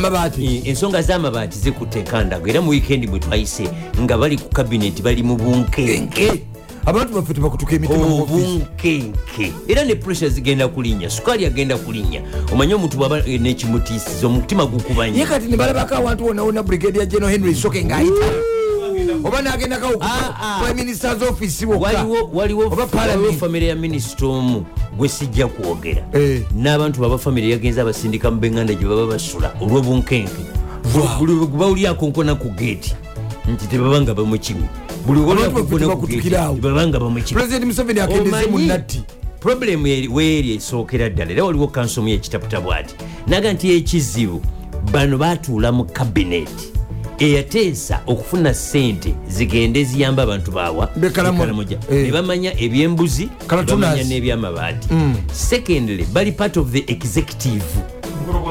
amabaati Eh, ensonga z'amabaati zikutte ekandago era mu wiikendi bwe twayise nga bali ku kabineti bali mu bunkenke enke eh, abantu baffe tebakutuka emitima Oh, mu office. obunkenke era ne pressure zigenda kulinnya sukaali agenda kulinnya omanye omuntu bwaba eh, nekimutiisiza omutima ye gukubanya kati nebalabako abantu wonawona brigadier general henry soke ngaayita oba nagendakawo ku Ah, ah. prime minister's office wokka waliwo waliwo oba waliwo parliament famire ya minisita omu gwe sijja kwogera Eh. n'abantu baba famire yagenza abasindika mu benganda gye baba basula olw'obunkenke bawulyako nkona ku geeti nti tebaba nga bamukimi buli Abantu baffe tebakutukiraawo. babanga bamukimi president museveni Oh, akendeze mu natti problemu weeri esookera ddala era waliwo kansomu yekitaputabw ati naga nti ekizibu bano batuula mu kabineti eyateesa okufuna sente zigende ziyambe abantu baawa Bekalamu. Bekalamuja. Eh. ne bamanya ebyembuzi Kalatunas. nebamanya n'ebyamabaati Mm. secondly bali part of the executive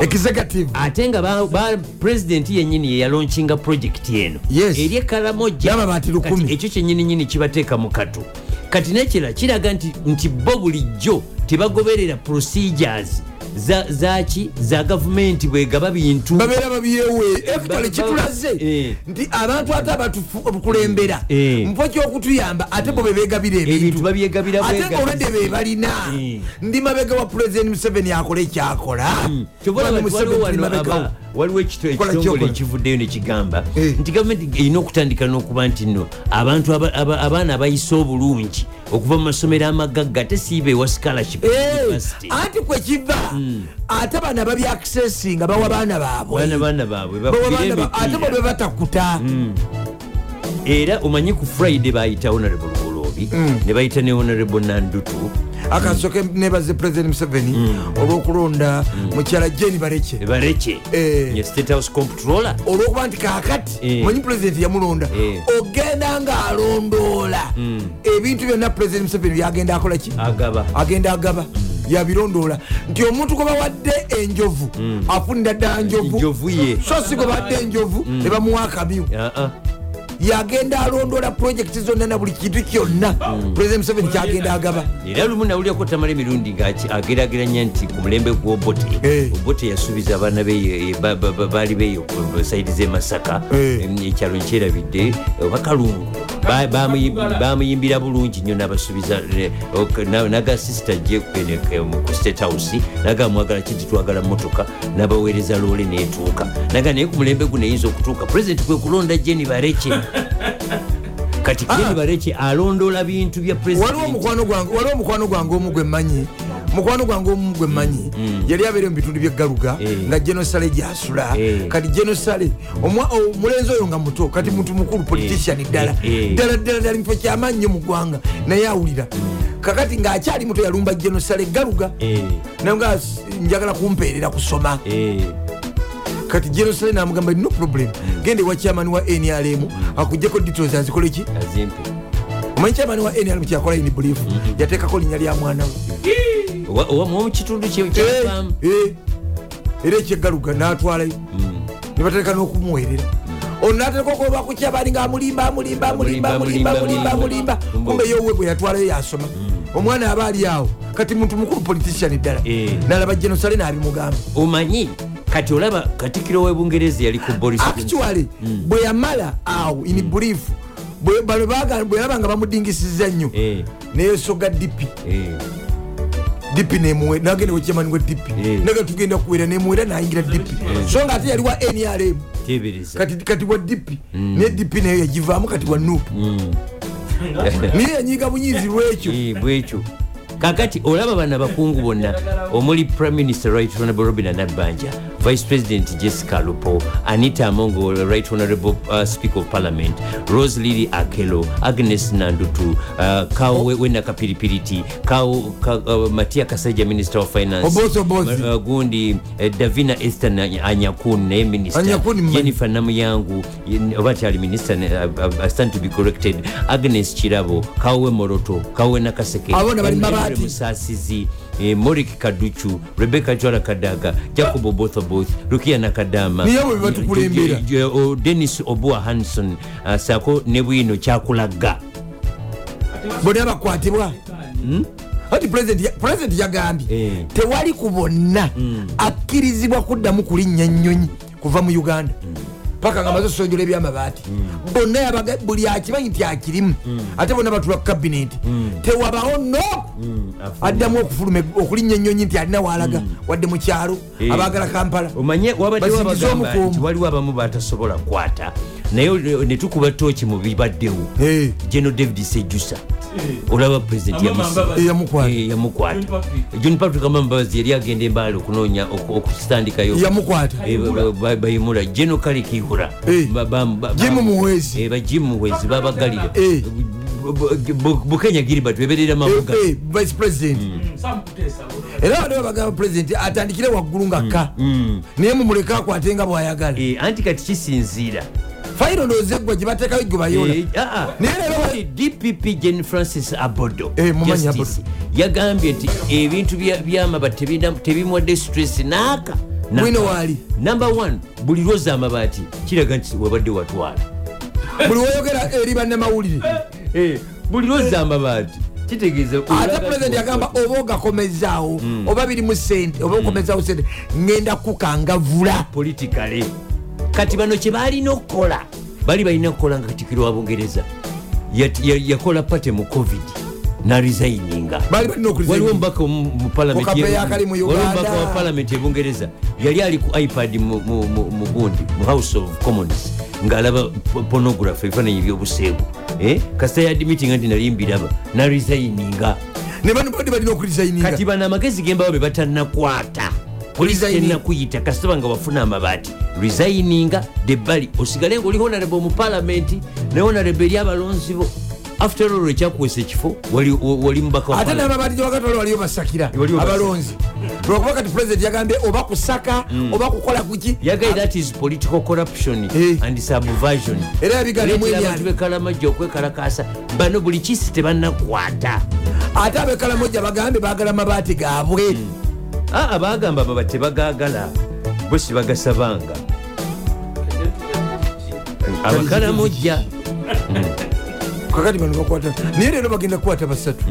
executive ate nga ba- ba- pulezidenti yenyini yeyalonkinga projekiti eno Yes. eri ekalamoja N'amabaati lukumi. Kati ekyo kyenyininyini kibateeka mu katu kati nekira kiraga nti, nti bo bulijjo tebagoberera procedures za- zaki za gavumenti bwegaba bintu babeera babyewe ekitole Ba- kitulaze Eh. nti abantu ate abatukulembera Eh. mpo kyokutuyamba ate bo bebegabira ebintu ebintu babyegabira ate bwegabi. ngaolwedde bebalina Eh. ndi mabega wa pulezidenti museveni akole ekyakola Hmm. Kyobona Bwana bati waliwo Museveni ndi wano mabega aba- waliwo ekito- Kola ekitongole kyokola. ekivuddeyo nekigamba Eh. nti gavumenti erina okutandika n'okuba nti no abantu aba- aba- abaana abayise obulungi okuva mu masomero amagagga ate siibeewa scholarship Eh, university. Hmm. anti kwekiva ate bana babyakisesinga bawa baana baana baabwe baana baabwe Bawa baana bakubira ba- ate bo emipiira bebatakuta Hmm. era omanyi ku friday bayita honorable bulobi Mm. ne bayita ne honorable nandutu akasoke nebaze president museveni Hmm. olwokulonda mukyala jeni bareke ebareke Eh. ye state house comptroller olwokuba nti kakati Eh. manyi pulezidenti yamulonda Eh. Hmm. ogenda nga alondoola ebintu byonna pulezidenti museveni byagenda akolaki agaba agenda agaba Hmm. yabirondoola nti omuntu gwe bawadde enjovu Hmm. afunira ddala njovu Njovu ye. so si gwe badde enjovu Hmm. ne bamuwa akabiu Aa. yagenda alondoola projekiti zonna na buli kintu kyonna Mm. pulezidenti museveni kyagenda agaba era lumu nawulyako tamala emirundi ngaageraageranya nti ku mulembe gwa Eh. obote obote yasuubiza abaana be- eh, ba- ba- ba- baali beyo ku saidi zemasaka Eh. ekyalo nkyerabidde oba kalungu Ba- bamuyi- bamuyimbira bulungi nnyo nabasuubiza eh, ok, na- naga eh, sisita je ku state house naga mwagala kiti twagala motoka nabaweereza loole netuuka naga naye ku mulembe guno eyinza okutuuka pulezidenti kwe kulonda jeni bareke kati jeni bareke alondola bintu bya waliwo pulezidenti omukwano gwange waliwo omukwano gwange omu gwe mmanyi mukwano gwange omu gwe mmanyi yali abeere mu bitundu byeggaluga Mm. Eh. nga genosale gyasula Eh. kati genosale omwa- oh, omulenzi oyo nga muto kati muntu mukulu politician ddala Eh. ddala ddala ddala mufo kyamaanyi nnyo mu ggwanga naye awulira kakati ng'akyali muto yalumba genosale eggaluga Eh. naye nga s- njagala kumpeerera kusoma Eh, kati genosale namugamba no problem genda ewa kyamaani wa nrm akuggyeko details azikoleki azimpe omanyi kyamaani wa nrm kyakola in brief yateekako linnya lya mwana we Wa- wa- wa- mu kitundu kye- Eh, kyafamu eh. era ekyeggaluga n'atwalayo ne bateeka n'okumuwerera ono nateeka okoba kukyabaali nga amulimba amulimba amulimba amulimba Amulimba, amulimba amulimba. amulimba kumbe yowe bwe yatwalayo yasoma omwana aba ali awo kati muntu mukulu politician ddala Eh. nalaba genosale n'abimugamba omanyi kati olaba katikiro w'ebungereza yali ku Ah, boris Johnson. actually Hmm. bwe yamala awo in brief bwe- bano baga- bwe yalaba nga bamudingisiza nnyo Eh, neyesoga dipi eh, dipi nemuwe nagenda wekyamani we dipi Eh. naga tugenda kuwera nemuwera nayingira dipi so nga ate yali wa nrm teebereza kati, kati wa dipi Hmm. ne dipi nayo yagivaamu kati wa nupu naye yanyiga bunyiizi lwekyo Eh, bwekyo kakati olaba bano abakungu bonna omuli prime minister right honorable robin nabbanja vice president jessica lupo anita amongo right honorable uh, speaker of parliament rose lily akelo agnes nandutu uh, kao oh. wenakapiripiriti kao ka, uh, matia kasaija minister of finance Obozi, obozi. Ma- uh, gundi eh, davina esther Na- anyakun naye minister Anyakuni mmanyi. Jennifer namuyangu ye- oba kyali minisita stand to be corrected agnes kirabo kawe moroto kawe nakaseke Abo na bali Henry mabaati. musasizi eh, morik kaduchu rebeka jwala kadaga jacobo bothoboth rukia nakadama eh, Niye abo be batukulembera. Je- je- o- oh, dennis obua hanson ah, saako ne bwino kyakulaga bonna bakwatibwa hmm? ati pulezidenti yagambye Eh. Hmm. tewali ku bonna akkirizibwa kuddamu kulinnya nnyonyi kuva mu uganda Hmm. paka nga maze osonjola ebyamabaati bonna yabaga- buli akimanyi nti akirimu Hmm. ate bonna batula ku kabineti tewabaho nooku Hmm. addamu okufuluma e, okulinnya ennyonyi nti alina waalaga wadde mu kyalo Eh. abaagala kampala omanye wabaddewo Basingiza abagamba omukuumi. nti waliwo abamu batasobola kwata naye netukuba tooki mu bibaddewo Eh. geno david sejusa olaba pulezidenti Amama yamusi- Mbabazi. Yamukwata. Eh, John yamukwata Patrick. john patrick amama mbabazi yali agenda embaala okunoonya oku- okutandikayo yamukwata Eh, ba- ba- bayimula jeno kale kihura Eh. Ba- ba- ba- Jim Muhwezi. Eh, ba- Jim muhwezi babagalira Eh. Bu- bu- bu- bukenya giribert beberera mabuga Eh, eh, vice president Hmm. samukutesa era bano babagamba pulezidenti atandikire waggulu nga ka naye mumuleke akwate nga bwayagala Mm, Eh, anti kati kisinziira fayiro ndooze gwe gye bateekayo gwe bayola Eh, ah, ah. Naye leero Kati DPP Jane Francis Abodo Eh, mumanyi Justice, yagambye nti eh, ebintu bya- byamaba tebina- tebimuwadde stress naaka Naaka. Mwino waali. number one buli lwoza amabaati kiraga nti wabadde watwala buli woyogera eri bannamawulire Eh, buli lwoza amabaati kitegeeza ate pulezidenti yagamba eh, oba ogakomezaawo Mm. oba biri mu sente oba okomezaawo sente ŋŋenda kukangavula politikale kati bano kyebalina okukola bali balina kukola nga katikiro wa bungereza Yat- ya- yakola pate mu covid naresaininga Bali balina okuresign. waliwo mubaka mu- mu Mu parliament kapeya ye- akali mu waliwo Uganda. omubaka wa parliament ebungereza yali ali ku ipad mu- mu- mu- mu gundi mu house of commons ng'alaba po- pornography ebifaananyi ebyobuseebu Eh, kasita yadmitinga nti nali mbiraba naresaininga ne bano badi balina okulisaininga kati bano amagezi gembawo be batannakwata polisi Resigning. tenakuyita kasitaba nga wafuna amabaati resigninga debbali osigale ngaoli honarable mu palamenti ne honarable eri abalonzi bo after all ekyakuwesa ekifo wali- wali mubaka wa ate parliament. n'amabaati gyebagatwala waliyo basakira Waliyo basakira. abalonzi lwakuba kati pulezidenti yagambye oba kusaka Mm. oba kukola kuki Yagaya that is political corruption Eh. and subversion Era yabigaddemu Leetera ebyali. abantu bekalamajja okwekalakasa bano buli kisi tebannakwata ate abekalamoja bagambe bagala mabaati gaabwe Mm. aa bagamba Ah, baba tebagagala bwe sibagasabanga abakalamojja kakati bano bakwata naye leero bagenda kukwata basatu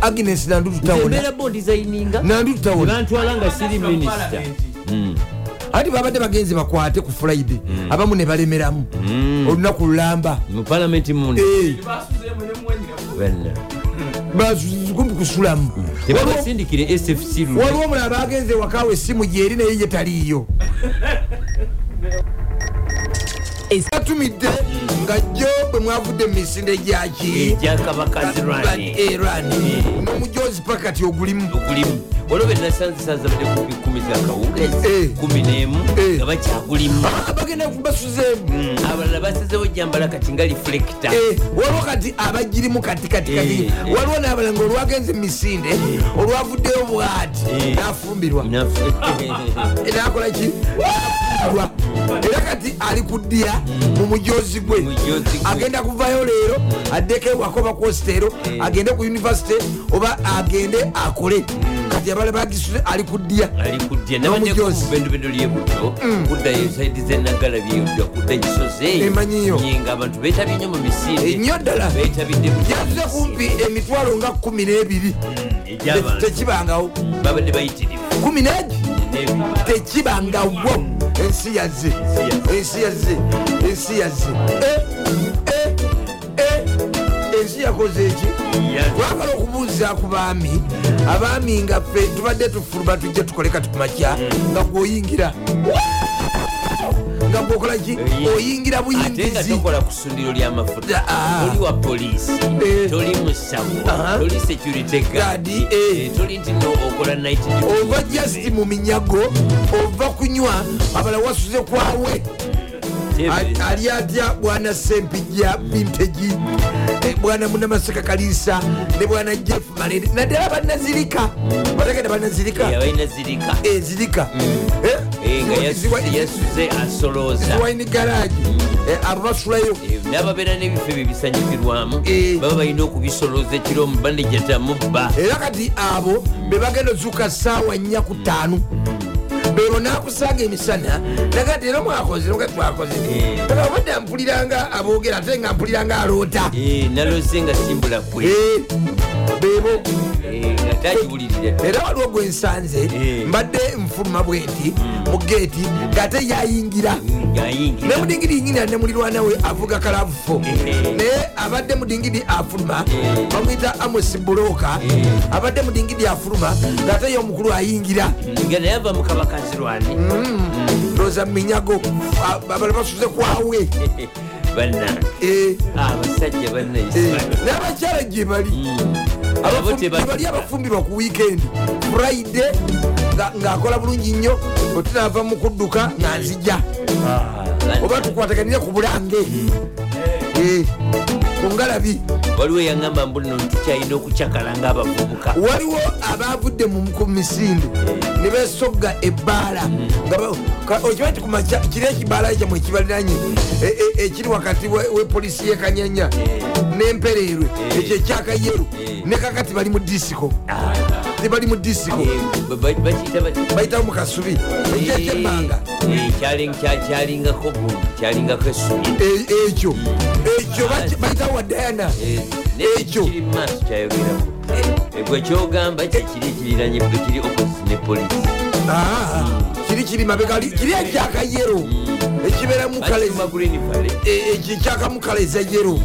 agnes nandutu tawona embeera bo designinga nandutu tawona nebantwala nga siri minisita Hmm. anti babadde bagenzi bakwate ku friday abamu ne balemeramu olunaku lulamba mu palamenti mundi Eh, banna bakumbi kusulamu Waliwo- tebabasindikire sfc lule waliwo omulala bagenze wakawe esimu gyeri naye ye taliiyo Es- atumidde nga jjo bwe mwavudde mu misinde E, gyaki ejakabaka zirani eran nomujozi pakati ogulimu okulimu olwo benasanzisaza bade kumpi kumi zakawungezi Eh. kumi nemu Eh. nga bakyagulimu abagenda kubasuzeemu abalala basizewo jambala kati nga reflecta Eh, waliwo kati abagirimu katikati kati Eh, eh. waliwo n'abalala nga olwagenze mu misinde olwavuddeyo bwati Eh. nafumbirwa Eh, nakola ki Nafumbirwa. era kati ali kuddya mu mujozi gwe Mujozi gwe. agenda kuvayo leero addeko ewaka oba kositero Eh. agende ku univesity oba agende akole kati abala bagisule ali kuddya ali kudya N'omujozi. nabaddekubendobendo lyebuto Hmm. kuddayo saidi zenagalabyeya kudda gisoze Emanyiyo. nga abantu betabye nnyo mu misinde ennyo Eh, ddala betabidde mu yaze kumpi emitwalo nga 12 egy'abantu. tekibangawo babadde bayitirivu 1 n'ebi tekibangawo ensi yazze ensi yazze ensi yazze Eh, eh, eh, ensi yakoze eki twagala okubuuza ku baami abaami nga ffe tubadde tufuluma tujje tukole kati ku makya nga gweoyingira nga gweokolaki Oyingira. oyingira ate nga buyingizi tokola ku ssundiro ly'amafuta Ah. oli wa poliisi Eh. toli musawo Aha. toli security guard Guard, eh. Eh, toli nti no okola night duty. ova just mu minyago ova kunywa abala wasuze kwawe Teebereza. Ali- ali atya bwana sempijja bintegi eh, bwana munamaseka kalisa ne bwana jeff malere naddala banazirika bategede banazirika yabalina zirika ezirika Eh, nga yasu- yasuze asolooza ziwaini garagi abo basulayo Eh, n'ababeera n'ebifo ebyo ebisanyukirwamu Eh. baba balina okubisolooza ekiro omubande gyatamubba era kati Eh, abo bebagenda ozuuka saawa nnya ku ttaano bero nakusanga emisana naga ti era mwakoze noga twakoze obadde mpuliranga aboogera ate nga mpuliranga aloota Eh, naloze nga simbula kwe Eh, bebo Eh, nga takiwulirire era waliwo gwe nsanze Eh. Mm. mbadde nfuluma bwe nti mu geeti ngaate yayingira yayingira ne mudingidi yingira ne mulirwana we avuga kalavu Eh. naye abadde mudingidi afuluma Eh. bamuyita amos buloka Eh. abadde mudingidi afuluma ngaate ye omukulu ayingira nga naye ava mu kabaka nzirwani Mm. loza muminyago abala basuze kwawe bannange Eh, Ah, abasajja eh. bannaisibali n'abakyala gye bali abo Abafu- tebali tebali abafumbirwa ku wiikendi friday nga- ng'akola bulungi nnyo otenaava mu kudduka nga nzija Ah. oba tukwataganire ku bulange Eh, ku ngalabi waliwo yaŋamba mbuno tukyalina okucakala ngaabavubuka waliwo abavudde mu- ku misinde ne besogga ebbaala Nga ba- ka- okimanyi nti kumaca kiri ekibaala kyamwe ekibaliranye e- e- ekiri wakati we- we polisi yekanyanya nempereerwe Eh. ekyo ekyakayeru Eh. ne kakati bali mu disiko tebali mu disiko Eh, bakiyita Eh, bayitawo mu kasubi ekyekyemanga kyalingako gundi kyalingako essubi E- ekyo ekyo baki- bayitawo wa diana Eh, Ekyo. nekiri mu maaso kyayogerako gwe kyogamba kyekiri ekiriraanye ekiri oposi ne polisi Ah, kiri kiri mabegali kiri ekyakayeru ekibeera mukalezi bakima green valley ekikyakamukalaza yero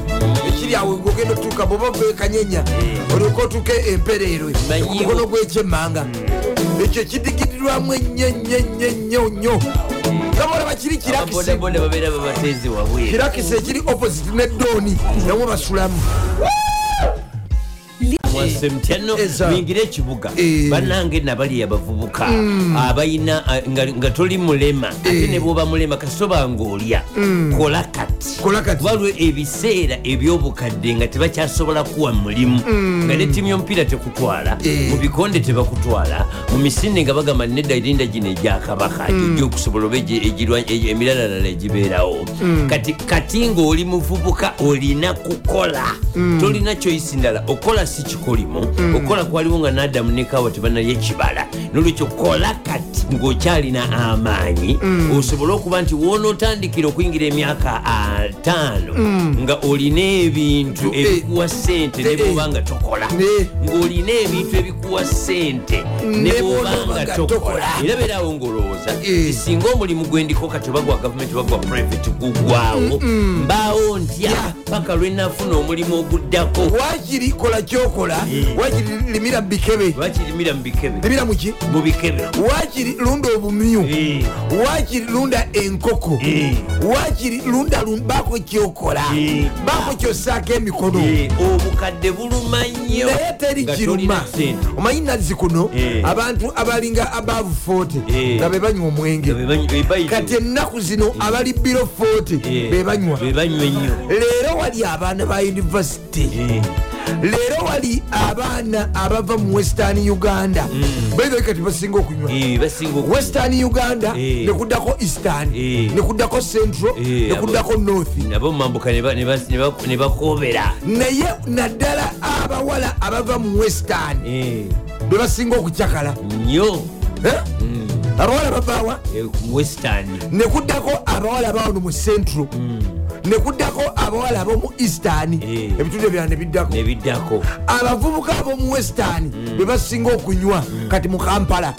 ekiri awe gogenda otuuka bwoba gwekanyenya Eh. olyoka otuuka empereerwe Manyiwo. kumukono gwekyemmanga ekyo kidigirirwamu ennyo ennyo ennyo ennyo nnyo nga bolaba kiri kirakisi ababodaboda babeera babatezi wabweru kirakisi ekiri opposite nedooni namwe basulamu mwase mutya no Eh. Eza. muyingire ekibuga Eh. Mm. bannange nabali abavubuka abalina ah, nga- nga toli mulema Eh. ate ne bwoba mulema kasoba ngaolya kola kati Mm. Kola kati. waliwo ebiseera ebyobukadde nga tebakyasobola kuwa mulimu nga ne tiimu y'omupiira tekutwala Mm. Eh. mu bikonde tebakutwala mu misinde nga bagamba nedda erinda gino egyakabaka gyojja okusobola oba egi- egirwa- e- egi- emiralalala egibeerawo kati kati ng'oli muvubuka olina kukola tolina choisi ndala okola si kikolimu okola kwaliwo nga nadamu nekawa tebanalya ekibala nolwekyo kola kati ng'okyalina amaanyi osobole okuba nti woonaotandikira okuyingira emyaka ataano nga olina ebintu Eh, ebikuwa ssente ne eh, bwoba nga tokola Ne. ng'olina ebintu ebikuwa ssente Ne ne bw'oba bwobanga nga tokola tokola. era beeraawo ng'olowooza Eh. nti singa omulimu gwendiko kati oba gwa gavumenti oba gwa private gugwawo mbaawo ntya paka lwenafuna omulimu oguddako wakiri kola kyokola Eh. wakiri limira bikebe lwakirimira mu bikebe limira muki mu bikebe wakiri lunda obumyu Eh, wakiri lunda enkoko Eh. wakiri lunda lu- baako kyokola Eh. baako kyosaako emikono eh, obukadde buluma nnyo naye teri nga kiruma tolina ssente. omanyi nazzi kuno Eh. abantu abalinga abaavu 40 Eh. nga be banywa omwenge Nga be banywa- be bayita- kati ennaku zino abali biro 40 Eh, be banywa be banywa ennyo leero wali abaana ba yunivasite Eh, leero wali abaana abava mu western uganda Mm. baibai kati basinga okunywa eh, basinga okunywa. western uganda Eh. nekuddako eastern Eh. nekuddako central Eh, nekuddako north nabo mumambuka ne ba- ne ba- ne ba- ne bakobera naye naddala abawala abava mu western Eh, bebasinga okucakala nnyo Eh? Mm. abawala bavaawa Eh, ku western nekuddako abawala abawano mu central nekuddako abawala abomu eastern Mm. Eh. ebitundu ebyala nebiddako nebiddako abavubuka abomu western Mm. bebasinga okunywa kati mu kampala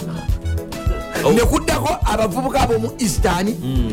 Oh. Mm. nekuddako abavubuka abomu eastern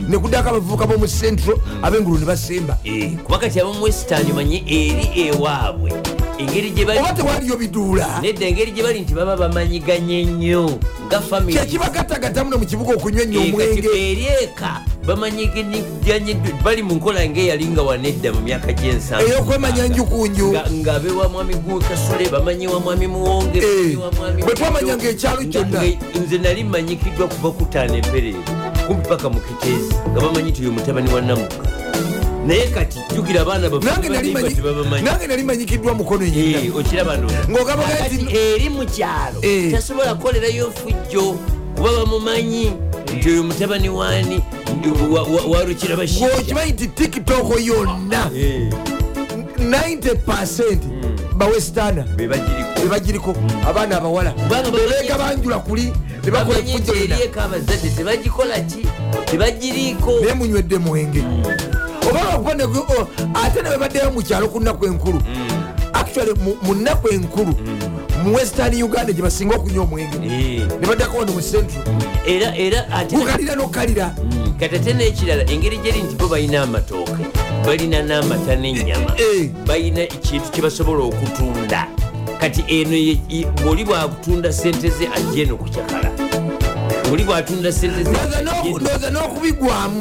nekuddako abavubuka abomu central abengulu ne basemba Eh, kuba kati abamu western manye eri ewaabwe engeri gye bali oba tewaliyo biduula nedda engeri gye bali nti baba bamanyiganye nnyo nga family kyekibagatagatamuno mu kibuga okunywa ennyo Eh, kati omwenge eri eka bamanyiganye bali mu nkola ngaeyali nga wanedda mu myaka gyensanvu Ey'okwemanya njukunju. Nga- ng'abewa mwami gwekasule bamanyiwa mwami muwonge Eh, bamanyiwa mwami bwe twamanya Muto. ng'ekyalo Nga- kyonna. nga- nze nali manyikiddwa kuva kutaana empereero kumpi paka mu kiteezi nga bamanyi ti oyo mutabani wa namuka naye kati jjukira abaana baffe Nange nali tebalimba, manyi- tebabamanyi nange nali manyikiddwa mukono yenna Eh, okiraba Ng'ogamba nga Akati nti- eri mu kyalo Eh. tasobola kukolerayo fujjo kuba bamumanyi nti oyo mutabani waani warukira bashiya gweokimanyi nti tikitoko yonna Eh, 90 Hmm. bawestana bebagiriko bebagiriko abaana abawala Kubanga bamanyi- bebegabanjula kuli tebakola bamanyi nti kujolena erieko abazadde tebagikola ki tebagiriiko naye munywedde mwenge oba lwakuba ne- o- ate nebebaddeyo mukyalo ku nnaku enkulu actually mu- mu nnaku enkulu mu western uganda gye basinga okunywa omwenge Eh. ne baddakowo no mu central era era ate gukalira n'okukalira katete n'ekirala engeri gyeri nti bo balina amatooke balina n'amata n'ennyama Eh, eh. balina ekintu kye basobola okutunda kati eno ye- ye- bw'oli bwatunda sente ze ajja eno kucakala oli bwatunda sente ze Ndowooza n'oku- ndowooza n'okubigwamu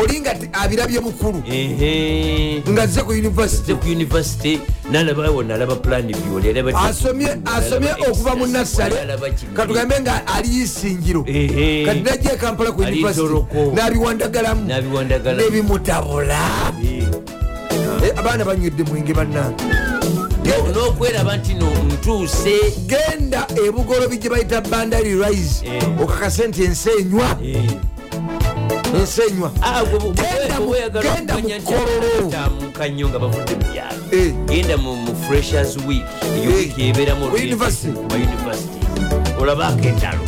olinga te- abirabye mukulu ehe nga ze ku nze univesity ku univesity nalabawo nalaba plan asomye asomye okuva mu nasale katugambe nga aliyo isingiro Ehe. kati najja ekampala ku Ali univesity Toroko. n'abiwandagalamu N'abiwandagalamu. nebimutabula Eh, abaana banywedde mwenge bannange Genda- n'okweraba nti no ntuuse genda ebugolobi gye bayita bandari rise Eh. okakase nti ensenywa ensenywa Ah, gwe- gwe- Genda mu- gwe oyagala genda mu okumanya nti Kololo. abatambuka nnyo nga bavudde mu byalo Eh. genda mu mu freshers week eyo Eh. wiiki ebeeramu Ku university. university olabaako entalo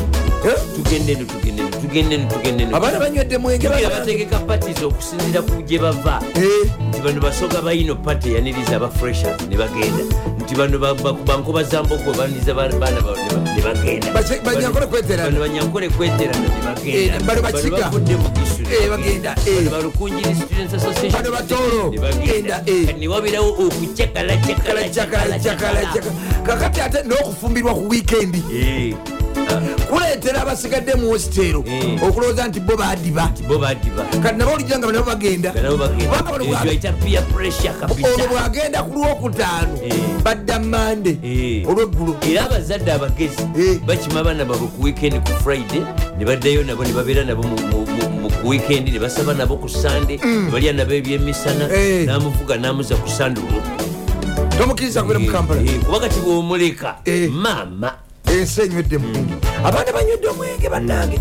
Eh? tugende no tugende no tugende no tugende no abaana banywedde mwenge Jjukira bannange. bategeka patis okusinzira ku gye bava Eh, nti bano basoga bayino pati eyaniriza aba freshers ne bagenda nti bano ba- bakuba nkobazambogo baniriza ba- baana ba- ne ba- ne bagenda Bache- banyankole kweterana. Bano banyankole kweterana ne bagenda Eh, bano bakiga. bavudde mu kisu ne Eh, bagenda, eh. Bano ba Rukungiri Students Association Bano Batoolo. ne bagenda Genda, eh. Kati ne wabirawo okucakala cakala kala, kyakala, cakala kyakala, cakala kyakala. kakati ate n'okufumbirwa ku wiikendi Eh, ah, kuleetera abasigadde mu wositeero Eh. okulowooza nti bo baadiba bo badiba kati nabo olijja nga banabo bagenda Bano bagenda Kubanga bano Ekyo bwa- bayita peer pressure ono kabisa bwagenda ku lwokutaano Eh. badda mande Eh. olweggulo era abazadde abagezi Eh. bakima abaana baabwe ku weekend ku friday ne baddayo nabo ne babeera nabo mu- mu- mu- mu- ku weekend ne basaba nabo ku sande ne balya nabo ebyemisana Mm. Eh. n'amuvuga n'amuza ku sande olwokuba tomukkiriza kubeera mu Eh. kampala kati bw'omuleka Eh. maama ensi enywedde mwenge abaana banywedde omwenge bannange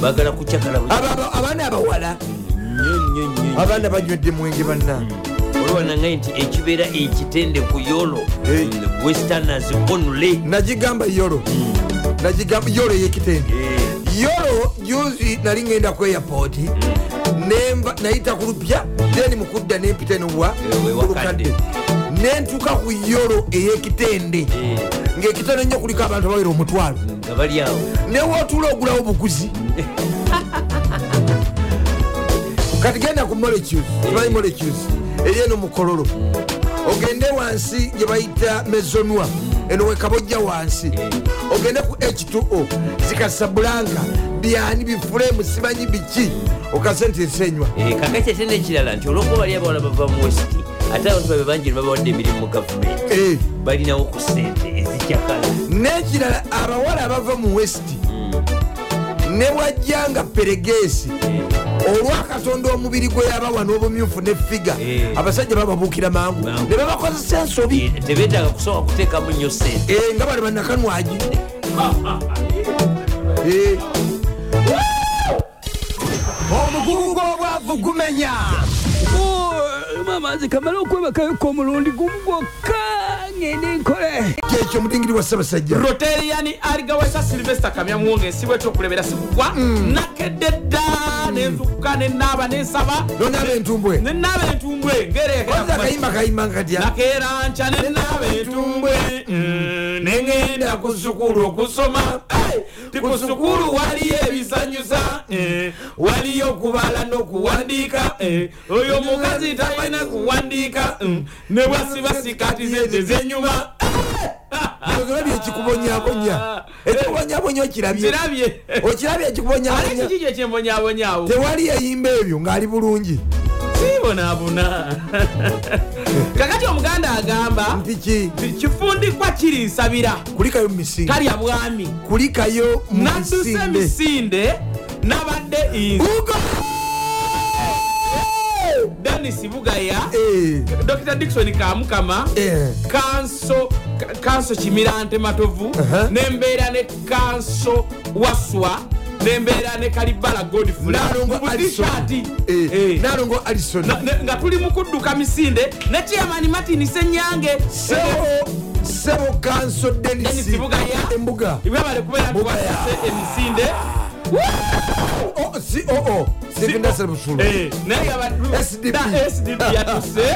bagala kucakala bu- Aba- aba- abaana abawala nnyo nnyo nnyo nnyo. abaana banywedde mwenge bannange olwanaŋŋaye nti ekibeera ekitende ku yolo Eh. mm, westerners only nagigamba yolo Mm. nagigamba yolo yekitende Eh. yolo juzi nali ngenda ku airpoti Hmm. nemba nayita ku lupya then mukudda nempita nowa we Wakadde. kulukadde nentuuka ku yolo eyekitende Eh, ngaekitende nnyo kuliko abantu abawera omutwalo nga bali awo newootula ogulawo buguzi kati genda ku molecules timanyi molecules eri eno mukololo ogende wansi gye bayita mezonwa eno wekabojja wansi ogende ku h2o zikasabulanga byani bifulemu simanyi biki okase nti ensenywa Eh, kakati ate nekirala nti olwokuba bali abawala bava mu west ate abantu babe bangi ne babawadde emirimu mu gavumenti Eh, balinawo ku sente ezijakala n'ekirala abawala abava mu westi ne bwajjanga peregesi Mm. olwakatonda omubiri gwe yabawa n'obumyufu ne figa Mm. Eh. abasajja bababuukira mangu Mangu. ne babakozesa ensobi tebetaaga kusooka kuteekamu nnyo sente Eh, nga bano bannakanwaji Eh. omugugu gw'obwavu gumenya mamanzi Oh, kamala okwebakayoka omulundi gumu gwokka ngende nkole kyekyo mutingiri wa ssaabasajja roteriyani arigawesa silvesta kamyamuwo ngaensibwa ekyokulebera sikugwa nakedde dda nenzukuka nenaaba nensaba nonaba entumbwe nenaaba entumbwe oza ngereekera akayimba kayima nkatya nakeera nca nenaaba entumbwe neŋenda Mm, ku sukulu okusoma Ai, ti ku sukulu waliyo ebisanyusa eh, waliyo okubala n'okuwandiika eh, oyo omukazi talina kuwandiika mm, ne bwasiba sikaati ze tezenyuma ozola byekikubonyabonya ekikubonyabonya okirabye kirabye okirabye ate ekikubonyabonya kiki kyembonyabonyawo tewali yayimba ebyo ng'ali bulungi sibonaabona kakati omuganda agamba nti ki nti kifundikwa kiri nsabira kulikayo mu misinde talya bwami kulikayo mu nadduse misinde misinde nabadde insi Ugo! denis bugaya Eh, dr dikson kamukama eh. kanso ka- kanso kimirante matovu Aha. nembeera ne kanso waswa nembeera ne kalibala Nalongo godfulati Eh, nalongo alison Na- ne- nga tuli mu kudduka misinde ne chairman martin senyange eh, sebo sebo kanso denis Dennis Bugaya. embuga webale kubeera Bugaya. tuwasise emisinde Oh, coo sevindasebusulo Eh, naye aba- SDP. Na sdp yatuse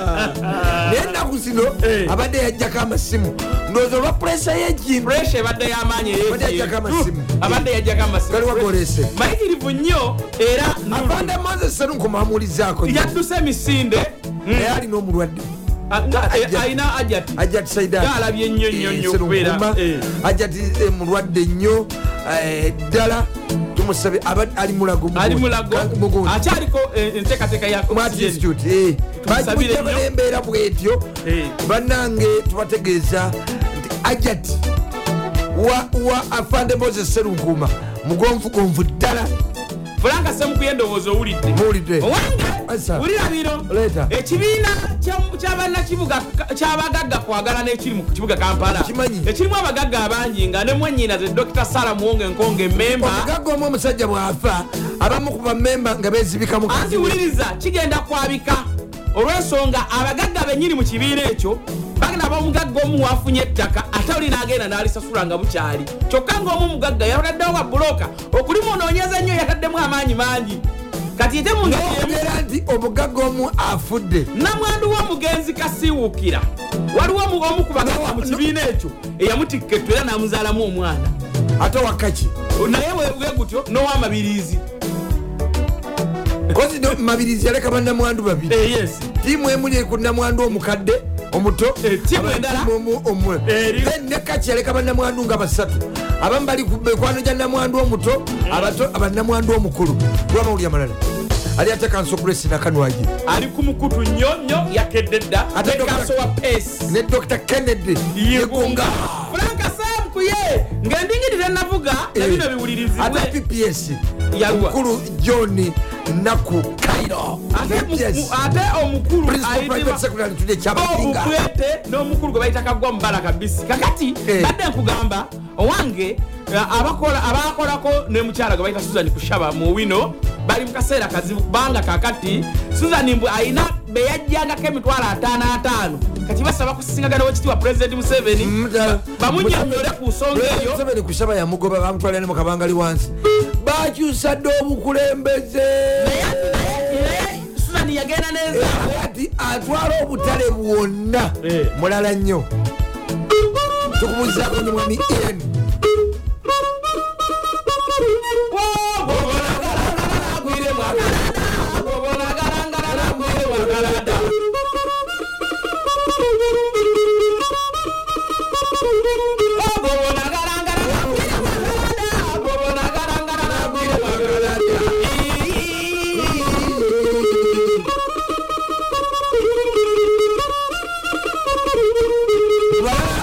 naye ennaku zino Eh. abadde yajjako amasimu ndowooza olwa puresa y'ekintu puresha ebadde y'amaanyi Abadde yajjako amasimu. abadde yajjako Galiwa golese. Hmm. mayitirivu nnyo era avanda moses serunko mwamuwulizaako yadduse emisinde Mm. naye alina omulwadde Aga- eh, Ajja- alina ajati ajati saida Gaalabye nnyo nnyo nnyo okubeera, eh. ajati eh, mulwadde nnyo eh, ddala tumusabe aba- ali mulago ali mulago akyaliko eh, enteekateeka ya oxygen. eh. Tumusabire nnyo. mwatisitutebalembeera bwetyo Eh. bannange tubategeeza nti ajati wa- wa afande moses serunkuma mugonvugonvu ddala franka semukuye endowooza owulidde Muwulidde. owange Asa. wulira bino Leeta. ekibiina kya- kyabannakibuga kyabagagga kwagala n'ekiri mu kibuga kampala Okimanyi? ekirimu abagagga abangi nga ne mwenyina ze dr sara muwonge enkonga emmemba omugagga omu omusajja bw'afa abamu ku bamemba nga bezibika mu anti wuliriza kigenda kwabika olw'ensonga abagagga bennyini mu kibiina ekyo bagenda bomugagga omu wafunye ettaka ate oli n'agenda n'alisasula nga bukyali kyokka ng'omu mugagga yataddewo wa buloka okulimu onoonyeza nnyo yataddemu amaanyi mangi kati ete mu ngeri emu- nogera nti omugagga omu afudde namwandu w'omugenzi kasiiwuukira waliwo omu- omu ku bagagga mu kibiina ekyo eyamutikka ettu era n'amuzaalamu omwana ate wakaki naye bwe gutyo n'ow'amabiriizi kozi no- mabirizi yaleka bannamwandu babiri Eh, yes tiimu emu eri ku namwandu omukadde omuto Eh, ttiimu Aba- endala? ttiimu omu- omu- Eri. Then ne kaki yaleka bannamwandu nga basatu abamu bali ku mikwano gya namwandu omuto Eh. abato abanamwandu omukulu lwamawuli amalala ali atekansogulesi nakanwagi ali ku mukutu nnyo nnyo yakedde dda Ate tekaso wa pesi ne dr kennedy yegunga franka samkuye ng'endingidi tenavuga Eh. nabino ate biwulirizibwe pps Yalwa. omukulu john naku kairo Ate mu- Yes. mu- Oh, ate omukulu Principal ayitibwa Private Secretary Tude Kyabasinga. obubwete n'omukulu gwe bayita kagwa mubala kabisi kakati Eh. badde nkugamba owange eh, abakola- abakolako ne mukyala gwe bayita susan kushaba muwino bali mu kaseera kazibu kubanga kakati susan mbwe alina beyajjangako emitwalo ataano ataano kati basaba kusisinkaganawo kitiibwa pulezidenti museveni Mda- bamunyonyole ku nsonga Museveni- eyo Museveni kusaba yamugoba bamutwala ne mukabangali wansi bakyusa dde obukulembeze susan yagenda neza ati atwala obutale bwonna Eh. mulala nnyo tukubuuzako ne mwami en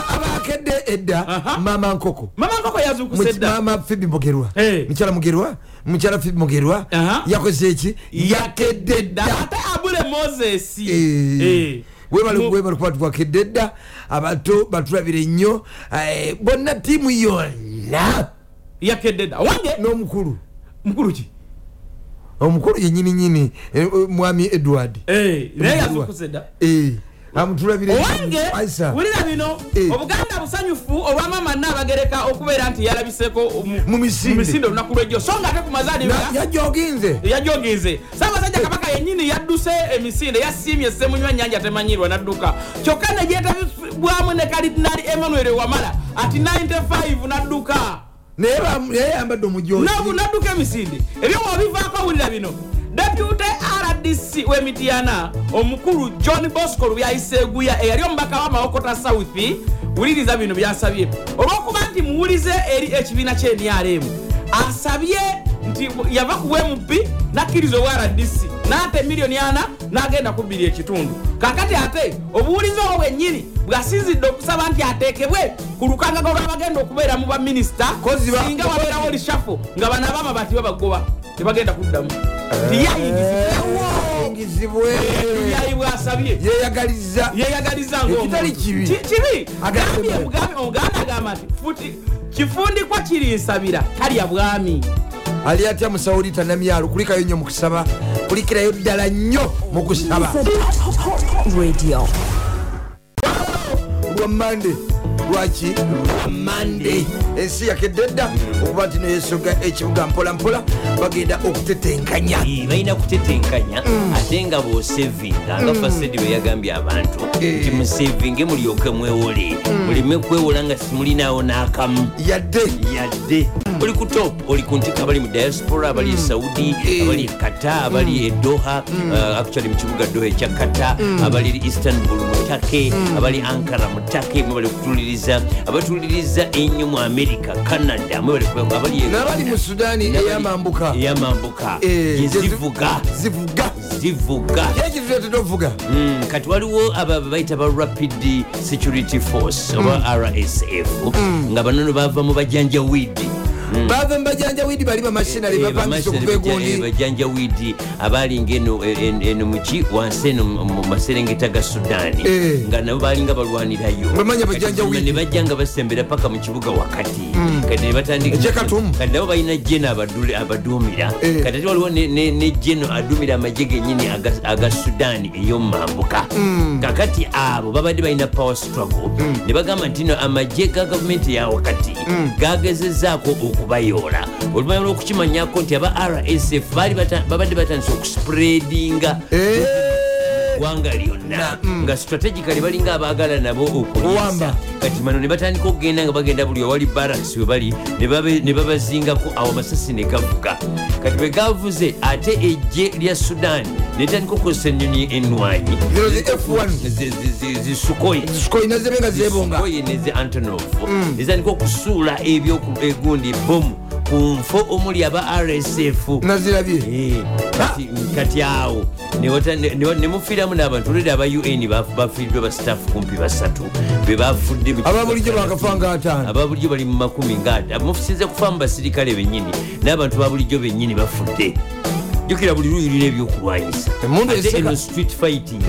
abakedde edda Aha. mama nkoko mama nkoko yazuukuse Muki- dda mama fibi mugerwa Eh. mukyala mugerwa mukyala fibi mugerwa Aha. yakoze eki yakedde yakedde dda ate abule mosesi Eh. Mu- webalokuba twakedde dda abato batulabire nnyo eh, bonna tiimu yonna yakedde dda wange n'omukulu mukulu ki omukulu yenyini nyini eh, eh, mwami edward naye yazuukuse dda Eh, amutulabire owange Aisa. wulira bino Eh. obuganda busanyufu olwa maama naabagereka okubeera nti yalabiseko mu- Mu misinde. mu misinde olunaku lwejjo so nga ate ku mazaalibwa Na- yajoginze yajogize saabasajja kabaka yennyini yadduse emisinde yasiimye semunywa nyanja temanyirwa nadduka kyokka negyetabibwamu ne kalidinali emmanuel wamala ati 95 nadduka naye bam- naye yayambadde omujozi Nabu- nadduka emisinde ebyo wabivaako wulira bino deputy rdc w'emityana omukulu john bosco lubyayiseeguya eyali omubaka w'amawokota south wuliriza bino byasabye olw'okuba nti muwulize eri ekibiina ky'enrm asabye nti yava ku mp nakkiriza owa rdc n'ata emiliyoni ana n'agenda kubbiri ekitundu kakati ate obuwulizi obwo bwennyini bwasinzidde okusaba nti ateekebwe ku lukangaga olw'abagenda okubeera mu baminisita Kozi ba- singa wabeerawo lishafo nga bano abamabati babagoba tebagenda kuddamu ingizibwe tiyayi bwasabye yeyagaliza yeyagaliza ng'omuntu. Ekitali kibi. Ki- kibi Agamba Gambye- bwati. Gambye- omuganda agamba nti futi kifundikwa kirinsabira talya bwami ali atya musawulita namyalo kulikayo nnyo mukusaba kulikirayo ddala nnyo mukusaba Radio. lwa mande lwaki Eh, lwa mande ensi yakedde dda okuba nti neyesoga ekibuga mpola mpola bagenda okutetenkanya Eh, balina kutetenkanya ate nga boosevinga nga fasedi bwe yagambye abantu nti musevinge mulyoke mwewole muleme kwewola nga simulinawo n'akamu yadde yadde oli ku top oli ku ntikka abali mu diaspora abali e saudi Eh. Mm. abali e kata abali e doha uh, actually mu kibuga doha ekya kata abali e istanbul mutake Mm. abali ankara mutake mwe bali kutuliriza abatuliriza ennyo mu america canada mwe bali kwe- abali e- n'abali mu sudaani eyamambuka eyamambuka Eh, yezivuga zivuga zivuga ekitu tetera ovuga Mm, kati waliwo aba babayita ba rapid security force oba Mm. rsf nga banono bava mu bajanja wiidi bava mubajanja wiidi bali Eh, bamashinale bapangisa okuva egundi bajanjawidi abalinga eno eh, en- eno muki wansi eno mu- mu maserengeta ga sudaani Eh. nga nabo balinga balwanirayo Bamanya Kati bajanjawidi. ne bajja nga basembera paka mu kibuga wakati Mm. kati ne batandika Ekyakatumba. kati nabo balina jeno abaduli- abaduumira Eh. kati ate waliwo ne- ne ne jeno aduumira amagye gennyini aga- aga sudaani ey'omumambuka kakati abo babadde balina power struggle ne bagamba nti no amagye ga gavumenti eya wakati gagezezaako okubayoola oluvannyuma lw'okukimanyako nti aba rsf baali bata- babadde batandise okuspreadinga Eh, ggwanga lyonna nga strategically balinga abaagala nabo Kuwamba. okulwisa kati mano ne batandika okugenda nga bagenda buli owali baraks we bali ne babe- ne babazingako awo amasasi ne gavuga kati bwe gavuze ate ejje lya sudan netandika okukozesa ennyonyi enwanyi Zino zi F1. zisukoye sikoyina zebe nga zebonga Sikoye neze antonov nezandika okusuula ebyokugundi bomu ku nfo omuli aba rsf Mm. nazirabye Eh, kati- kati awo newata- ne- ne- nemufiiramu n'abantu olwera aba un bafu- bafiiriddwe bastaff kumpi basatu be bafudde mu- ababulijjo bakafa nga ataano ababulijjo bali mu makumi ngaata musinze kufaamu basirikale bennyini n'abantu babulijjo bennyini bafudde jukira buli luuyi lulina ebyokulwanyisa Emmundu Ate eseka. Eh, eno street fighting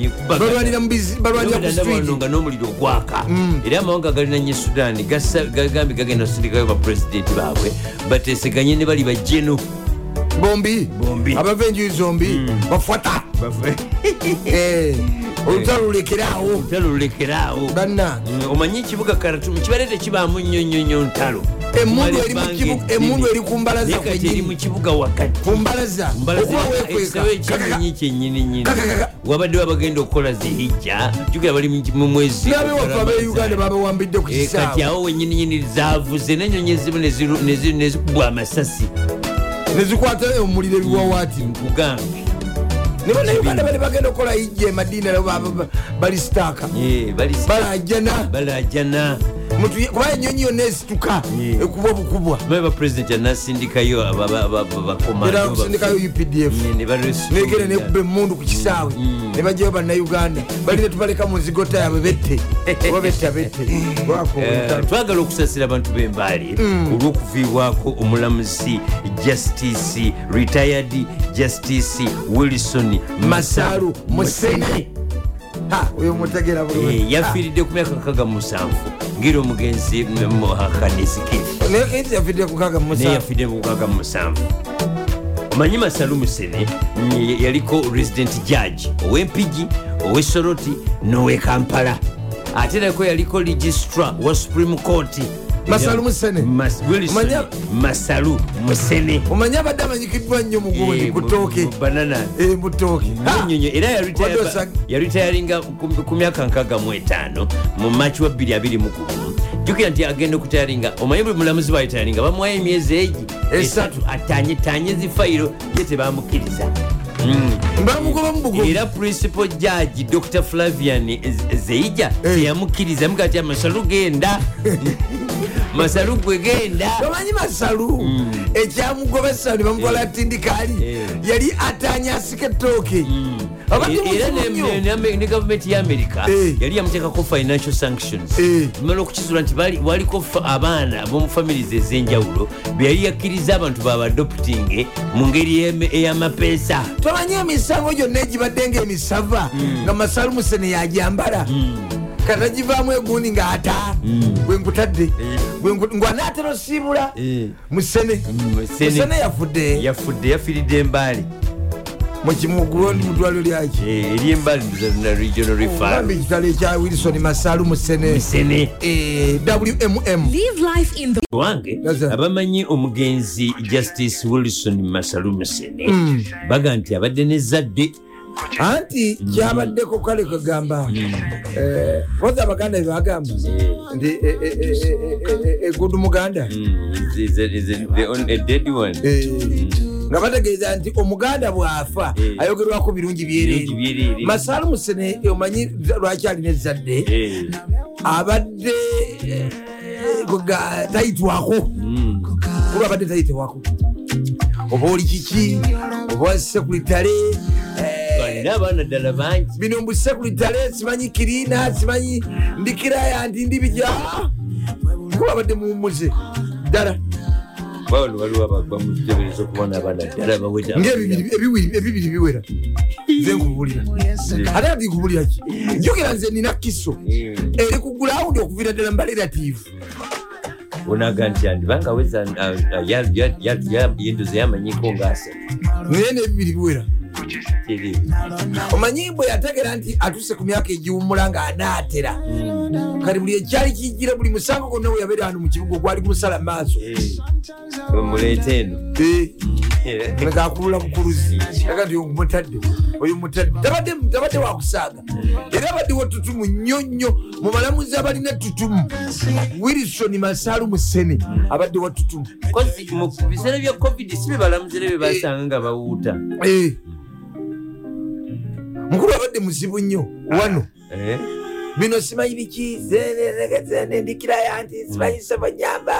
yekubaga- balwanira mu bizi- balwanira ku Nobadde wano street Mm. nga n'omuliro gwaka era amawanga galinanye sudaani gagambye gagenda kusindikayo bapulezidenti baabwe bateeseganye ne bali bajeno bombi Bombi. Hmm. abava enjuyi zombi bafuata Eh, olutalo lulekeraawo olutalo lulekeraawo bannange Mm, omanyi ekibuga karatumu kibadde tekibaamu nnyo nnyo nnyo ntalo Emmundu Kumala eri mu ebbanga kibu- eddene. emmundu eri ku mbalaza Naye kati kwennyini. eri mu kibuga wakati kumbalaza okubawekweka ekisawo ekinyonyi kyenyininyini wabadde babagenda okukola zihijja jukira bali mu- mu mwezi nabewaffe abeuganda babawambidde ku Eh, kati kisaawe awo wenyininyini zaavuze nenyonyi ezimu neziru- nezi- nezikubwa amasasi nezikwata omuliro Hmm. ebiwawaatiro nkugambe ne bannauganda bali bagenda okukola e ijja emadiina nabo ba- ba- bali sitaaka Eh, bali- balajana balajana Mutu- kuba enyonyi yonna esituka Yeah. ekubwa bukubwa baba pulezidenti anasindikayo era kusindikayo updf negenda nekuba bakomandobakuba emundu ku kisaawe Mm. ne bajjayo bannauganda bali netubaleka mu nzigo tayabwe bette oba betta bette lwako Eh. olutalo. twagala okusasira abantu b'embaale olw'okuviibwako omulamuzi justice retired justice wilson masaru masaru musene Ha, oyo mutegera bulungi. Eh, yafiiridde ku myaka nkaga musanvu ngeri omugenzi muhakanesikifu Ha, naye kayiti yafiiridde ku kaaga mu naye musanvu. yafiiridde mu nkaga musanvu omanyi masalu musene mm, ye- yaliko resident judge ow'empigi ow'essoroti n'owekampala ate nako yaliko registra wa supreme court Masalu Musene. Mas- Wilson Omanya- masalu musene omanyi abadde amanyikiddwa nnyo mu gundi Eh, ku tooke mu- mu banana Eh, mu tooke Ha! nyonyo era yaritaya- Wadde osag- yaritayalinga ku- ku myaka nkaga mu etaano mu maci wa 2021 jukira nti agenda okutayalinga omanye buli mulamuzi bwalitayalinga bamuwayo emyezi egi Esatu. esatu atanyetanye zifayiro ye tebamukkiriza Mm. bamugoba mu bugobi era principal judge dr flavian zeija Eh. teyamukkiriza mugati amasalu genda masalu gwe genda bamanyi masalu ekyamugobesa ne bamutwala tindikaali Mm. Eh. Mm. yali atanyasika ettooke abadde era muzibu ne- nnyo ne- ne- ne gavumenti ya america Eh. yali yamuteekako financial sanctions Eh. tumala okukizuula nti bali- waliko fa- abaana ab'omufamilizi ez'enjawulo be yali yakkiriza abantu babadoputinge mu ngeri y'eme- ey'amapeesa tomanyi emisango gyonna egibadde ngaemisava nga masalu musene yajambala katagivaamu egundi ngaata gwe nkutadde Gwe nku- ngwanaatera osiibula Eh. musene Musene. musene yafudde yafudde yafiiridde embaali mukimugulondi mudwaliro lyaki Eh. eryembali na regional bambi refund ekitalo ekya wilson masalu musene misene eh, wmm Live life in the wange Gaza. abamanyi omugenzi justice wilson masalu musene baga nti abadde nezadde anti kyabaddeko kale kagamba koza abaganda bebagamba nti eh, eh, eh, eh, eh, eh, egudu muganda Mm. hmm, Eh, nga bategeeza nti omuganda bw'afa Eh. ayogerwako birungi byereeri Birungi byereeri. masalu musene eh, omanyi lwaki alina ezadde Eh. abadde eh, nga tayitwako hmm, kuba abadde tayitewako oba oli kiki oba sekuritale Eh, balina abaana ddala bangi bino mbusekuritale simanyi kirina simanyi ndikiraya nti ndibija kuba abadde muwumuze ddala bawano waliwo abamutebereza okubaana abaana ddala baweta ngaebibiri ebiwiri- ebibiri eh, biwera nze nkubuulira ate ati nkubuulira ki njukira nze nina kiso Eh, eri ku gulawundi okuviira ddala mubalerative onaga nti andibanga aweza ah, yendoza yamanyiko ngaasatu naye nebibiri biwera omanyi bwe yategera nti atuse ku myaka egiwumula nga anaatera kati buli ekyali kijira buli musango gonna we yabeera ano mu kibuga gwali gumusala maaso eh, muleeta eno ngakulula mukuluzi aga nti omutadde oyo mutadde Tabadde- tabadde wakusaaga era abaddewo ettutumu nnyo nnyo mu balamuzi abalina ettutumu wilson masaalu musene abadde wattutumu kozi mu biseera bya covid si bebalamuzire be basanga nga bawuuta Eh. mukulu abadde muzibu nnyo wano Eh? bino simanyi biki nendikiraya nti simanyi sebanyamba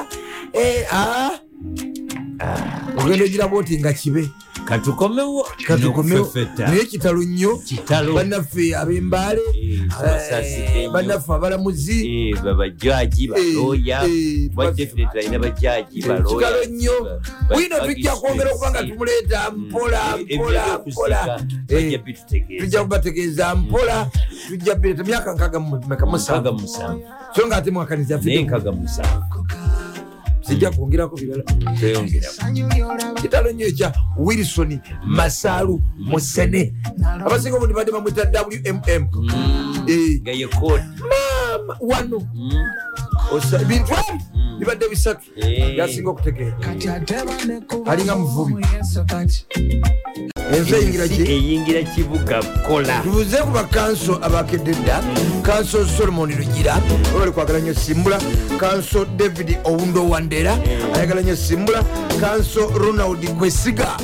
ogenda ogiraba oti nga kibe katukomewo katukomewo Nokufefeta. naye kitalo nnyo Kitalo. bannaffe ab'embaale Eh, tubasaasidde eh, nnyo. bannaffe abalamuzi Eh, babajaji baloya Eh, eh, wa definitely alina bajaji kitalo nnyo wino tujja kwongera okuba nga baloyatujja tumuleeta Mm. Eh, mpola mpola mpola Eh, tujja kubategeeza Mm. mpola tujja bireeta myaka nkaga mumeka musanvu musanvu musanvu so nga ate mwakaniza naye yaffe nkaga musanvu sijja kwongerako birala Mm. toyongera kitalo nnyo ekya wilson masaalu musene abasinga obundi badde bamwita wmm Mm. Eh, nga ye koodi maama wano Osa- bintu ebi bibadde bisatu Eh. yasinga okutegeera alinga muvubi ensi eyingira ki eyingira kibuga kola tubuze ku bakanso abakedde dda kanso solomon lugira olwali kwagala nnyo simbula kanso david owundo wandera ayagala nnyo simbula kanso ronald kwesiga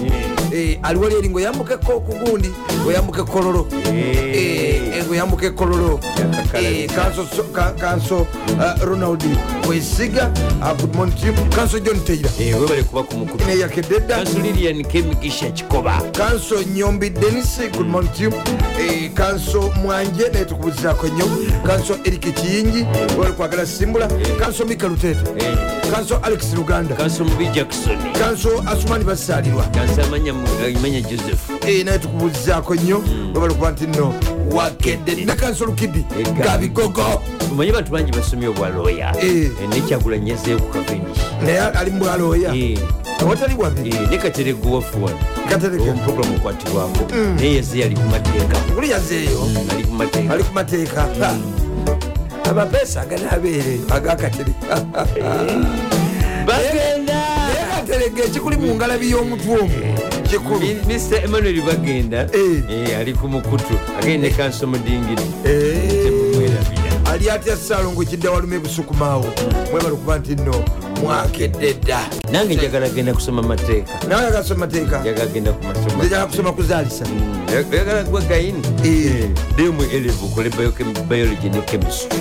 Eh, aliwo lyeri ngaoyambukeko okugundi oyambuka ekololo Eh. oyambuka ekololo Yakakala. Eh, Kanso- so- ka- kanso ah, ronald kwesiga ah, good morning team. kanso john taylor webale kuba ku mukutu neyakedde dda kasulirian kemigisha kikoba kanso nyombi denis good morning to you Eh, kanso mwanje naye tukubuzizaako nnyo kanso eriki kiyingi olwokwagala simbula kanso mika luteeta Eh. kanso alex luganda kanso mubi jackson kanso asumani basalirwa kanso amanya mu- imanya joseph Eh, naye tukubuzizaako nnyo olwokuba nti nno wakedde ne kanso lukidi Eh, Gabi. gabigogo omanye abantu bangi basomye obwa loya Eh. nekyagulanyezeeku kaveni naye ali mubwalooya Eh. awatali wabi ne katerege wafuwano katereke omuprogramu okwatirwako naye yeze yali ku mateeka kuli yazeeyo ali ku mateeka ali ku mateeka Ha. Eh. amapeesa aganabeere agakatereka bagenda naye katerege ekikuli mu ngalabi y'omutwe omwo kikulu Mi- mr emmanuel bagenda Eh. Eh, ali ku mukutu agende ne kanso mudingiri Eh, temumwerabira ali atya saalongo kidda waluma ebusukumaawo mwebala okuba nti nno mwakedde dda nange njagala genda kusoma mateeka nawe yagala kusoma mateeka njagala genda ku nze masoma jala kusoma kuzaalisa Mm, oyagala gwegayini Eh. ddeyo mu elevu okole bio- biology ne chemistry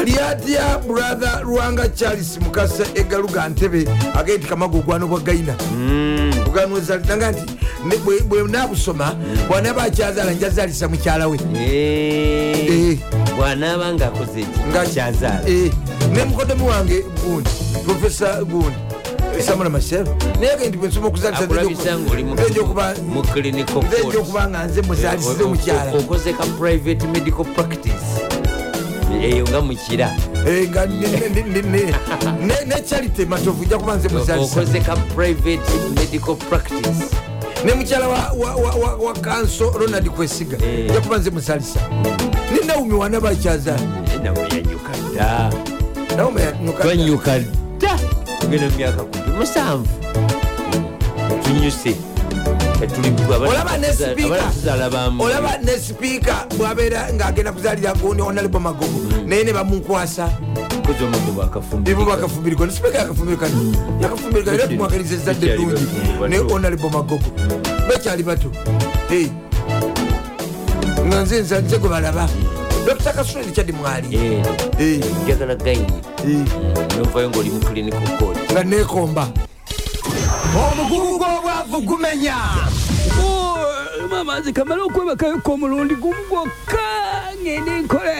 ali atya buratha lwanga charles mukasa e egaluga ntebe agaye nti kamaga ogwana obwa gayina Hmm. oganwezalinaga nti ne- bwe- bwe naabusoma bwanaaba akyazaala njazaalisa mukyala we Eh. bwanaaba ngaakoze eki Nga- kyazaala Eh, ne mukodemu wange gundi profesa gundi samula Eh, masero naye ge nti bwensoma akulabisa ngaoli mu- mu clinical nzenja court. okuba nga nze muzalisize O- o- omukyala o- okoze ka private medical practice eyo nga mukira Eh, nga ne- ne- ne- ne- ne- Oh, Oh, ne- ne charite matovu nja kuba nze muzalisa okoze ka private medical practice ne mukyala wa- wa- wa- wa- wa kanso ronald kwesiga yakuba nze musalisa ne naumi wana bakyazaala nawe yanyuka dda naumi yanuka twanyuka dda tugenda mu myaka kumi musanvu tunyuse Olaba ne speaker. bamu olaba ne sipiika bwabeera ng'agenda kuzaalira gundi onalibo magogo naye ne bamunkwasa kozi omagobo akafumbirika. ibo bakafumbirikwa nesipiika yakafumbirika yakafumbirika era tumwagaliza ezadde Bakyali ddungi bato. naye onalibo magogo bakyali bato Hey. nga nze nza- nze gwe balaba dokita kasuleni kyaddi mwali Eh, Hey, njagala gayini hey. novayo ngaoli mu clinical court nga nekomba omugugu gw'obwavu gumenya mamazi kamala okwebakayoka omulundi gumu gwokka ngende nkole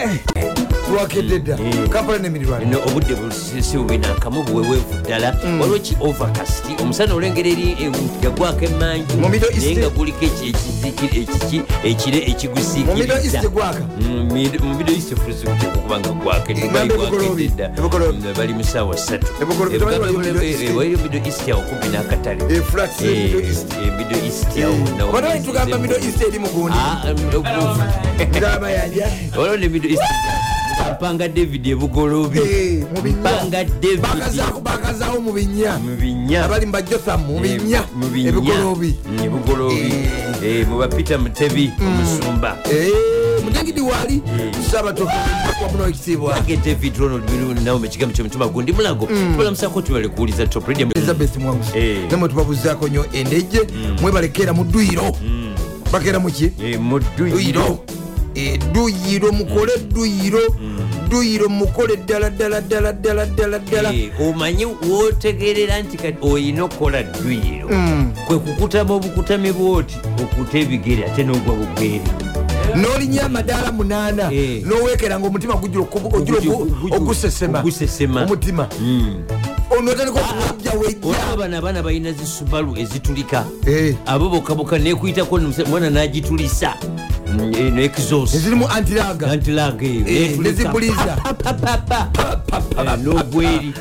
lwakedde dda Mm. kampala n'emirirwano no obudde busiwubinakamu buweweevu ddala Mm. waliwo ki overcast omusana olwengeri eri yagwako emanju Mu Middle East- naye nga guliko eki- ekizikiri- ekiki- ekire mu middle ekigusiikiriza east gwaka Mm, mid- mu middle east fuzibuze okubanga Eh, gambe bugoloobi, bugoloobi. gwakebali Mm, mu saawa ssatu Bugoloobi, tewali wali Middle East. waliyo middle east awo kumpi n'akatale Eh, flats, eh, Middle Eh, East. eh, middle east awo nawo- bana bayitugamba middle east eri mugundi Ah, eh, ngabayanja waliwo ne middle east mpanga david ebugoloobi Eh, mu binya. mpanga david bakazaako bakazaako mu binya mu binya abali mubajotham mu binya mu binya. ebigoloobi Mm, ebugoloobi Eh, mu bapita mutebe omusumba Eh, mujagidi waali Hmm. saabatoamunawo ekitiibwa age david ronald nawe mukigambo kyomutima gundi mulago tubalamusako tubale kuwuliza top radio elizabeth mwangusi Eh. Hmm. namwe tubabuzaako nnyo endejje mwebalekeera mu dduyiro bakeera muki Eh, mu dduyiro dduyiro edduyiro Eh, mukole dduyiro Hmm. dduyiro mukole ddala ddala ddala ddala ddala ddala Eh, omanyi wotegerera nti kati olina okukola dduyiro kwe kukutama obukutami bwoti okuta ebigere ate n'ogwa bugwere n'olinya amadaala munaana Eh. n'oweekeranga omutima gujula okubu- gujula Ogujula oku- ogujula ogusesema ogusesema. Ah. omutima Mm. onotandika okuwajja olaba wejja bano abaana balina zisubalu ezitulika Eh. abo bokaboka nekuyitako mwana nagitulisa nekizos ezirimu antiraga antilaga eyo Eh, netulika. nezipuliza. Pa, pa, pa, pa, pa. Eh, n'ogweri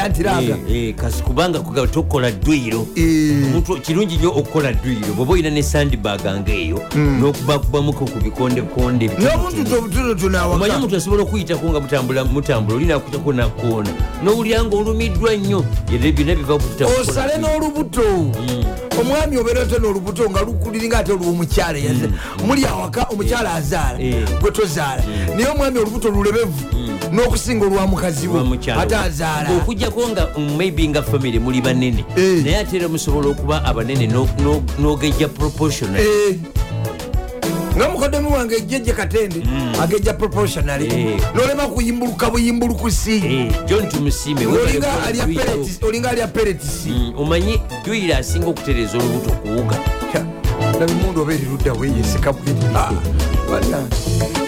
Ah, antiraga Eh, eh, kasi kubanga kuga- tokola dduyiro Eh. Omuntu- kirungi nyo okukola dduyiro bwoba olina ne sandibag nga eyo n'okubakubamuko ku bikondekonde Hmm. n'obuntu omanyi tobutonotonawaka omuntu asobola okuyitako nga mutambula- mutambula olinakutako nakoona n'owulira nga olumiddwa nnyo era byonna biva osale n'olubuto Hmm. omwami obeera ote n'olubuto nga lukuliringa ate olwomukyala eyaza- muli awaka omukyala azaala Hmm. Eh. Hmm. gwe tozaala naye omwami olubuto lulebevu n'okusinga olwa mukazi we ate azaala okujjako nga mm, maybe nga famiry muli banene Eh. naye ate era musobola okuba abanene no- no- n'ogejja proportional Eh. nga mukoddomi wange ejjeje katende agejja proportionally Mm. Eh. n'olema kuyimbuluka buyimbulukusi Eh, john tumusiime olinga alya pellets- olinga alya peretisi Mm. omanyi dwira asinga okutereza olubuto okuwuga nabimundu oba eriruddawo yesika Mm. bwiri banange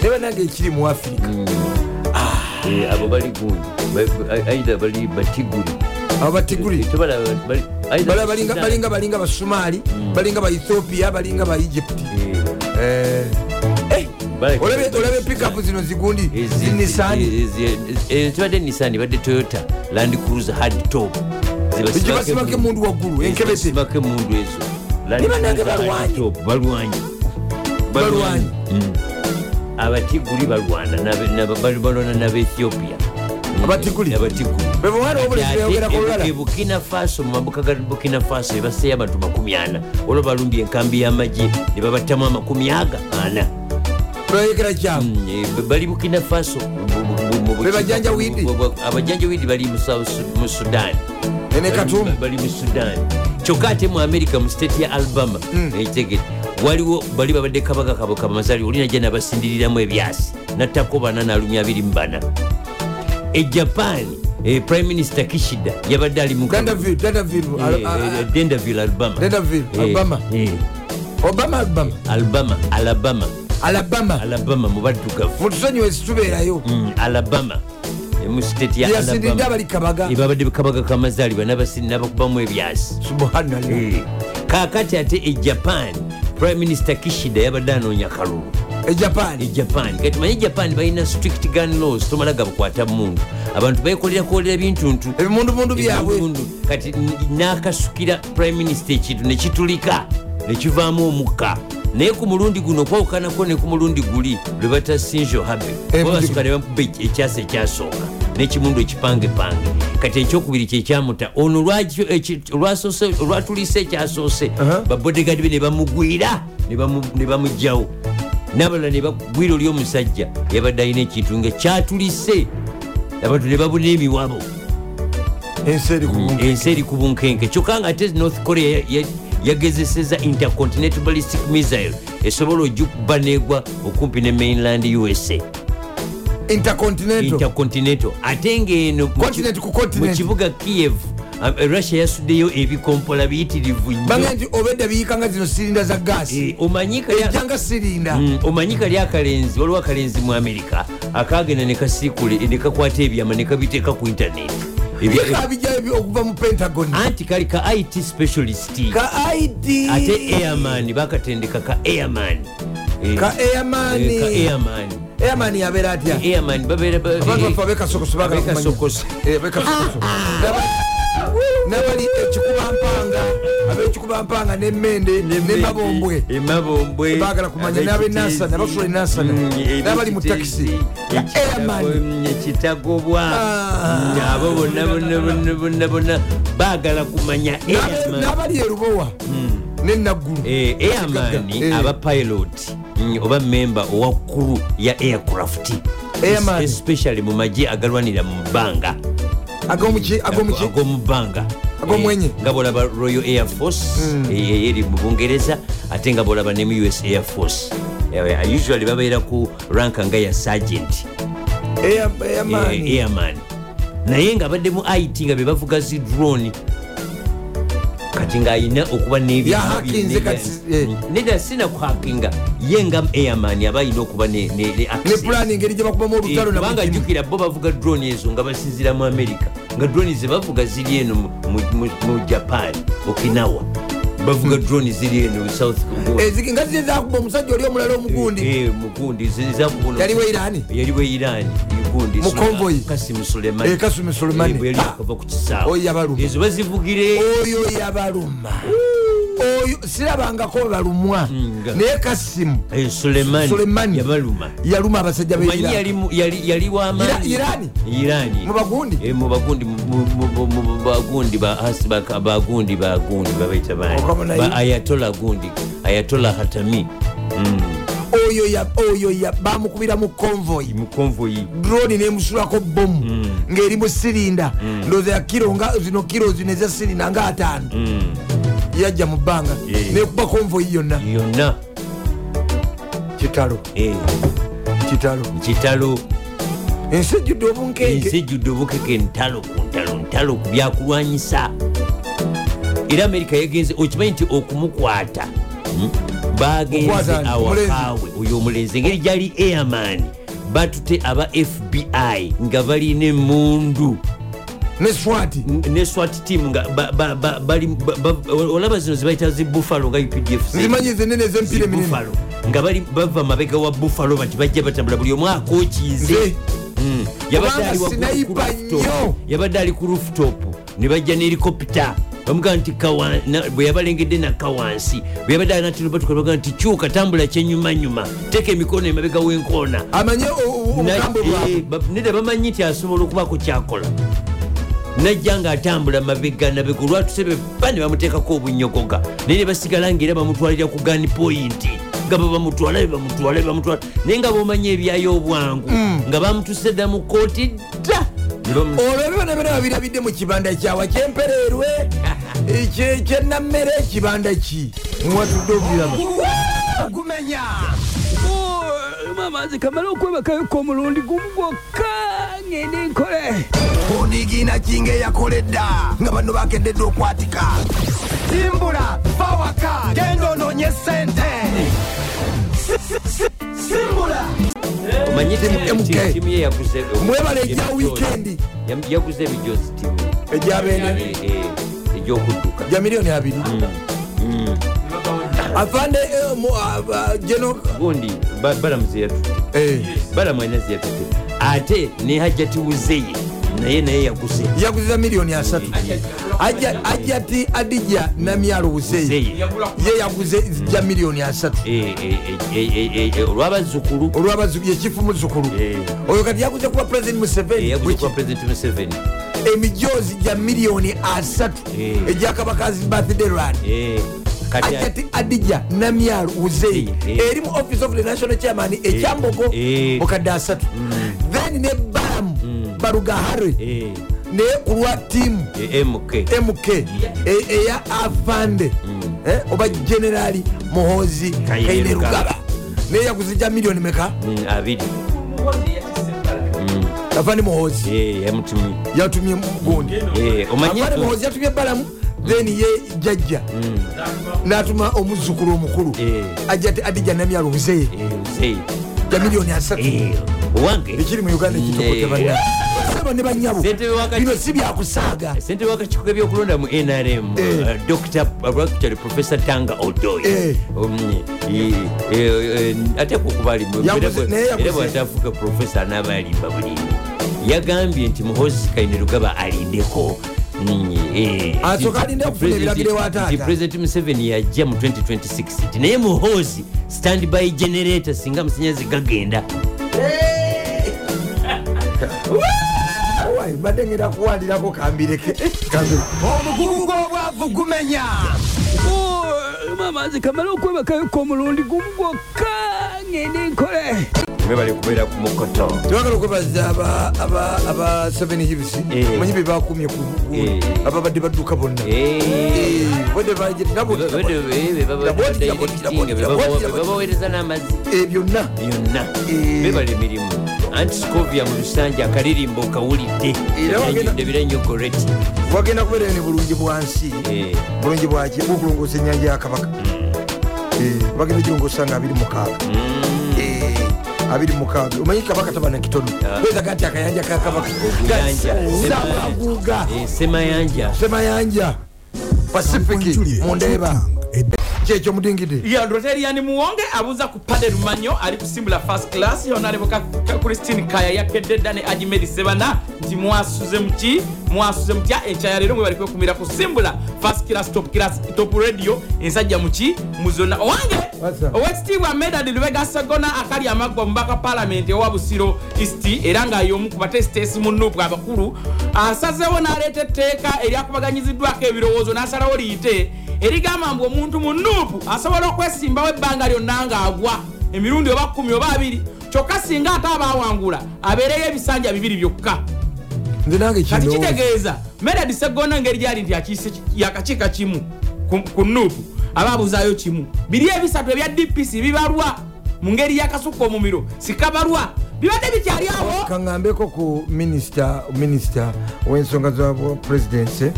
ne banange ekiri mu afirika Mm. Eh, abo bali gundi Ba- ba- aidha bali batiguri abo batiguli Tebalaba bali- aidha Bala- balinga Sudan. balinga- balinga basumaali Mm. balinga ba ethiopia balinga ba egypt Eh. Eh, bali- olabe pikapu zino zigundi Ezi- zinisani ezi- ezi- ezi- eh, tebadde nisani badde toyota land cruise hard top eh, gibasibako emundu waggulu enkebese Ezibasibako emundu ezo Ne bannange Land Cruiser hard balwanyi. top, balwanyi Balwanyi. Mm. abatiguli balwana n'abe- n'aba- bali- balwana n'abaethiopia Mm, Abatiguli? abatiguli bebawana Ate obuleyogerako lulala e- e Burkina faso mu mabuka ga burkina faso ebaseyo abantu 40 olwo balumbye enkambi y'amagye ne babattamu amakumi aga ana bayogera kyamu Mm, bali bukina faso Be bajanja wiidi? abajanja widi bali mu South Su- mu sudan Mm. ene Bali- katumba bali mu sudan kyokka ate mu america mu state ya albama Mm. ekitegete waliwo bali babadde kabaka kaboka mazali olina gye nabasindiriramu ebyasi nattako bana nalumya 24 e japan eh, prime minister kishida yabadde ali mu dandaville dandaville al- a- a- dendaville albama Dandaville, Eh, Alabama. eh, obama albama albama alabama alabama alabama mubaddugavu mutusonyiwe situbeerayo Mm, alabama Eh, mu state ya yasindiridde alabama abali kabaga Eh, babadde kabaka kamazaali banabakubamu ebyasi subhanallah Eh, kaakati ate e japan prime minister kishida yabadde anoonya kalulu e ejapani japan kati manye japan balina strict gun laws tomala gabukwata mundu abantu bekolererakolera bintuntu ebimundumundu E byabwe Ebitundu. kati n- n'akasukira prime minister ekintu nekitulika nekivaamu omukka naye ku mulundi guno okwawukanako ne ku mulundi guli lwe bata sinjo habe Eh, basuka ne bamukuba ek- ekyasa ekyasooka n'ekimundu ekipangepange kati ekyokubiri kyekyamutta ono lwaki- eki- olwasoose- olwatuliisa ekyasoose babodegaadi be ne bamugwira ne bamu- ne bamugjawo n'abalala ne bagwira oli omusajja yabadde alina ekintu nga kyatulise abantu ne babuna emiwabo ensi eri Mm. ku ensi eri ku bunkenke kyokka nga ate north korea ya- ya- yagezeseza intercontinental ballistic missile esobola ojjukuba negwa okumpi ne mainland usa intercontinental intercontinental ate ngaeno mu ki- Continent ku continent. mu kibuga kiev um, russia yasuddeyo ebikompola biyitirivu baga nti nnyo obedda biyika nga zino sirinda za E gaasi Eh, omanyi kalya- ejja nga sirinda Mm, omanyi kali akalenzi waliwo akalenzi mu amerika akagenda nekasiikule nekakwata ebyama nekabiteeka ku intaneti bikabijayo okuva mu pentagon anti kali ka it specialist ka id ate airman bakatendeka ka airman Eh, ka eh, ka airman airman airman yabeera atya airman babeera ba- abantu eh, bafe abekasokoso bagala kumanya. abekasokoso. Eh, abekasokoso. N'aba- n'abali ekikubampanga ab'ekikubampanga n'emmende nemabombwe Eh, emabombwe Baagala kumanya n'ab'e Nansana, abasula e Nansana, Mm, eh, n'abali mu takisi. Airman. ekitagobwa Ah. eh, Mm, abo bonna bonna bonna bonna bonna baagala kumanya N'aba- airman n'abali erubowa nenaggulu Mm. Eh, airman Eh. aba pilot mm, oba memba owa kuru ya aircraft Airman. Es- especially mu magye agalwanira mu bbanga ag'omuki ag'omuki ag'omubbanga Ag'omwenye. Eh, nga bwolaba royal air force Hmm. eh, eri mu bungereza ate nga bwolaba ne mu us air force Eh, usually babeera ku ranka nga ya sergeant Air- airman eh, airman naye nga badde mu it nga be bavuga zi drone kati ng'alina okuba n'ebya- Yahakinze n'ebya- kati, eh. nedda sinakuhakinga ye nga airman aba alina okuba ne- ne ne ne access. pulani engeri gye bakubamu olutalo na kubanga mugimu. jjukira bo bavuga drone ezo nga basinzira mu america nga drone ze bavuga ziri eno mu- mu- mu- mu japan okinawa Hmm. bavuga drone ziri eno mu south Ezigi- nga ziri ezakuba omusajja oli omulala omugundi Eh, mugundi zakubona Yali we Iran? yali we iran gundi Mu convoy? kasimu sulemani Eh, Kassim Soleimani. Eh, bwe yali akava ku kisaawe Oyo yabaluma. ezo bazivugire oyo yabaluma Uh. oyo sirabangako balumwa Nga. naye kasimu Eh, sulemani Soleimani. yabaluma yaluma abasajja manyi beira yali mu- yali Ira- yali Irani? wamaani irani mu bagundi Eh, mu bagundi mu- mu- mu- mu- mu- bagundi ba- asi- baka- bagundi bagundi babayita bani? Okamulayi? Ba- ayatola gundi ayatola hatami Mm, oyo ya- oyo ya- bamukubira mu convoy mu konvoyi droni nemusulako bomu Mm. ng'eri mu sirinda ndooza ya kiro nga zino kiro zino eza sirinda nga ataano Mm. yajja mu bbanga Eh. nekuba convoy yonna yonna kitalo eh, kitalo kitalo ensi ejjudde obunkenke ensi ejjudde obukeke ntalo ku ntalo ntalo ku byakulwanyisa era amerika yagenze okimanyi nti okumukwata mm, bagenze Okukwata ani? awakaawe oyo omulenzi engeri gyali airman batute aba fbi nga balina emundu ne swati ne swat team nga ba- ba- ba- bali- ba- ba- olaba zino zibayita zi buffalo nga updf ze- zimanyi zenene zi ez'empira eminene Buffalo. nga bali- bava mabega wa buffalo bati bajja batambula buli omu akokiize Nze. Mm. Yabadde Kubanga ali wa- sinaipa ku rooftop. nnyo. yabadde ali ku rooftop ne bajja nehelikopita bamugaa nti kawa- na- bwe yabalengedde nakka wansi bwe yabadde alinatinobatukbaga nti kyuka tambula kyenyumanyuma teeka emikono emabega w'enkoona amanye o- o- Na- obugambo bwabwe eh, ba- nedda bamanyi nti asobola okubaako kyakola najja ng'atambula mabega nabega olwatusebe ba ne bamuteekako obunyogoga naye ne basigala ngaera bamutwalira ku gani pointi nga bebamutwala bebamutwala bebamutwala naye nga bomanyi ebyayo obwangu Mm. nga bamutuse dda mu kooti dda Ne bamu- olwo byona byona babirabidde mu kibanda kyawa kyempererwe kyenammere ekibanda ki mwatudde obiraba mamazi kamala okwebakayoka omulundi gumu gwokka ngende nkole onigina kinga eyakoledda nga bano bakededde okwatika simbula fawaka genda ononye sente omanyi ttiimu- Timu MK. ttiimu ye yaguze mwebala ebijozi. egya wiikendi Yam- yaguze ebijozi timu egyabene Eh, eh, egy'okudduka gya miliyoni abiri Mm, afande eh, mu- ah, ah, geno gundi ba- balamuze yatutte eh, balamu alina zeyatutte ate ne hajati wuzeye naye naye yaguze yaguziza miliyoni asatu Ajja- ajja ti adija namyalo buseeyi Buzeeyi. ye yaguze ja miliyoni asatu Eh, eh, eh, eh, eh, eh, olw'abazzukulu olwabazuku yekifu muzukulu Eh. oyo kati yaguze kuba pulezidenti eh, museveni yaguze Bweki- kwa president museveni emijoozi gya miliyoni asatu Eh. egyakabaka birthday Eh, kati ajja ti adija namyalo uzeeyi Eh, eh. erimu office of the national chairman ekyambogo Eh. okadde asatu then ne balamu barugahare eh, naye kulwa tiimu eh, mk mk e- eya afande eh, oba generali muhozi Kayire kaine Rugaba. rugaba naye yaguze ja miliyoni meka Mm, abiri afande muhozi Eh, yamutumye yatumye gundi Eh, omanye amale muhozi yatumye balamu then ye jajja Mm. natuma omuzukulu omukulu Eh. ajja ti adija namyalo buzeye Eh, Buzeeyi. ja miliyoni asatu Eh, owange ekiri mu uganda ekitokote Eh. bana saba ne banyabo Ssentebe wakati- bino si byakusaaga sentebe w'akakiiko k'ebyokulonda mu nrm Eh. uh, dr actually professor tanga odoy Eh, Eh. ateeka okuba alimu Yaguze- Era bwe- naye yaguze. era bwatafuuka profesa anaaba alimba bulimbi yagambye nti muhozi kaine lugaba alindeko Mm, eh, Asooka nti- alinde nti okufuna President- ebiragiro ewa taata. nti president museveni yajja mu 2026 ti naye muhozi standby generator singa amasanyazi gagenda Wai, mbadde ngenda kuwandirako kambireke omukungu obwavu gumenya olumu amazzi kamale okwebakayoka omulundi gumu gwokka ngende nkole mebale kubeera ku mukoto twagala okwebaza aba- aba- aba seven hills Eh. manyi be bakumye ku Eh. ababadde badduka bonna Eh. bebaweereza n'amazzi byonna byonna Eh. bebala emirimu antiscovia mu lusanja akalirimba okawulidde Era wagenda- ebira nnyo goreti wagenda kubeerayo ne bulungi bwansi Eh. bulungi bwaki bukulongosa enyanja ya kabaka Eh, bagenda girongoosa nga 26 Eh, 26 omanyi kabaka taba na kitono Ah. wezaga nti akayanja ka kabaka Oguyanja, Semayanja. sabaguga Eh, semayanja semayanja pacific mundeeba kyekyomudingide yandro teriyani muwonge abuuza ku pade lumanyo ali kusimbula first class yonna ne boka christine kaya yakedde dda ne agimedi sebana nti mwasuze muki mwasuze mutya ekyaya leero mwe bali kwekumira kusimbula first class top class top radio ensajja muki muzona owange What's up? owekitiibwa medad lubega segona akali amaggwa mubaka palamenti owa busiro east era ng'ayomu ku batesitesi mu nuupu abakulu asazeewo Ah, n'aleeta etteeka eryakubaganyiziddwako ebirowoozo n'asalawo liyite erigamba mbu omuntu mu nuupu asobola okwesimbawo ebbanga lyonna ng'agwa emirundi oba kumi oba abiri kyokka singa ate abaawangula abeereyo ebisanja bibiri byokka nze nange kati kino kitegeeza medad segona ngeri gyali nti yakiise ki- yakakiika kimu ku- ku nuupu aba abuzaayo kimu biri ebisatu ebya dpc bibalwa mu ngeri yakasukka omumiro sikabalwa bibadde bikyali awo kaŋambeko ku minisita minisita w'ensonga za pulezidence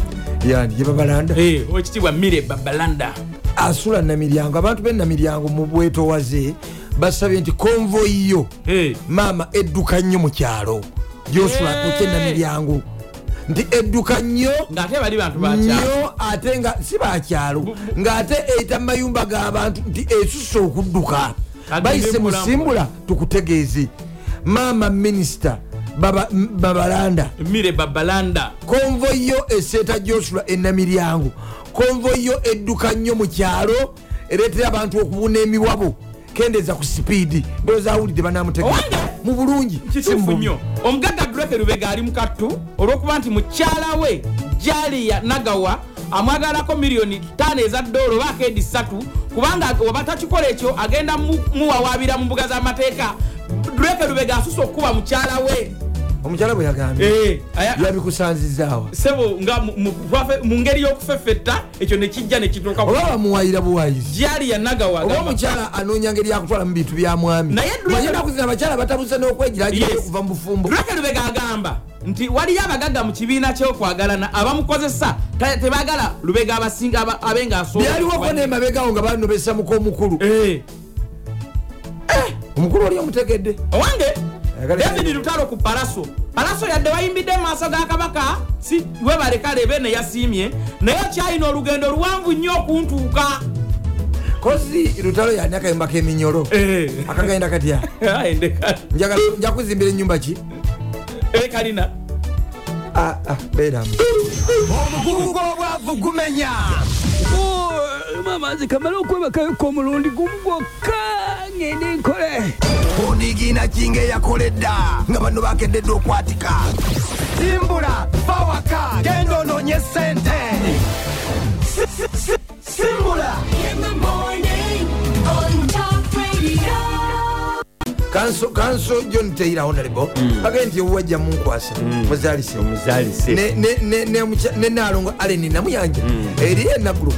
yani gyebabalanda Eh, owekitiibwa mire babalanda asula namiryango abantu benamiryango mu bwetowaze basabye nti konvoyi yo Eh. maama edduka nnyo mu kyalo gyosulako kyenamiryango nti edduka nnyo ng'ate bali bantu bakya nnyo ate nga si bakyalo ng'ate eyita mu mayumba g'abantu nti esusa okudduka Agende bayise Mulambwa. musimbula tukutegeeze maama minisita baba- m- babalanda mire babalanda konvoyi yo eseeta gyosula enamiryango konvoyi yo edduka nnyo e mu kyalo ereetera abantu okubuna emiwabo kendeeza ku sipiidi ndowooza awulidde banamutega Owange! mu bulungi si mu kituufu bubi. nnyo omugagga greke lubega ali mukattu olw'okuba nti mukyala we jaliya nagawa amwagalako miliyoni 5 eza dola oba akedi 3 kubanga oba takikola ekyo agenda mu- muwawaabira mu mbuga z'amateeka greke lubega asusa okukuba mukyala we omukyala bwe yagambye Eh, aya- yabikusanzizaawa sebo nga mu- mu- bwafe- mu ngeri y'okufefetta ekyo nekijja nekituuka oba bamuwayira buwayizi jaliya nagawa oba agamba- omukyala anoonya ngeri yakutwala mu bintu bya mwami Naye Drake- nakuzi abakyala batabuse n'okwegiragira Yes. okuva mu bufumbo lweke lubega agamba nti waliyo abagagga mu kibiina kyokwagalana abamukozesa ta- tebagala lubega abasinga aba- abenga byaliwoko nemabegawo nga bano besamuka omukulu Eh. omukulu oli omutegedde owange Ayagala- david lutalo ku palaso palaso yadde bayimbidde mu maaso ga kabaka si webale kale ebe neyasiimye naye kyalina olugendo oluwanvu nnyo okuntuuka kozi lutalo yani akayumba k'eminyolo Eh. akagenda katya Ayi, ndeka. njagala njakuzimbira enyumba ki Eh, kalina beera omugugu obwavu gumenya oluma amazzi kamale okwebakayo k'omulundi gumu gwokka ngende nkole onigiina kinga eyakoledda nga bano bakededde okwatika simbula bawaka genda onoonye sente simbula in the morning on Talk Radio. kanso john teira honorable Mm. agee nti ewuwajja munkwasa muzaalise omuzaalise Ne- ne- ne- ne mucha- ne naalongo aleni namuyanja Mm. eri enagulu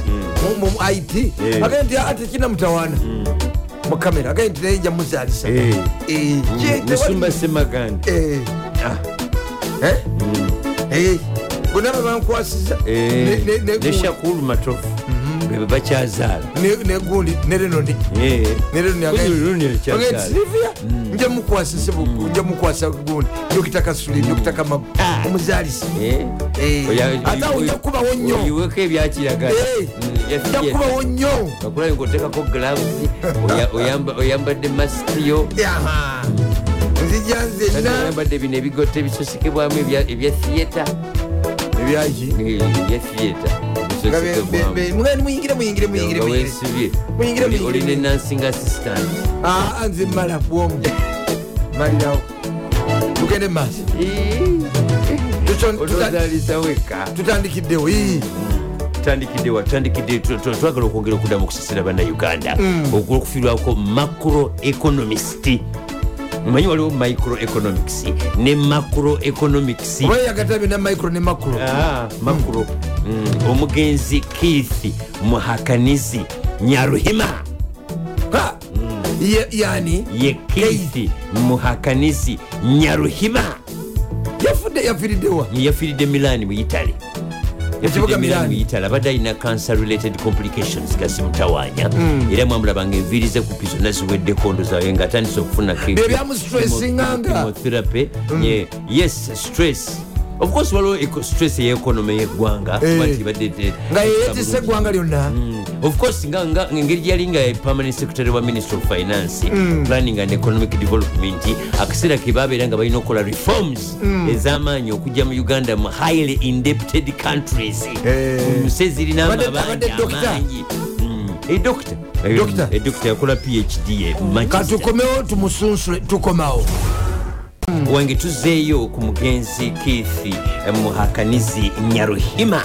mu mu it Eh. agee nti "Ah, tekinamutawaana Mm. mukamera agee nti naye nja muzaalisa Eh. Eh, kye- Mm, tewali- musumba semaganda Eh. Ah. Mm. Eh? Eh. bonna babankwasiza Eh, Ne- ne- Mhm. ne- ne shakulu matofu bebe bakyazaala ne- negundi nerenoni Eh. Kuno Leonard Kyagala. silvia Mm. nja mukwasisa nja mukwasa gundi dokita kasuli dokita kamabu Ah. omuzaalisi Eh. Eh. Oya- ate awo nja kubawo nnyo oyiweko ebyakiragala Eh. Mm, yes, nja yes. kubawo nnyo bakulayo ngaotekako glavusi oyambadde masitiyo Yaha. nzija nzenna oyambadde bino ebigotta ebisosekebwamu ebya- ebya thiyeta ebyaki ebya thiyeta nga be- be- be- mugende muyingire muyingire muyingire muyingire Muyingire, wensibye muyingire. olina enansinga assistant aa nze mmala bwomu malirawo tugende maaso Tuton- tuta- olozaalisa weka tutandikiddewo ii. tandikidde watandikidde tw- tw- twagala okwongera okuddamu okusasira bannauganda okulwokufiirwako macro economist mumanyi waliwo micro economics ne macro economics oba yagata byonna micro ne macro Ah, makulu Mm, omugenzi keith muhakanizi nyaruhima Ha! Ye- yani ye keith muhakanizi nyaruhima yafudde yafiriddewa yafiiridde milan mu italy Ekibuga Milan. muitala abadde alina cancer related complications gasimutawanya Mm. era mwamulabanga enviiri ze kupi zonna ziweddeko ndo zawe ngaatandisa okufuna byamustressinga nga. chemotherapy Mm. Ye- yes stress of course waliwo eco- stress eyekonome yeggwanga Eh. kuba nti badde- eh, nga yeyeetisa eggwanga lyonna Mm. of course nga nga- ngeri gyali nga ye permanent secretary wa minister of finance Mm. planning and economic development akaseera ke babeera nga balina okukola reforms Mm. ez'amaanyi okujja mu uganda mu highly indebted countries Mm, Eh. nsi ezirina Abadde- amabanja abadde doctor. Eh, amangi Mm. edokita Doctor. edokita yakola phd ye mu Manchester. katukomewo tumusunsule tukomawo wange tuzeeyo ku mugenzi keith eh, muhakanizi nyaruhima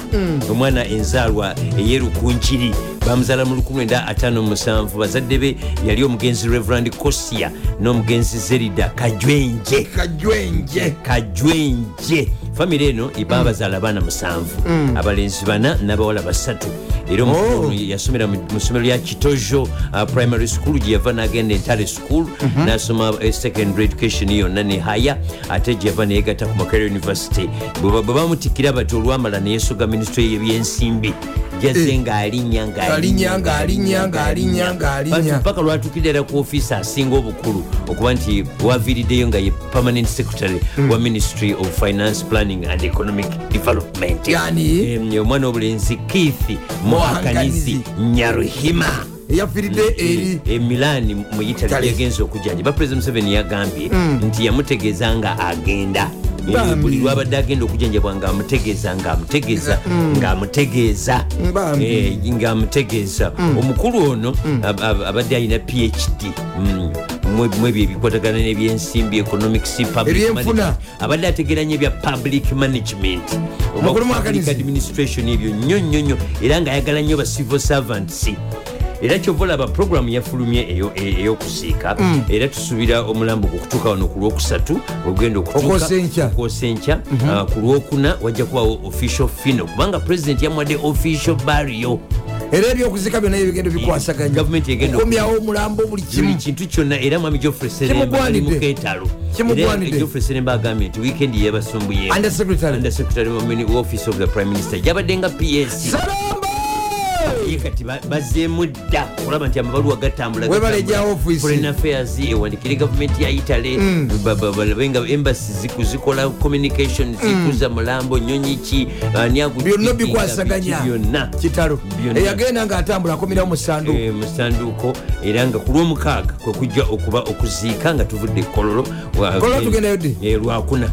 omwana enzaalwa eyerukunkiri bamuzaala mu 1957 bazadde be yali omugenzi reverand kosia n'omugenzi zerida kajwenje kajwenje kajwenje famire eno ebabazaala abaana musanvu abalenzi bana n'abawala basatu era omukazi ono yasomera mu mu ssomero lya kitojo uh, primary school gye yava n'agenda entale school n'asoma eh, secondary education yonna ne haya ate gye yava neyegatta ku makere university bwe bwe bamutikkira bati olwamala neyesoga ministry y'ebyensimbi jazze ng'alinnya Ng'alinnya, ng'alinnya, ng'alinnya, ng'alinnya. paka lwatukidde era ku ofiisi asinga obukulu okuba nti waviiriddeyo nga ye permanent secretary wa ministry of finance planning and economic development yani Em, omwana w'obulenzi keith mohakanizi nyaruhima eyafiridde eri e milan mu Italy. Hmm. italy yagenza okujjanjaba president museveni yagambye nti yamutegeeza nga agenda Eh, Bambi. buli lwabadde agenda okujjanjabwa ngaamutegeeza ngaamutegeeza ngaamutegeeza Hmm. Bambi. Hmm. Eh, ngaamutegeeza omukulu ono ab- ab- abadde alina phd mm, mu- mu ebyo ebikwatagana n'ebyensimbi economics public Ebyenfuna. management. abadde ategeranye ebya public management oba Mukulu public Mwakanizi. administration ebyo nnyo nnyo nnyo era ngaayagala nnyo ba civil servants era kyova olaba puroguramu yafulumye eyo- e- ey'okusiika Mm. era tusuubira omulambo gwe okutuuka wano ku lwokusatu ogenda Okwosa enkya. okwosa enkya Mhm. ah, ku lwokuna wajja kubawo official fino kubanga pulezidenti yamwadde official bario era ebyokuzika byonna ebigendo bikwasaganya Gavumenti egenda- okomyawo omulambo buli buli kimu kintu kyonna era mwami joffre seremba ali Mm. Kimugwanidde. mu keetalo Kimugwanidde. Era joffre seremba agambye nti wikendi yabasumbuye Undersecretary. undersecretary wa mini- wa office of the prime minister gyabadde nga ps salamba ye kati ba- bazeemu dda olaba nti amabaluwa gatambula Webale gatambula. gya office. Mm. Foreign affairs ewandikire gavumenti ya italy Ba- ba- balabe nga embassy ziku- zikola communication Mm. zikuza mulambo ah, nyonyiki byonna bikwasaganya byonna kitalo Byonna. eyagenda ng'atambula akomirawo mu sanduuku Eh, musanduuko era nga ku lwomukaaga kwe kujja okuba okuziika nga tuvudde ekololo Kololo tugendayo ddi? Eh, lwakuna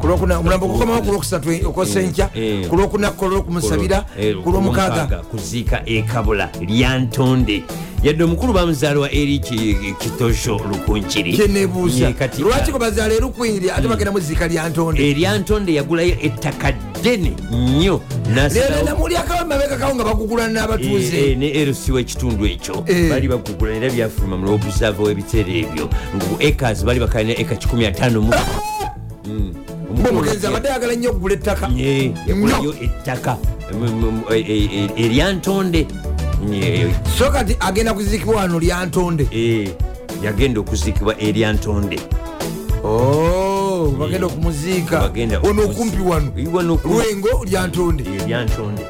kulwokuna omulambo gukomawo kulwokusatu okwesenca Eh, eh. kulwokuna kulwokumusabira kulwomukaaga kuziika ekabula lyantonde yadde omukulu bamuzaalwa eri Ki- kitosho lukunkiri kyenebuuza Ye kati- Eh, lwaki kubazaala erukwirya ate bagenda muziika lyantonde eryantonde yagulayo ettaka ddene nnyo leero nasalawo namulyakawo mabeka kawo nga bagugula Eh, eh, n'abatuuze ne rc wekitundu ekyo Eh. bali bagugula era byafuluma mu lwobuzava w'ebiseera ebyo ngu ekas bali bakalina eka 15 mu Mm. Ah, Bo omugenzi abadde yagala nnyo okugula ettaka Nye, yagulayo ettaka em- em- eh, eh, eh, eryantonde Nye, so kati agenda kuziikibwa wano lyantonde eh, yagenda okuziikibwa eryantonde Oh, bagenda okumuziika Bagenda ono okumuziika. okumpi wano Eri wano okumpi. lwengo lyantonde eryantonde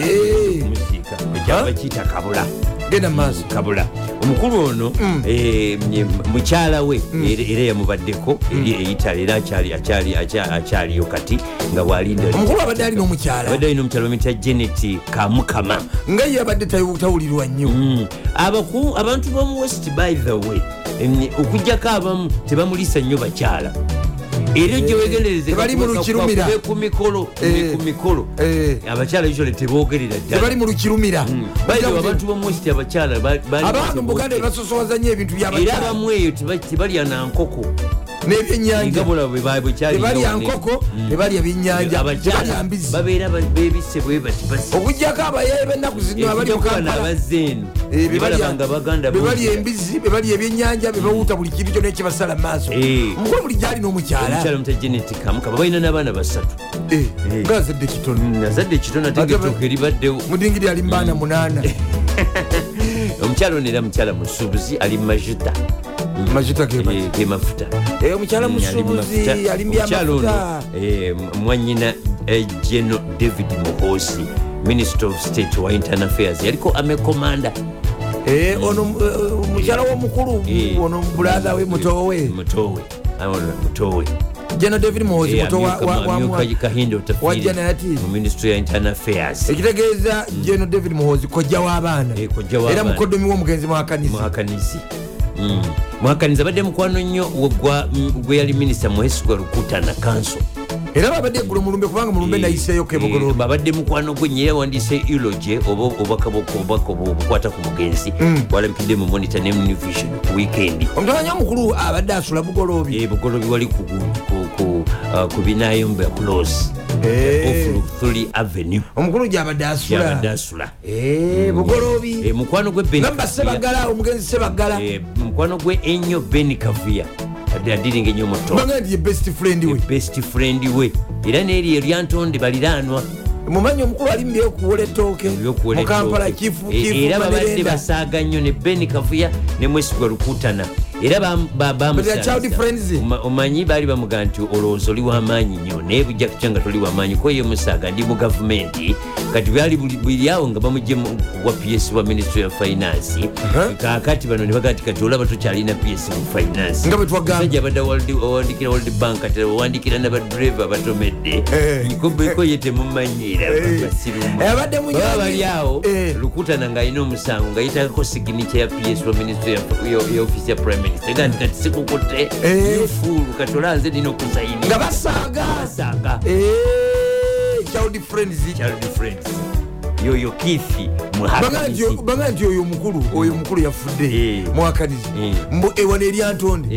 Eh, muziika ekyaba kiyita kabula genda mumaaso kabula omukulu ono Mm. eh, mye- mukyala we era era yamubaddeko Mm. eri eyitale era akyali- akyali- akya- akyaliyo kati nga bwalinda omukulu abadde alina omukyala abadde alina omukyala bamita janet kamukama nga ye abadde tayu- tawulirwa nnyo Mm. Abaku- abantu bamu west by the way em, okugjako abamu tebamulisa nnyo bakyala era gyewegendereze Eh, Tebali mu lukirumira. ku mikolo ku Eh. mikolo Eh. abakyala ekyola tebogerera ddala tebali mu lukirumira By the way, Mm. abantu bamu west abakyala ba- bali- abantu mu buganda ebasosowaza nnyo ebintu era byabakyala abamu eyo teba- tebalya na nkoko n'ebyennyanja ngabula bwekyali tebalya nkoko tebalya byennyanja tebalya mbizi babeera ba- bebise bwe bati basi okugjako abayaye b'ennaku zino abali mu Ekijja kuba kampala n'abazze eno Eh, ne balaba nga baganda be balya bungi. embizi bebalya ebyennyanja bebawuuta buli kintu kyonna ekibasala mu maaso Eh. mukulu bulijjo alina omukyala omukyala muta genet kamukaba balina n'abaana basatu Eh, Eh. ngazadde kitono nazadde ekitona Ate ba- tegetooka eribaddewo mudingiri ali mu baana Mm. munaana Eh. omukyala ono era mukyala musuubuzi ali majuta Majuta ge maki? gemafuta Eh, Mm, omukyala musuubuzi ali mu byamafuta mwanyina eh, geno david muhosi minister of state wa intern affairs yaliko amekomanda Eh, ono eh, mukyala w'omukulu Mm. Eh. Mm, Mm. ono bulatha we mutowe mutowe Aona mutowe jeno david muhozi Eh, muto wa- amyuka- wa- wa- amyuka kahinda wajja otafiire nati? mu ministry ya intern affairs ekitegeeza jeno david muhozi kojja w'abaana Mm. Eh, kojja w'abaana. era mukodomi w'omugenzi mwakanisa muhakanizi Mm. muhakanizi abadde mukwano nnyo wegwa- mm, gwe yali minisita muhesigwa lukuta na kanso era babadde eggulo mulumbe kubanga Eh. mulumbe nayiseeyo kebogololo babadde mukwano gwe nyera wandiise euloge oba obubaka bw'oku- obubaka obwo obukwata ku mugenzi Mm. walabikidde mu monita ne munivision ku wiikendi omutabanya omukulu abadde asula bugoloobi bugolobi wali ku- ku- ku- ku, ah, ku binayomba close Eh. off 3 avenue omukulu gyabadde gyabadde asula asula Eh, Eh, bugoloobi mukwano gwe Ben namba Kavuya- sebagala omugenzi sebagala eh, mukwano gwe enyo ben kavuya adiringa enyo muto banga ndi ye best friend we best friend we era neri eryantonde baliraanwa mumanyi omukulu ali mubyokuwola ettooke ebyokuwola mukampala ettooke. kifu E- kifu era babadde manerenda. basaaga nnyo ne ben kavuya ne mwesigwa lukutana era bam- ba- But they are child bamusaaliza. friends. Oma- omanyi baali bamugaa nti olowooza oli wamaanyi nnyo naye bujja kukya nga toli wamaanyi koye musaaga ndi mu gavumenti kati baali buli- buli awo nga bamugye mu- wa ps wa ministry of finance kakati bano ne bagaa ti kati olaba tokyalina ps mu finance Nga bwe twagamba. Omusajja abadde awaldi- awandikira world bank kati awandikira n'abadureeva abatomedde Eh. koye temumanyiira Eh. basiruma Eh, abadde munyanyi. baba bali awo Eh. lukutana ngaalina omusango nga yitagako siginicha ya ps wa ministry ya- ya- ya office ya prime minister ega nti kati sikukutte Eh. yufuulu katola nze nina okusayini nga basaaga basaaka Eh, child friends child friends yoyo kithi Bagamba nti- muhakamisi bagamba nti oyo omukulu oyo omukulu yafudde Eh. mwakanizi Eh. mbu ewano eryantonde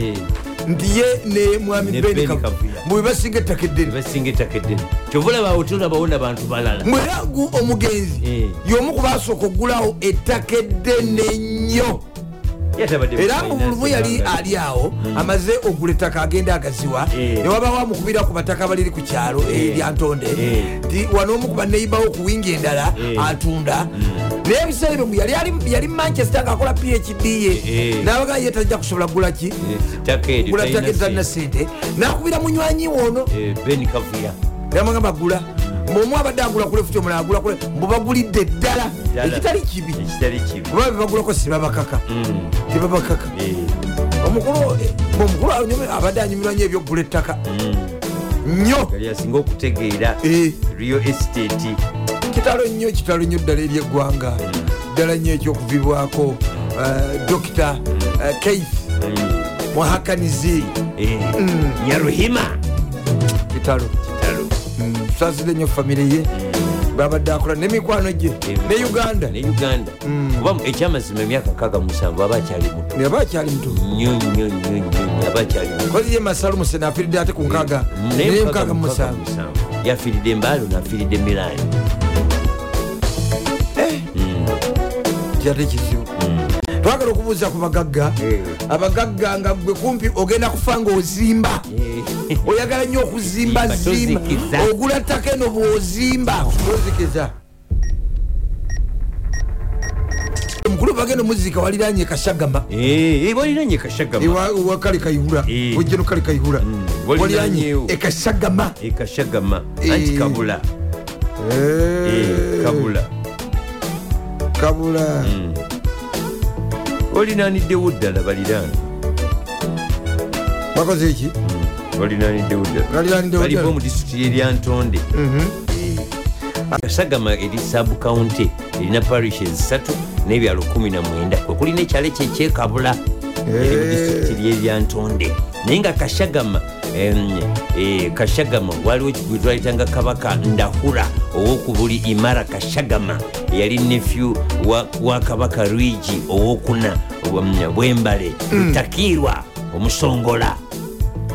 nti ye ne mwami Ne Ben Ben Kavu- Kavuya. mbu bebasinga ettaka eddene basinga ettaka eddene kyovulabawo tolabawona bantu balala mbwera gu omugenzi Eh. y'omu ku basooka oggulawo ettaka eddene ennyo Yatabadde mu era finance mubulumu yali bangali. ali awo amaze ogula ettaka agenda agaziwa Eh. newabawo amukubira ku bataka abaliri ku kyalo Eh. eryantonde Eh. nti wanoomu ku baneibawo ku wingi endala Eh. Hmm. atunda naye ebiseera ebyo yali- yali- yali mu manchester ngaakola phd ye Eh. n'abagaa ye tajja kusobola kugula ki Eh, ettaka eryo gula ttaka talina ezalina sente. sente n'akubira munywanyi woono Eh, ben kavuya namagamba gula mwomu abadde agula kulefuti omulala agula kule mbubagulidde eddala Ddala. ekitali kibi ekitali kibi kuba bebagulako sibabakaka Mm. Hmm. tebabakaka Eh. omukulu eh, omukulu anyumirwa- abadde anyumirwa nyo ebyokugula ettaka hmm. nnyo yali asinga okutegeera Eh. real estate kitalo nnyo kitalo nnyo ddala eryeggwanga ddala nnyo ekyokuvibwako eh, dokita eh, Hmm. keith muhakanizi Eh, nyaruhima kitalo kitalo tusasire nnyo famiry ye babadde akola nemikwano gye ne uganda ne uganda eh, kuba ekyamazima emyaka kaga musanvu aba akyali muto aba akyali muto nnyo nnyo nnyo nnyo nnyo, aba akyali muto kozi ye masalo musene afiiridde ate ku nkaaga Naye naye mukaaga mukaaga mu mukaaga musanvu musanvu. yafiiridde embaalo nafiiridde miraani kyate kizibu Mm. twagala okubuuza ku bagagga Eh. abagagga nga gwe kumpi ogenda kufa nga ozimba Eh, oyagala nnyo okuzimba Zimba, zimba tozikiza. ogula ttaka eno bwozimba tozikiza mukulu bagenda omuzika waliranye kashagama eh, balinanye kashagama Ewa- ewa kale kayihura Eh. Mm. wejjeno kale kayihura waliranye e waliranyeewo. ekashagama Eh, kashagama Eh. anti kabula Eh, kabula Mm. kabula olinaniddewo ddala baliraani bakoze eki olinaniddewo ddala Baliraaniddewo baliva ddala. mu disitulikiti eryantonde kasagama eri sabukaunti erina parishes satu n'ebyalo 19 kwekulina ekyalo ekyo ekyekabula eri mu Eh. disitulikiti lyeryantonde naye nga kashagama em, eh, kashagama waliwo gwe twalitanga kabaka ndahura owokubuli imara kashagama eyali nefyu wa, wa kabaka rwigi owokuna mm, bwembale lutakirwa omusongola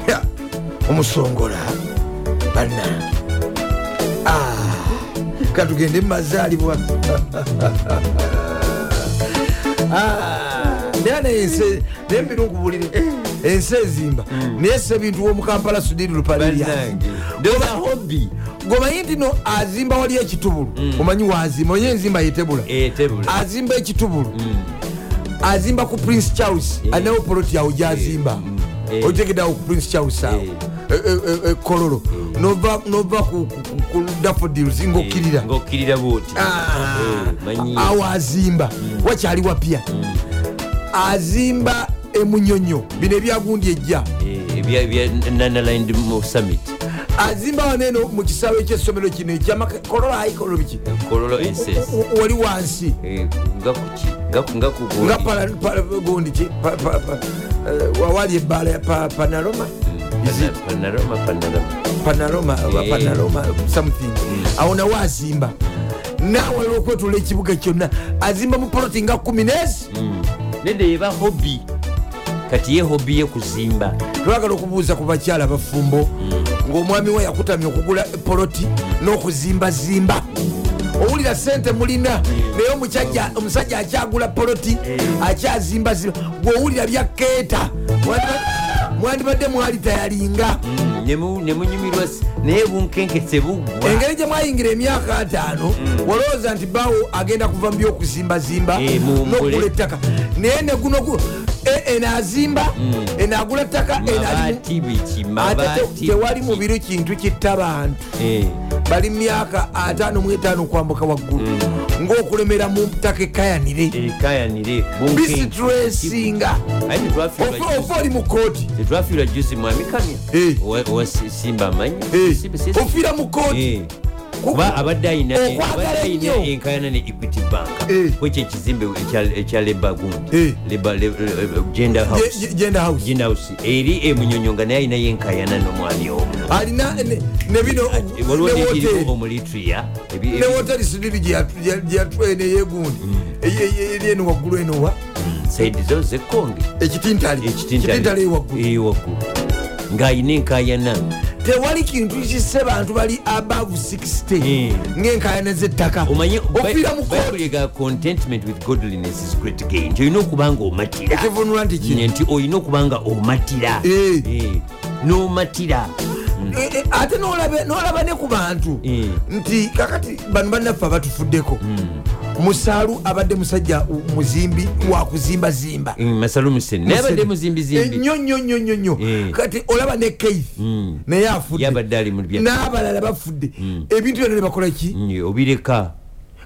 Ya, omusongola bana katugende mumazaalibwa Ah, naye nayense naye mbiri nkubulire ensi eh, ezimba naye se bintu womukampala sudiri lupalirya Bannange, ndowooza hobby. gomanyi nti no azimba wali ekitubulu omanyi wazimba omanyi enzimba yetebula Eh, tebula. azimba ekitubulu Mm. azimba ku prince charles anawo poloti awo gyazimba Eh. otegedawo ku prince charles Eh, awo ekololo Eh. nova ku dafodils ngaokirira ngaokkirira bwoti Ah. Eh, Mm. manyi awo azimba wakyaliwa pya azimba emunyonyo bino ebyagundi ejja eh, ebya- ebya nanalind summit azimba waneeno mu kisaawe ekyessomero kino ekyamakololaaikololobiki kololo Eh, enses wali wansi ngakuki ngakugondi nga pala- pala- gundi ki pa- pa- pa- eh, wawali ebbaala ya pa- panaloma Hmm. Is it? panaroma panaroma panaloma oba Eh. panaloma something awo nawe azimba naawe olwo okwetula ekibuga kyonna azimba mu poloti nga kumi nesi nedde yeba Hmm. hobby kati ye hobby ye kuzimba twagala okubuuza ku bakyala abafumbo ng'omwami we yakutamya okugula poloti n'okuzimbazimba owulira sente mulina naye omukyajja- omusajja akyagula poloti akyazimbazimba gweowulira byakeeta mwandibadde mwali tayalinga Mm, nemu- nemunyumirwa s- naye bunkenkese bugwa engeri gye mwayingira emyaka ataano walowooza nti bawo agenda kuva mu byokuzimbazimba Mm. Eh, mumbule. n'okugula ettaka naye neguno gu- e- eno azimba Mm. eno agula ettaka eno ali mu- mabati biki ate te- mabati tewali biki. mubiro kintu kitta bantu Eh, bali mu myaka 55 okwambuka waggulu ng'okulemera mu ttaka ekkayanire Mm. eh, kayanire bunkenke. bisitresinga Aye, tetwafiirwa juzi. ofa oli mu kooti tetwafiirwa juzi mwami kamya Eh. Owa- owa Si- simba amanyi Eh, Simba- si- ofiira mu kooti Eh. kuba abadde ayina Okwagala abadde ayina ennyo. enkayana ne equity bank Eh. kwekyo ekizimbe ekya- ekya leba Eh. gundi euh, gender Ye- house ye- genda house gender house Eh, eri emunyonyo nga naye ayinayo enkayana n'omwami omu alina ne ne bino eh, waliwo ne nekirimu woteeri- omulitria ne eh, woteri sidiri gyeyatweneyegundi Mm. eri eno eh, waggulu eno wa Eh, saidi zo zekonge ekitintale Eh, ekitintale ewaggulu ewaggulu ng'ayina enkayana tewali kintu kisse bantu bali above 60 Mm. ng'enkayana z'ettaka omanyi ofiira mu kooti bayibulga contentment with godliness is great gain gyolina okuba nga omatira ekivunula nti ki Eh, nti olina okubanga omatira Eh. Eh, n'omatira Eh, eh, ate n'olaba- n'olaba ne ku bantu Mm. nti kakati bano bannaffe abatufuddeko musaalu abadde musajja muzimbi wakuzimbazimba Eh, masalumusen naye abadde muzimbizimbi Eh, nnyo nnyo nnyo nnyo nnyo Eh. kati olaba ne keith Mm. naye afudde yabadde ali mu lubya n'abalala bafudde ebintu byonna ne bakola ki obireka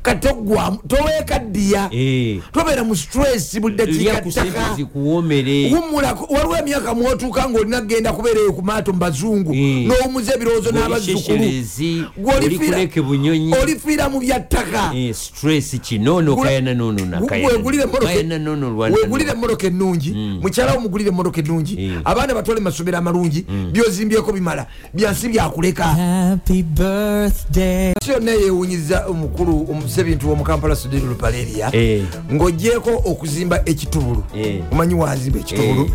kategwamu toweekaddiya Eh. tobeera mu stress buli dakiika ttaka lyakusebuzi kuwomere wumulako waliwo emyaka mwotuuka ngaolina kgenda kubeerayo ku maato mu bazungu Eh. n'owumuza ebirowoozo n'abazzukulu olishesherezi Gw'olifiira- olikuleke bunyonyi olifiira mu bya ttaka Eh, stress kino nokayana nono wegulira nakayana nono lwanawulira emmotoka ennungi mukyala wo mugulira emmotoka ennungi abaana batwale mu masomero amalungi byozimbyeko bimala byansi byakuleka Happy birthday. si yonna yeewunyiza omukulu omusebintu w'omukampala sudiri lupaleria Eh. ng'ogyeko okuzimba ekitubulu Eh. omanyi wazimba ekitubulu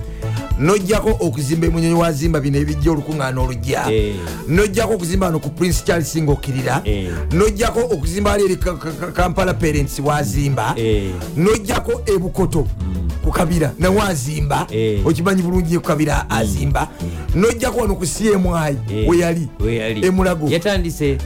nojjako okuzimba emunyonyi wazimba bino ebijja olukuŋŋaana olujja Eh. nojjako okuzimba wano ku prince charles ngaokkirira Eh. nojjako okuzimba ali eri Ka- Ka- Ka- kampala parents wazimba Eh. Hmm. nojjako ebukoto ku kabira nawe azimba Eh. Hmm. okimanyi bulungi ku kabira azimba nojjako wano ku cmi weyali emulago eh. yatandise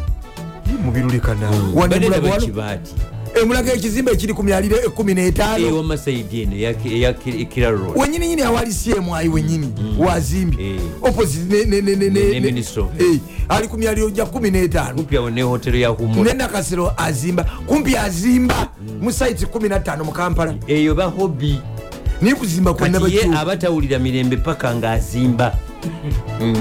mubirulekana Hmm. badeda bakibaati emulago ekizimba ekiri ku myaliro Eh, 15 ewamasaidi eno eya- eya kirarod wenyini nyini awali cmi wenyini wazimbi Eh. opposite ne- ne- ne- ne- Ne- ne- ne Minister of- Eh, ali ku myaliro gya 15 kumpi awo ne hotero ya humura nenakasero azimba kumpi azimba Mm. mu site 15 mu kampala eyo ba hobi naye kuzimba kwonna kati ye bakyuka. aba tawulira mirembe paka ng'azimba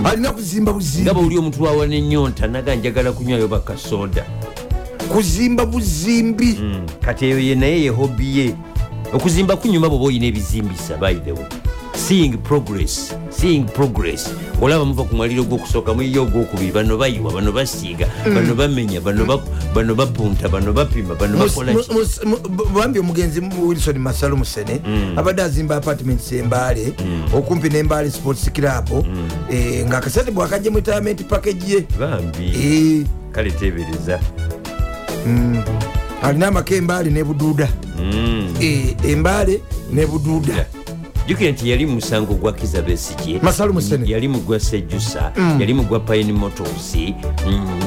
alina kuzimba nga buzimbi bwoli omuntu wawa n'ennyonta naga njagala kunywayo bakasooda kuzimba buzimbi Mm. kati eyo ye naye ye hobi ye okuzimba kunyuma bwoba olina ebizimbisa by the way seeing progress seeing progress olaba muva ku mwaliro gwokusooka muyiyo ogwokubiri bano bayiwa bano basiiga Hmm. bano bamenya bano ba- bano bapunta bano bapima bano Mus- bakolaki mus- mu- bambi omugenzi mu wilson masalo musene Mm. abadde azimba apartments embaale okumpi nembaale sports club Mm. eh, nga akasente bwakajja mu retirement package ye bambi Eh, kale teebereza alina amaka embaale nebuduuda Mm. e, embaale nebuduuda jjukira nti yali musango gwa kiza besiki Masalu Hmm. Musene. yali mugwa sejusa yali mugwa pine Hmm. motos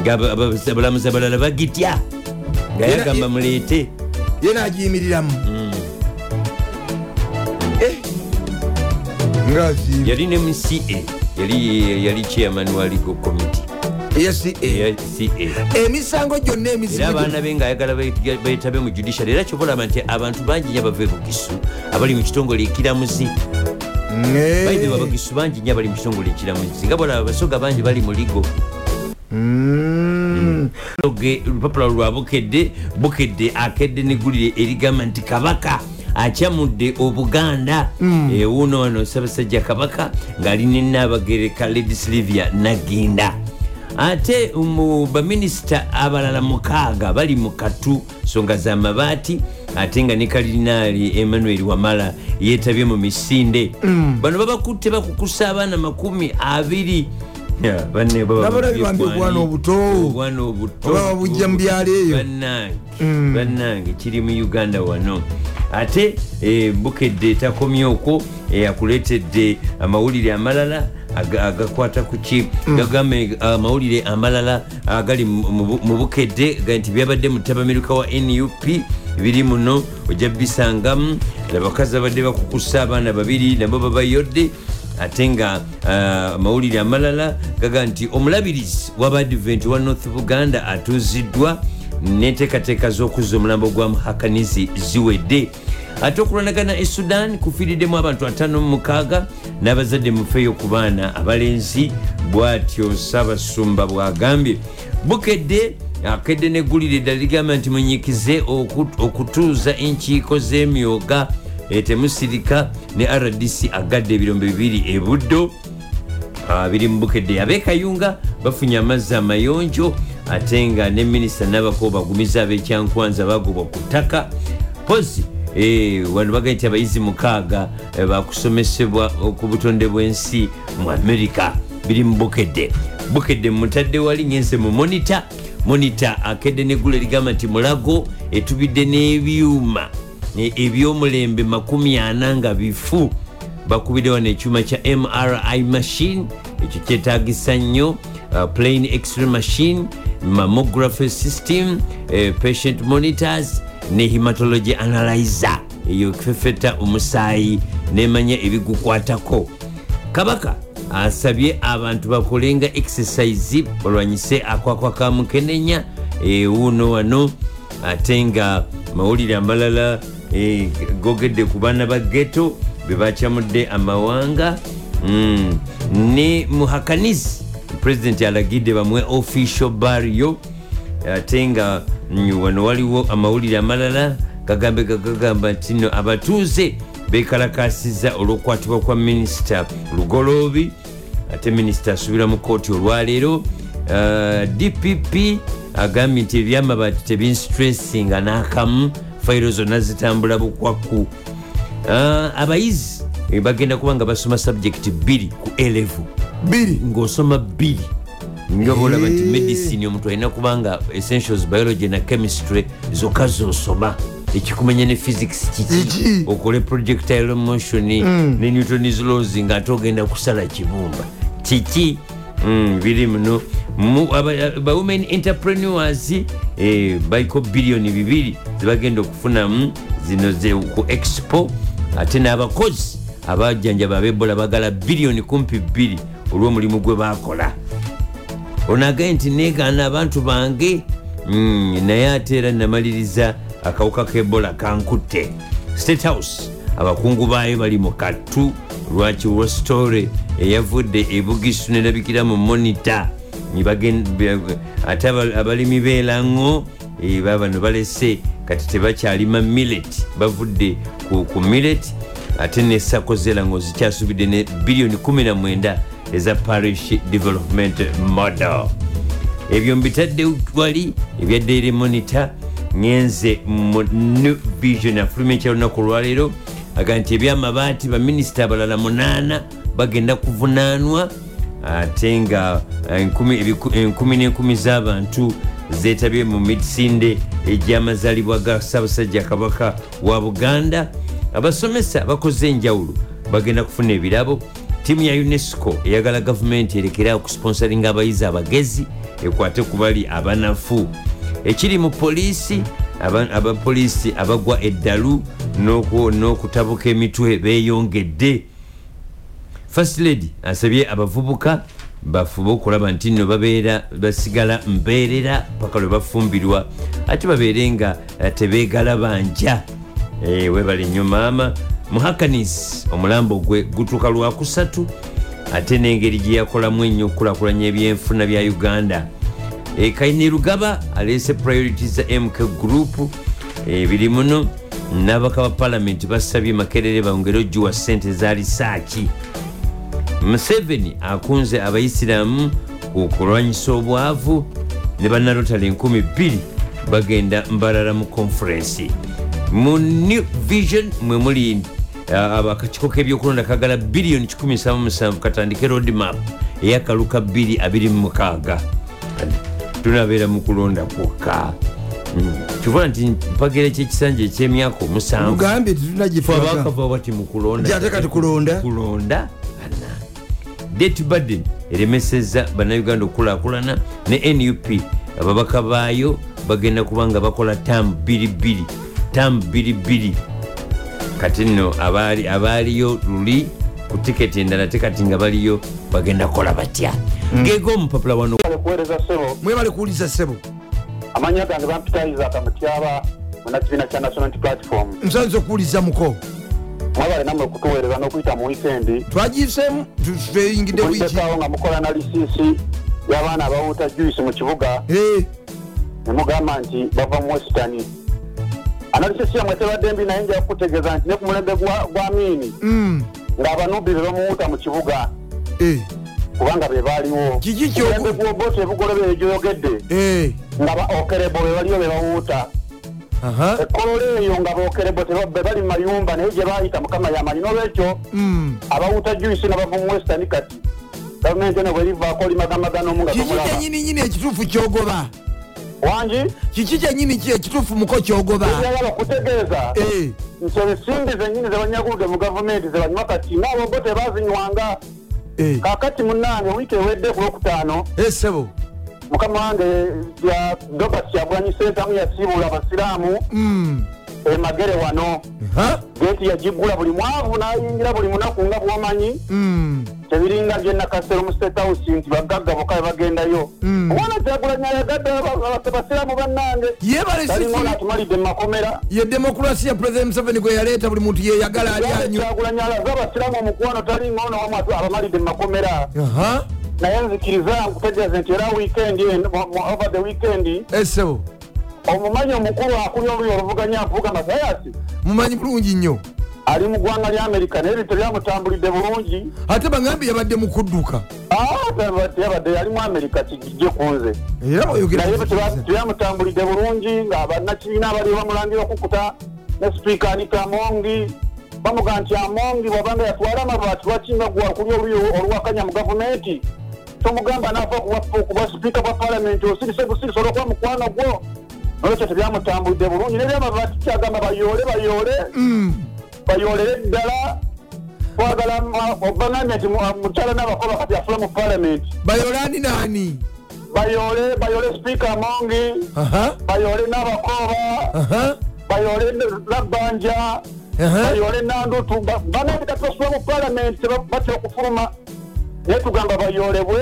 ngaabalamuzi abalala bagitya nga Era- e- yagamba muleete ye nagiyimiriramu Eh, ngazimba yali ne mu ca yali yali chairman wa legal committee eya ca eya ca eh. emisango gyonna era emizibu abaana be ngaayagala be- beetabe mu judiciary era kyobalaba nti abantu bangi nya bava ebugisu abali mu kitongole e ekiramuzi Eh, baidewe abagisu bangi nya bali mu kitongole ekiramuzi nga bolaba abasoga bangi bali mu ligo mm. Oge- olupapula lwabukedde bukedde akedde neggulire erigamba nti kabaka akyamudde obuganda Hmm. ewuuno wano ssaabasajja kabaka ng'ali ne naabagereka ledi silivia nagenda ate mu baminisita abalala mukaaga bali mu katu nsonga z'amabaati ate nga ne kalirinaali emmanuel wamala yeetabye mu misinde Hmm. bano babakutte bakukusa abaana makumi abiri Ya, banne baba Nabona bibambi obwana obuto. obwana obuto Oba babujja mu byalo eyo. bannange bannange kiri mu uganda wano ate eh, bukedde takomye okwo eh, akuleetedde amawulire amalala aga- agakwata ku ki gagambe amawulire amalala agali mu- mu bu- mu bukedde ga nti byabadde mutabamiruka wa nup biri muno ojja bisangamu abakazi abadde bakukusa abaana babiri nabo babayodde ate nga ah, amawulire amalala gaga nti omulabirizi w'abadventi wa north buganda atuuziddwa n'enteekateeka z'okuzza omulambo gwa muhakanizi ziwedde ate okulwanagana e sudan kufiiriddemu abantu 56 n'abazadde mufeeyo ku baana abalenzi bw'atyo ssaabasumba bw'agambye bukedde akedde neggulire eddala ligamba nti munyikize oku- okutuuza enkiiko z'emyoga E, temusirika ne rdc agadde ebirombe bibiri e ebuddo ah, biri mubukedde abekayunga bafunye amazzi amayonjo ate nga ne minisita nabako bagumiza abekyankwanza bagobwa ku ttaka pozi e, wano bagaye nti abayizi mukaaga e, bakusomesebwa ku butonde bw'ensi mu amerika biri mubukedde bukedde mutadde wali nyense mu monita monita akedde neggulu erigamba nti mulago etubidde n'ebyuma e- ebyomulembe 40 nga bifu bakubidde wano ekyuma kya mri machine ekyo kyetagisa nnyo uh, plain x-ray machine mammography system eh, patient monitors ne hematology analyzer eyo kfefeta omusaayi nemanya ebigukwatako kabaka asabye abantu bakolenga exercise balwanyise akwakwa ka mukenenya ewuuno E, wano ate nga mawulire amalala eh, gogedde ku baana ba geto be bakyamudde amawanga Mm. ne muhakanizi pulezidenti alagidde bamuwe official barrio ate nga mm, wano waliwo amawulire amalala gagambe gagagamba nti no abatuuze bekalakasiza olw'okukwatibwa kwa minisita lugoloobi ate minisita asubira mu kooti olwaleero Ah, dpp agambye nti ebyamabaati tebinstressinga n'akamu fayiro zonna zitambula bukwaku Ah, abayizi eh, bagenda kuba nga basoma subject bbiri ku elevu biri ng'osoma bbiri nga bolaba nti Eh. medicine omuntu alina kuba nga essentials biology na chemistry zokka zosoma ekikumenya ne physics kiki Kiki? okole projectile motion ne newtons laws nga ate ogenda kusala kibumba kiki Mm, biri muno Mu- aba- bawomen entrepreneurs eh, baliko biliyoni bibiri zebagenda okufunamu mm, zino ze ku expo ate n'abakozi abajjanjaba abebola bagala biliyoni kumpi bbiri olw'omulimu gwe bakola onagaye nti negaana abantu bange Mm, naye ate era namaliriza akawuka kebola kankutte state house abakungu baayo bali mu kattu lwaki wostore eyavudde ebugisu nerabikira mu monita Ne bagen- be- ate aba- abalimi beerango babano Eh, balese kati tebakyalima millet bavudde ku, ku millet ate nesako zerango zikyasubidde ne biliyoni 19 eza parish development model ebyo mbitadde wali ebya daily monitor ngenze mu new vision afulumya ekyolunaku olwaleero aga nti ebyamabaati baminisita abalala munaana bagenda kuvunaanwa ate nga eh, enkumi- ebiku- enkumi n'enkumi z'abantu zeetabye mu misinde egy'amazaalibwa ga ssaabasajja kabaka wa buganda abasomesa bakoze enjawulo bagenda kufuna ebirabo ttiimu ya unesco eyagala gavumenti erekerawo kusponsaringa abayizi abagezi ekwate ku bali abanafu ekiri mu poliisi aba- abapoliisi abagwa eddalu n'oku- n'okutabuka emitwe beeyongedde first lady asabye abavubuka bafube okulaba nti nno babeera basigala mbeerera paka lwe bafumbirwa ate babeere nga eh, tebeegalabanja Eh, webale nnyo maama muhakanis omulambo gwe gutuuka lwakusatu ate n'engeri gye yakolamu ennyo okukulakulanya ebyenfuna bya uganda Eh, kaine rugaba aleese priorities za mk group Eh, biri muno n'abaka ba palamenti basabye makerere bongere ojuwa ssente eza risaaki museveni akunze abaisiramu okulwanyisa obwavu ne bannarotale 12 bagenda mbalala mu konferensi mu new vision mwe muli ah, akakiko k'ebyokulonda kagala biliyoni 177 katandike roadmap eyakaluka 226 tunabeera mu kulonda kwokka Mm. kivola nti mpagira ekyekisanja ekyemyaka omusanvu mugambye tetunagifaaga twabakava wati mu kulonda Nti ate kati kulonda. kulonda ana det baden eremeseza bannayuganda okukulakulana ne nup ababaka baayo bagenda kuba nga bakola taamu bbiribiri taamu bbiribiri kati nno abaali- abaaliyo luli ku tiketi endala te kati nga baliyo bagenda kukola batya geega omupapula wano okuweereza ssebo mwebale kuwuliza ssebo amanya gange bampitayizaka mutyaba munakibiina kya national platform nsanze okuwuliza muko mwebale nammwe okutuweereza n'okuyita mu wiikendi twagiseemu tu- tweyingidde wiiki mulitekaawo nga mukola na lisiisi y'abaana abawuuta juice mu kibuga Eh, ne mugamba nti bava mu wesitani analisiisi yammwe tebadde mbi naye nja kukutegeeza nti ne ku mulembe gwa gwa miini mm, ng'abanubi be bamuwuuta mu kibuga eh, kubanga be baaliwo Kiki Ku kyogu- mulembe gw'obooti ebugolobere gyoyogedde eh, nga ba okerebo be baliyo be bawuuta aha, ekkolola eyo nga bookerebo be bali mu mayumba naye gye baayita mukama yamanyi n'olwekyo mm. abawuta juice n'abava mu western kati gavumenti eno bwerivaako limagamaga n'omu nga kiki tomulaba kyenyininyini ekituufu kyogoba wangi kiki kyenyini ki- ekituufu muko kyogoba ebyagala kutegeeza Eh, nti ensimbi zenyini zebanyagudde mu gavumenti zebanywa kati n'abobo tebazinywanga eh, kaakati munnange wiiki ewedde ku lwokutaano eh, ssebo mukama wange ya dobert kyagulanyisa entamu yasiibula abasiraamu Mm, emagere wano ha, geeti yagiggula buli mwavu n'ayingira buli munaku nga bw'omanyi mm, tebiringa gyenakasero mu state house nti bagagga boka bebagendayo omwana kyagulanya yagadde abasiramu bannange talinga yebalesisi natumalidde mu e makomera ye demokrasiya president museveni gwe yaleeta buli muntu yeyagala ali Yaani anyu kyagulanya alaze abasiramu omukwano talinga ono wamu atu- abamalidde mu makomera Aha, naye nzikiriza nkutegeeze nti era wiikendi eno- mo- mo- over the weekend esebo omumanyi omukulu akulya oluyi oluvuganya avuga masayasi mumanyi bulungi nnyo ali mu ggwanga lya amerika naye ebintu lyamutambulidde bulungi ate bagambye yabadde mu kudduka Ah, tabadde- yabadde yali mu amerika kijje ku nze era oyogera naye tebamutambulidde bulungi nga bannakibiina abali bamulangira okukuta ne sipiika anita amongi bamuga nti amongi bwabanga yatwala amabaati lwakinga gwakuli oluyi oluwakanya mu gavumenti tomugamba naafa okuba sipiika bwa paalamenti osirise busirisa olwokuba mukwano gwo nolwekyo tebyamutambulidde bulungi nebyamabaati kyagamba bayoole bayoole bayoolere ddala twagala bagambye nti mukyala n'abakoba kati afule mu paalamenti bayolani naani bayole bayole sipiika amongi Aha, bayole n'abakoba aha, bayole nabbanja aha. bayole nandutu banabikatosula mu palamenti batera okufuluma naye tugamba bayolebwe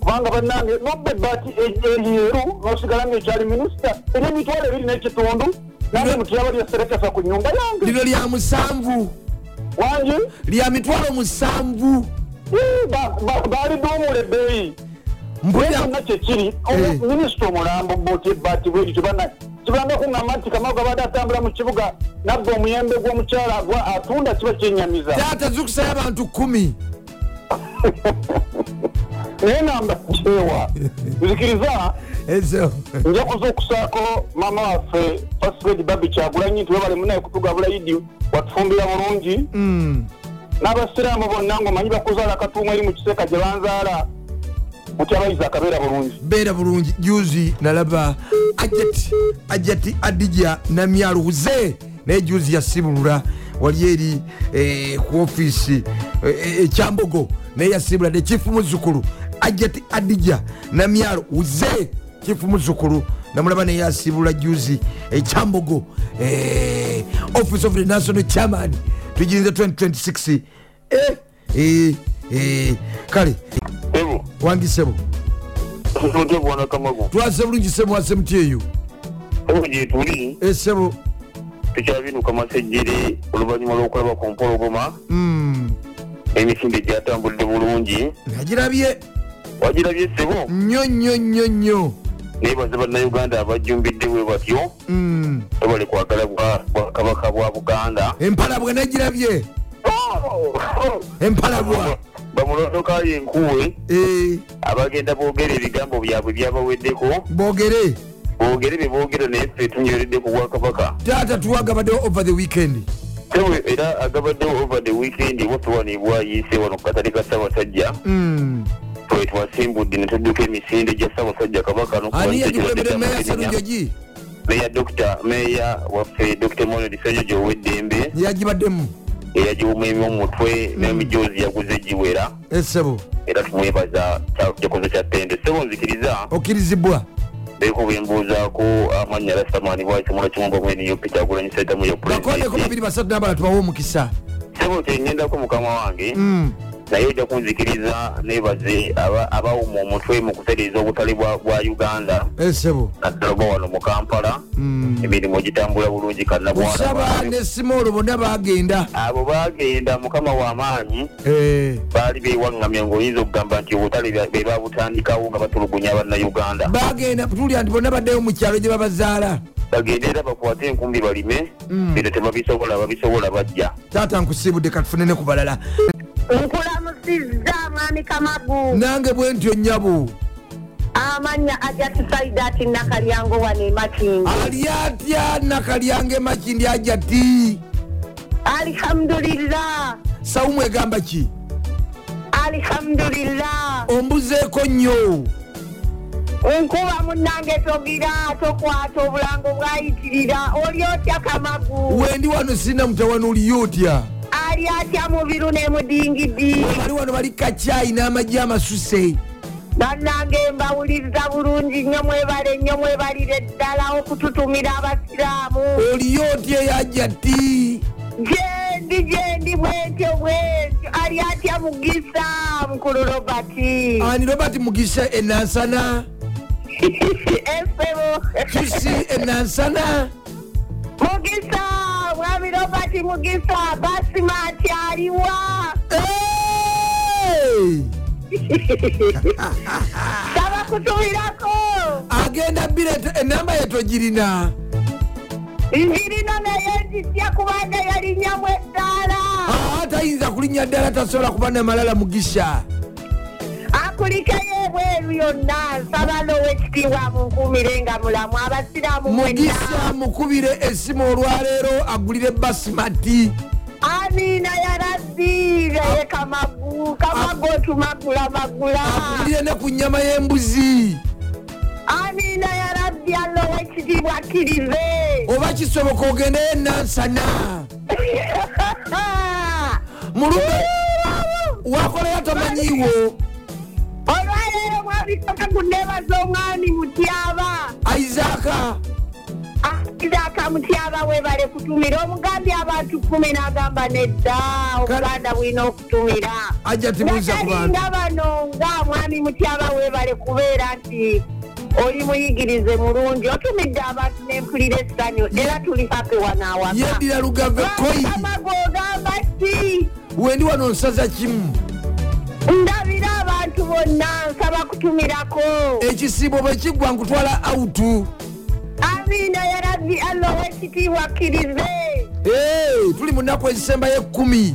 kubanga bannange nobba ebbaati eryeru nosigala ngaekyali minisita era emitwalo ebiri n'ekitundu nange mutyaba lyeserekesa ku nyumba yange lino lya musanvu wangi lya mitwalo musanvu ii, ba- ba- baaliduumula ebbeeyi mpulira kyonna kyekiri minisita omulambo bwoti ebbaati bweri kibanga kuŋŋamba nti kamaga badde atambula mu kibuga nabba omuyembe gw'omukyala agwa atunda kiba kyenyamiza taata zukusayo abantu kumi naye namba kyewa nzikiriza ezo nja kuza okusaako maama waffe fasred babi kyagulanyi nti webalemu naye kutugabula idi watufumbira bulungi n'abasiraamu bonna ng'omanyi bakuzaala katuumu eri mu kiseeka gye banzaala muti abayizi akabeera bulungi beera bulungi juzi nalaba ajati ajati adija namyaluze naye juzi yasibulula wali eri eh, ku ofiisi eh, ekyambogo naye yasibula de kifu muzukulu ajati adija namyaluze kifu muzukulu namulaba naye yasibulula juzi ekyambogo eh, office of the national chairman tugirinze 2026 eh, eh, eh, kale ebo wangisebo tutudde bwana kamagu twase bulungi sebo wase muti eyo ebo gyetuli esebo tukyabinuka masejjere oluvannyuma lw'okulaba ku mpologoma emisinde gyatambudde bulungi nagirabye wagirabye ssebo nnyo nnyo nnyo nnyo neebaze bannayuganda abajjumbidde bwe batyo Mm. tobale kwagala bwa- bwa kabaka bwa buganda empalabwa nagirabye empalabwa bamulondoka yenkuwe Eh, abagenda boogera ebigambo byabwe byabaweddeko boogere boogere bye boogera naye ffe tunyoredde ku bwakabaka taata tuwagabaddewo over the weekend ssebo era agabaddewo over the weekend waffe wano ebwayiise wano ku katale ka ssaabasajja Mm. twe twasimbudde ne tudduka emisinde gya ssaabasajja kabaka ani yagikulembere meya salunjogi meya dokita meya waffe dokita mohamed senyojo ow'eddembe yagibaddemu eyagiwumaemu omutwe Mm. n'emijoozi yaguze giwera esebo era tumwebaza kyakoze kya ttendo ssebo nzikiriza okkirizibwa beeko bwembuuzaako amannya alasamani bwakimulo kimumba mweniyupi kyagulanyisa eddamu ya bakoleko pulezidenti babiri basatu n'abala tubawe omukisa ssebo kyengendako mukama wange Mm. naye ojja kunzikiriza neebaze aba- abawuma omutwe mu kutereeza obutale bwa bwa uganda esebo naddala oba wano mu kampala emirimu gitambula bulungi kusaba kannabwana Mm. ne simoolo bonna bagenda abo baagenda mukama w'amaanyi Eh, baali beewaŋŋamya ngaoyinza okugamba nti obutale be- be baabutandikawo nga batulugunya abannayuganda bagenda tulya nti bonna baddeyo mu kyalo gye babazaala bagende era bakwate enkumbi balime bino tebabisobola ababisobola bajja taata nkusibudde katufune ne ku balala nkulamusizza mwami kamagu nange bwe ntyo nyabo amanya ajatisaidati nakalyango wano e emakingi ali atya nakalyange makindi ajja ti alhamdulillah sawumu egamba ki alhamdulillah ombuzeeko nnyo nkuba munnange togira tokwata obulango bwayitirira oli otya kamagu wendi wano sirina mutawano oliyo otya ali atya mubiru nemudingidi bali wano bali kacyayi n'amagi amasuse bannange mbawuliriza bulungi nnyo mwebale nnyo mwebalire ddala okututumira abasiraamu oliyo otya eyajja ti gye ndi gyendi bwentyo bwentyo ali atya mugisa mukulu robert ani robert mugisa e enansana efebo kisi enansana mugisa mwami robert mugisa basimati aliwa Hey! saba kutumirako agenda bira enamba yetogirina njirina naye njitya kubanga yalinnyamu eddaala aa tayinza kulinnya ddala tasobola kuba namalala mugisa akulikeyo ebweru yonna nsaba n'owekitiibwa munkuumire nga mulamu abasiraamu mwenna mugisa mukubire esimu olwaleero agulire basimati amiina yarabbi naye kamagu kamagu otumagula magula agulire ne ku nyama y'embuzi amiina yarabbi alla owekitiibwa akkirize oba kisoboka e ogendeyo enansana Ah! mulume wakoleyo tomanyiiwo olwaleero mwabikoka kunneebaza omwami mutyaba isaaka isaaka Ah, mutyaba weebale kutumira omugambye abantu kumi n'agamba nedda obuganda bwina okutumira ajja tibuuza ku bantu nagalinga bano nga mwami mutyaba weebale kubeera nti oli muyigirize mulungi otumidde abantu n'empulira essanyu era tuli hape wanaawaka yeddira lugave koyi gwogamba ki wendi wano nsaza kimu ndabira abantu bonna nsaba kutumirako E- ekisiibo bwe kiggwa nkutwala autu amiina ya rabbi allah owekitiibwa akkirize Hey, tuli mu nnaku ezisembayo ekkumi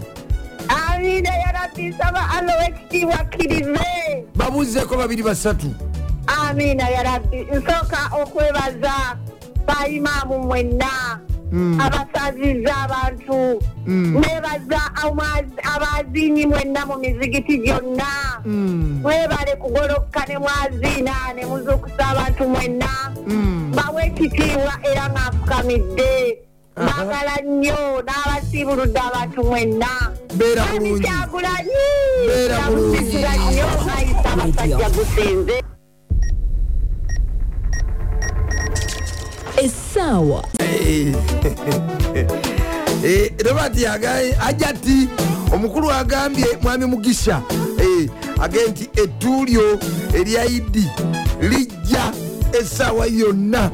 amiina ya rabbi nsaba allah owekitiibwa akkirize babuuzeeko babiri basatu amiina ya rabbi nsooka okwebaza baimaamu mwenna Hmm. abasaziza abantu nebaza amwazi- abaziinyi mwenna mu mizigiti gyonna Hmm. mwebale kugolokka ne mwaziina ne muzukusa abantu mwenna Hmm. bawe ekitiibwa era ng'afukamidde mbagala nnyo n'abasiibuludde abantu mwenna Beera Kandi bulungi. Kyagulanyi, Beera bulungi. namusisira nnyo ayisa abasajja gusinze essaawa Eh, robert yagaye- ajja ti omukulu agambye mwami mugisha eh, agambye nti ettuulyo erya idi lijja essaawa yonna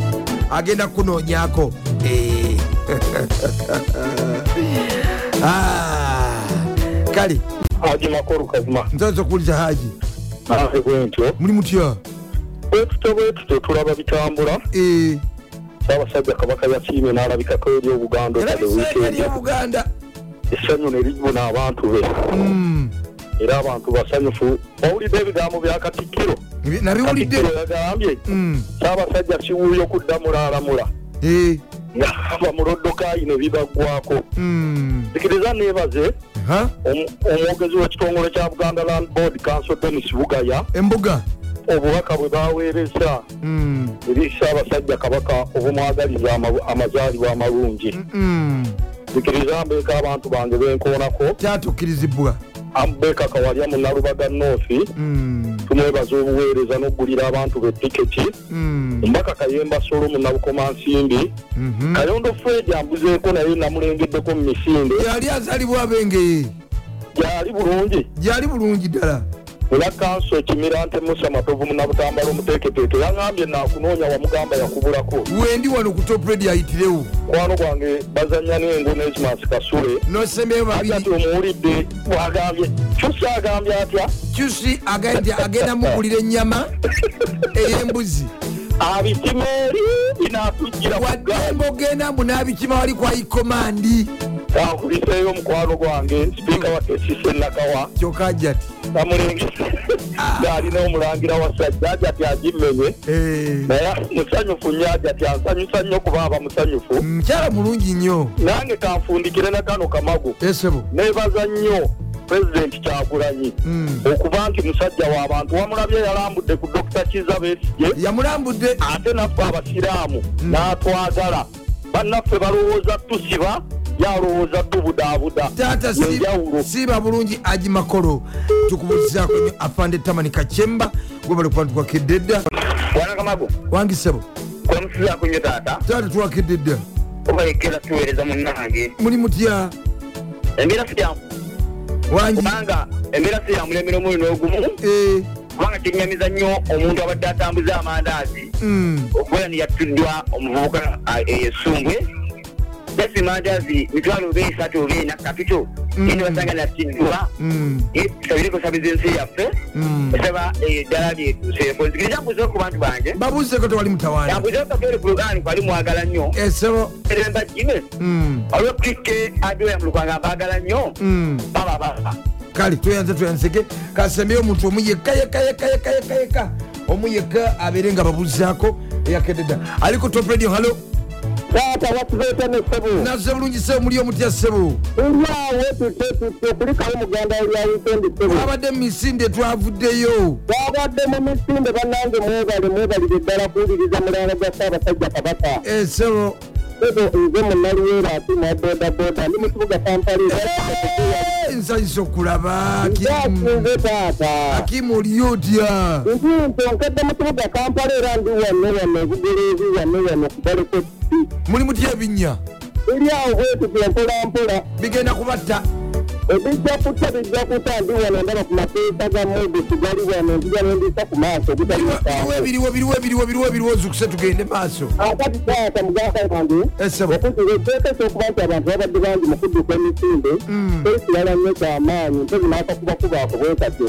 agenda kunoonyako Eh. Ah, kale haji makoro kazima nsanze okuwuliza haji naye bwentyo muli mutya bwetutyo bwetutyo tulaba bitambula Eh, saabasajja kabaka yakiime n'alabikako eri obuganda era biseeka oweekenda ly'obuganda essanyu ne lijuna abantu be Mm, era abantu basanyufu wawulidde ebigambo bya katikkiro ebi- nabiwulidde katikkiro yagambye Mm, saabasajja kiwuuyo okuddamu alamula eh, nga bamuloddokayi ne bibaggwako mm, zikiriza neebaze ha? omu- omwogezi w'ekitongole kya buganda land board council denis bugaya embuga obubaka bwe baweereza Mm. eri saabasajja kabaka obumwagaliza ama- amazaalibwa amalungi zikiriza mbeeka abantu bange benkoonako kyatukirizibwa ambeeka kawalya mu nalubaga noofi tumwebaza obuweereza n'oggulira abantu be tiketi omubaka kayemba solo munabukomansimbi kayondo fred ambuzeeko naye namulengeddeko mu misinde yali azalibwa abengeye gyali bulungi gyali bulungi ddala era kanso ekimira nte musa matovu munabutambala omuteeketeeke yagambye naakunoonya wamugamba yakubulako wendi wano ku topredi ayitirewo kwano gwange bazanya n'engo nesmas kasule nosembeyo agati babiri omuwulidde bwagambye kyusa agambye atya kyusi agambye nti agenda mugulira ennyama ey'embuzi abipima eri binaatujjira wadde mbogenda mbu n'abikima wali kwayikomandi kankubiseeyo omukwano gwange sipiika wa kesise nakawa kyokka ajja ti namulengese ng'alina omulangira wasajja aja tyagimenye eh, naye musanyufu nnyo aja tyansanyusa nnyo kuba aba musanyufu mukyala mulungi nnyo nange kanfundikire na kano kamagu esebo neebaza nnyo pulezidenti kyagulanyi Mm. okuba nti musajja w'abantu wamulabye yalambudde ku dokita kiza besigye yamulambudde ate naffe abasiraamu Hmm. n'atwagala bannaffe balowooza tusiba yalowooza tubudaabuda taata si- yenjawulo siiba bulungi aji makolo tukubuzizaako nyo afande tamani kacemba gwebali kuba ntitwakedde edda wanakamagu wangisebo kwemusizaako nnyo taata taata twakedde edda obaekera tuweereza munnange muli mutya embeera si yamu wangi kubanga embeera si yamulemera omuli n'ogumu eh, kubanga kinyamiza nnyo omuntu abadde atambuza amandaazi mm, okubeera ni yattuddwa omuvubuka e, esumbwe dasi mandaazi mitwalo oba esatu oba ena kapito ye ne basanga nattiddwa mm, sabireko sabiza ensi yaffe e, mm. esaba eddala lyetuseeko nzikiriza mbuuzeko ku bantu bange babuuzeko tewali mutawaana ambuuzeko kapere ku lugaani kwali mwagala nnyo esebo eremba jime Eh. mm, olwo krike adoya mu lukanga mbaagala nnyo mm. baba baba kale tweyanze tweyanzeke kasembyeyo omuntu omu yekka yekka yekka yekka yekka yekka omu yekka abeere nga babuuzaako eyakededa aliko top radio halo taata batuleeta ne ssebo naze bulungi sebo muli omutya sebo tulyawo tututute kulikawo muganda lya wikendi ssebo twabadde mu misinde twavuddeyo babadde mu misinde bannange mwebale mwebalire eddala kuwuliriza mulanga gwa ssaabasajja kabaka Eh, esebo ssebo nze munnaliweera atuma boodabooda ndi mu kibuga kampala nsanyisa okulaba nzaakinze taata akimu oliotya ntinto nkedde mu kibuga kampala era ndi wano wano obugereezi wano wano kubaleko muli mutya ebinnya tulyawo bwetutya mpolampola bigenda kubatta ebijja kutta bijja kutta ndi wano ndaba ku mateeka ga mudu kigali wano nzija nendisa ku maaso biriwo obutalisaako ebiriwo biriwo ebiriwo biriwo ebirowozukuse tugende maaso akati taata mugaka wange esebo okutuga etteeka ekyokuba nti abantu babadde bangi mu kudduka emisinde ekirala nnyo kyamaanyi mpozi n'akakubakubaako bwekatyo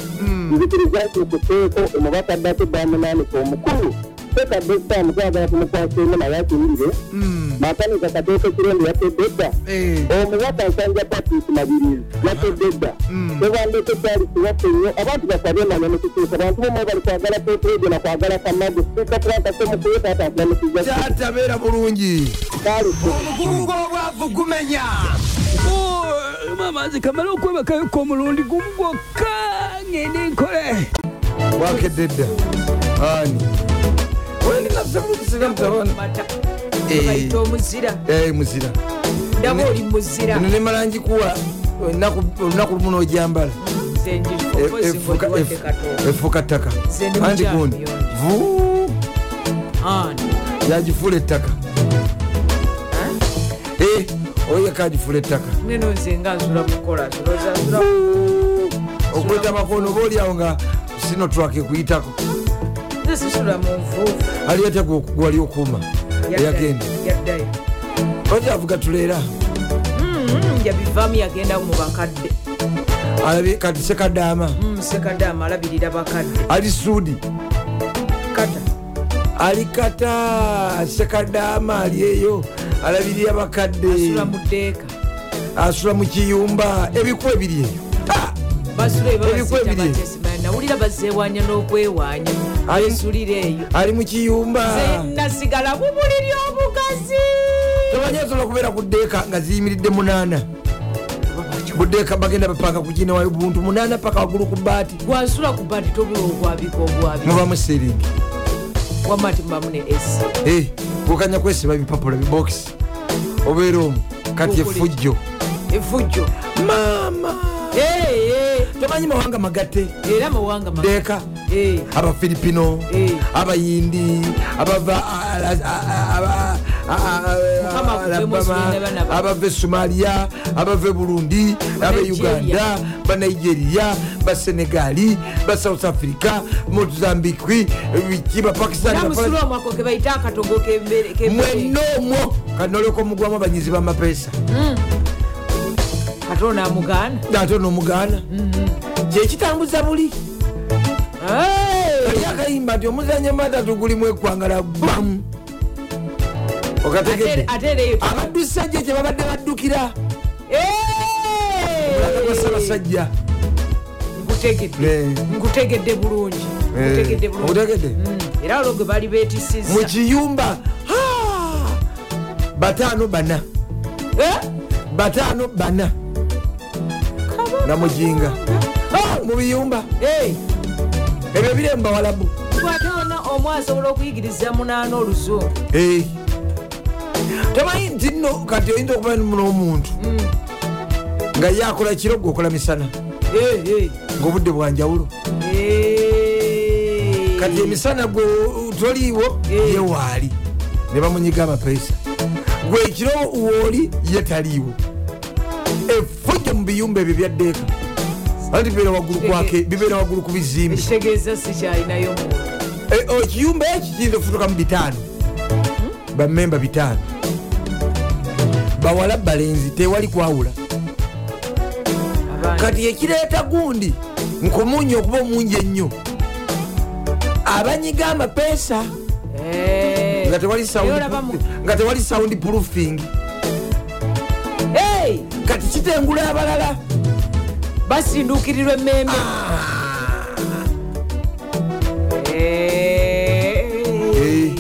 nzikiriza nti kuteeko omubaka ddako eddamunanika omukulu sekadde ekitaamu kyagala tumukwasemu naye akiyirire makanika kateeka ekirondo yatedde edda Eh, omubaka nsanja patrick mabirizi yatedde edda tebandeko kyali kiwaffe nnyo abantu basabe emanya mukikiisa bantu bomwe bali kwagala petrede na kwagala kamago siika twakase mukuwetaata agamukijja kyatabeera bulungi kaali omukungu obwavu gumenya Oh, olumu amazzi kamale okwebakayoka omulundi gumu gwokka ngende nkole wakedde edda ani baita omuzira Eh, muzira ndaba oli muzira eno nemala ngikuwa ennaku- olunaku lumu n'ojambala nze E- efuuka- njiwate efu- katonda efuuka ttaka Nze ndi andi mukyala gundi muyonjo. vu ani yagifuula ettaka Eh, oyo yeka agifuula ettaka neno nze nga nzula kukola nzula nzula okwetabako nooba oliawo nga sino twak ekuyitako nze sisula mu nvuuvu ali yatyaga okugwali okuuma eyagenda yaddayo ojavuga tuleera Mm, yabivaamu yagenda mu bakadde alabye kati sekadaama Mm, sekadde amalabirira bakadde ali suudi kata alikata sekadaama ali eyo alabirira bakadde asula mu ddeeka asula mu kiyumba ebiku ebiri eyo basula Ebikwe biri. ebibabasitabatesimanyi nawulira bazeewaanya n'okwewaanya Ali- besulira eyo ali mu kiyumba nasigala bubuliri obugazi tebanyasobola kubeera ku ddeeka nga ziyimiridde munaana ku ddeeka bagenda bapanga kuginawayo buntu munaana paka waggulu ku baati gwasula ku badi tobula okwabika obwabi mubamu seringi wamma timbamu ne esi gukanya kwesiba ebipapula bibokisi obeera omu kati Okuli. efujjo evujjo maama Eh, eh, tomanyi mawanga magatte era amawanga ma- ddeeka Eh, abafilipino Eh. abayindi abava Mukama akutuwe Museveni bana ba- abava esomaliya abava burundi aba Nigeria. uganda banigeria basenegali basouth africa mozambiki biki era bapakistan musula omwako ke bayita akatogo kembere mwenna omwo kanoleka omugwamu abanyizi b'amapeesa katonda amugaana ate onomugaana Mhm. kyekitambuza buli oli akayimba nti omuzanyo matatu gulimu ekwangala bamu okategedde ateereyo Ah. abaddusajja gye babadde baddukira mulaga gwa sabasajja nkutegedde Eh. nkutegedde bulungi nkutegedde bulungi otegedde Mm, era olwo gwe baali Eh, mu beetisizza kiyumba ha! bataano bana Eh? bataano bana namujinga Ha! mu biyumba Eh, ebyo biri mu bawalabu ate ona omu asobola okuyigiriza munaana oluzungu Eh. tomanyi nti nno kati oyinza okuba n'omuntu nga ye akola kiro gwe okola misana Eh, eh, ngaobudde bwanjawulo eh. kati emisana gwe toliiwo Eh. ye waali ne bamunyiga amapeesa gwe ekiro wooli ye taliiwo tojja mu biyumba ebyo byaddeeka anti bibeera waggulu kwake bibeera waggulu ku bizimbe ekitegeeza sikyalinayo muwala E, o, ekiyumba eki kiyinza okufutukamu bitaano bamemba bitaano bawala balenzi tewali kwawula abaana kati ekireeta gundi nkumunyi okuba omungi ennyo abanyiga amapeesa Eh. nga tewali sound- Naye olaba mu- nga tewali sound proofing Hey! kati kitengula abalala basinduukirirwa emmembe Eh.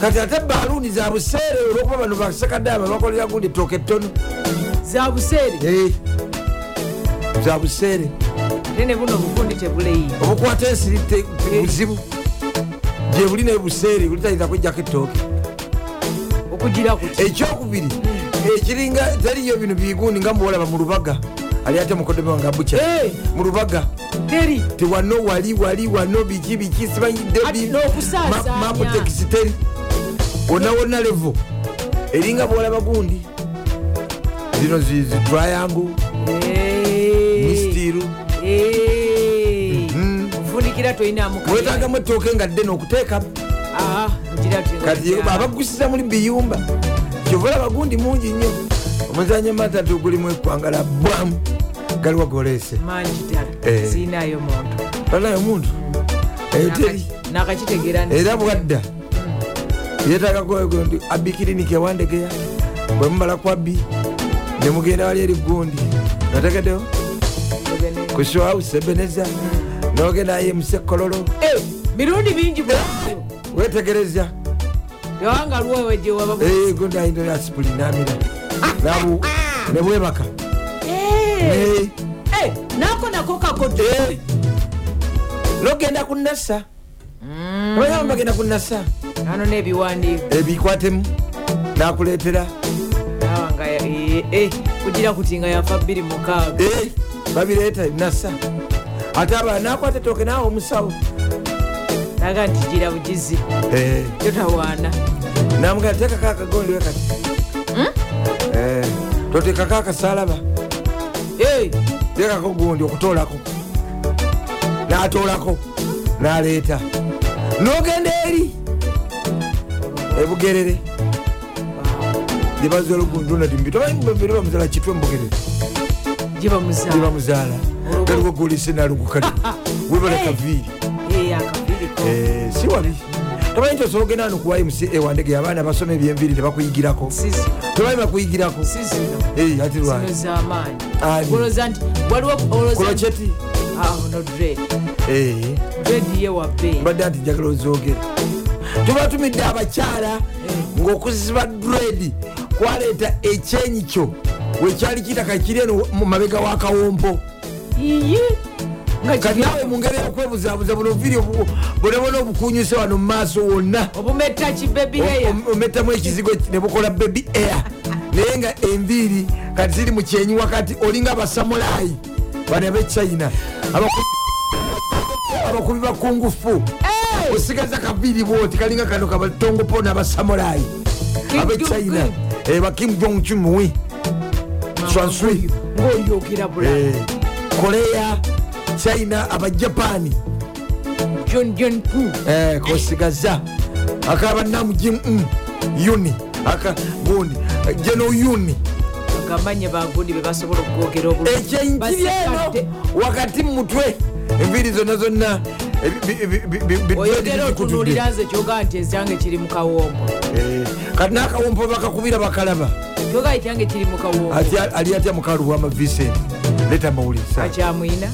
kati ate baluuni za buseere olwokuba bano basekaddaaba bakolera gundi ettooka ettono za buseere Eh. za buseere ate ne buno obugundi tebuleyi obukwata ensiri te- te- buzibu gye buli naye buseere bulitayinza kwejjako ettooke okugira kuti ekyokubiri ekiringa teriyo bino bigundi nga muwalaba mu lubaga ali ate mukodome wange abuca Eh. mu lubaga teri tewano wali wali wano biki biki Ati n'okusaasaanya. sibanyidemakutexiteri wonna wonna levo eringa bwolaba gundi zino zi- zi triangle Eh. mistiru Eh. Mm-hmm. nfunikira tolinamu wetagamu ettooke nga ddene okuteekamu Ah, kati abagusiza muli biyumba kyovola bagundi mungi nnyo omuzanyo matatu gulimu ekwangala bwamu galiwa golese mangi ddala Eh. siinayo muntu banayo omuntu eyo teri nakakitegeera ne- era bwadda yeetagagondi abi kiriniki ewandegeya bwemumala ku abi nemugenda wali eri gundi nategedewo ku showhouse ebeneza nogenda aye musekololo Eh, mirundi mingi bwao wetegereza tewanga lwowe gyewaba Eh, gundi ayinda oli asipulinamira Nabu- nebwebaka Eh. nako nako kakodo Eh. nogenda kunasa abayamu bagenda kunasa ano n'ebiwandiiko Eh, ebikwatemu nakuleetera nawanga eh, kugira kuti nga yafa 26 Eh, babireeta nasa ate abala nakwata etoke naawe omusawo naga nti gira bugizi Eh, totawaana namugana teekako akagondi wekati Eh, toteekako akasalaba Eh, teekako gundi okutoolako n'atoolako n'aleeta n'ogenda eri E ebugerere gyebazala ogundi onadimbi tomanyi bamuzala kitwe mubugerere giba musaa gyebamuzaala galiwo gulise nalugukali webala kaviiri akabiriko Eh, si wabi tamanyi nti osobola ogenda nokuwayo musi ewandege eh, abaana basoma ebyenviiri tebakuyigirako sizino tebayi bakuyigirako sizino Eh, ati zino lwani z'amaanyi Ani? oloza nti waliwo olowooza- kolocheti Ah, ono dread Eh, dread ye wabbeeyi mbadde nti njagala ozoogere tubatumidde abakyala ng'okuziba dredi kwaleeta ekyenyi kyo wekyali kitaka kiri eno mu mabega w'akawompo iye nga kati kiri- naawe mu ngeri eyokwebuzabuza buno obuviiri obu- bonabona obukunyuse wano mu maaso wonna obumeta kibebiyeya Om- ometamu ekizigo ne bukola baby air naye nga enviiri kati ziri mu kyenyi wakati olinga abasamulayi bano abechina abakubi bakungufu osigaza kaviiri bwoti kalinga kano kabatongopo n'abasamulayi abechina bakim Eh, jong chumui swanswi ngaoyogera Eh. bulala korea china abajapani jon jon pu Eh, kosigaza akaba namugimu yuni aka gundi geno yuni agamanye bagundi bebasobola okugogera obulala. ekyenkiri Basikadde. eno wakati mu mutwe enviiri zonna zonna ebi- eh, bi- bi- bi- bi- bi- oyogera bikutudde. otunulira nze kyogaa nti ezange kiri mu kawombo Eh, kati n'akawompo bakakubira bakalaba kyogaa ekyange kiri mu kawombo Ati- ali atya mukalu wama vicent leta Mm. mawulire akyamwina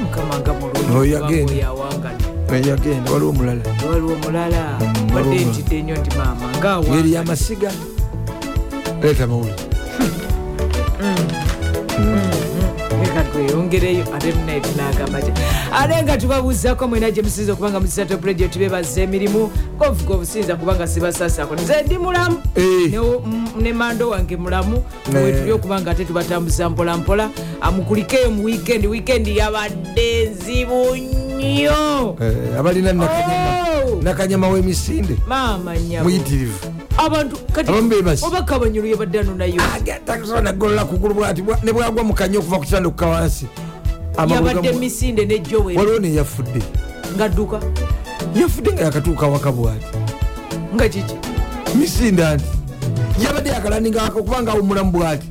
mukama nga Oyo agenda. mulungiyawangadde yagenda waliwo omulala waliwo omulala Mm, waliwo wadde omulala. ntidde nnyo nti maama ngeri ngaawa yamasiga leta mawulire leka tweyongereyo ate munaiti nagamba ki ate nga tubabuuzako mwena gye musinza okubanga musisa top radio tubebaza emirimu kovuga obusinza kubanga sibasaasako nze ndi mulamu Eh. Ne- mm, ne mando wange mulamu Eh. wetuli okubanga ate tubatambuza mpolampola amukulikeyo mu wiikendi wiikendi yabadde nzibu nnyo abalina Eh, nakanyama- Oh! nakanyama w'emisinde maama nyabo muyitirivu abantu kati Abamu beebase. oba kabanyulu yabadde anonayo takisobola nagolola kugulu bwati bwa- ne bwagwa mukanya okuva ku kitanda okuka wansi Amagulu yabadde gamu- misinde nejowera waliwo neyafudde ngadduka yafudde nga yakatuuka waka bwati nga kiki misinda nti yabadde yakalaningako kubanga awumulamu bwati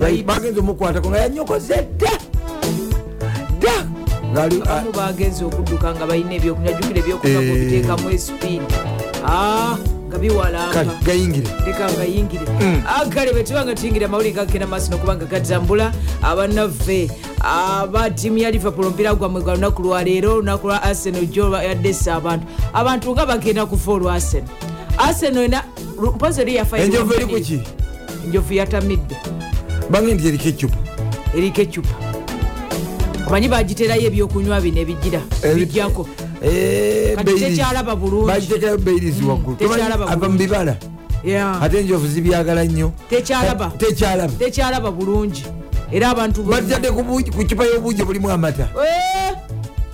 Nga bagenze omukwatako nga yanyokoze dda dda ngaali abamu bagenze okudduka nga balina ebyokunajukira ebyokukaku Eh. obiteekamu esupiidi Ah, nga biwalampa gayingire Mm. leka Ah, ngayingire agale bwetuba nga tuyingira amawulire gagenda maaso nokubanga gatambula abanaffe aba tiimu ah, ya liverpool omupiira gwammwe gwa lunaku lwaleero olunaku lwa arsenal jo yaddesa abantu abantu nga bagenda kufa olwa arsenal arsenal ena lu- mpozi eri yafa enjovu eri kuki enjovu yatamidde bagendi eriko ecupa eriko ecupa omanyi bagiterayo ebyokunywa bino ebijira Ebi- bijjako Kati tekyalaba bulungi. bagitekayo beirizi waggulu Tomanyi, tekyalaba ava mu bulungi. bibala Yeah. ate enjovu zibyagala nnyo tekyalaba tekyalaba tekyalaba bulungi era abantu bonna- batadde ku buugi- ku cupa y'obuugi obulimu amata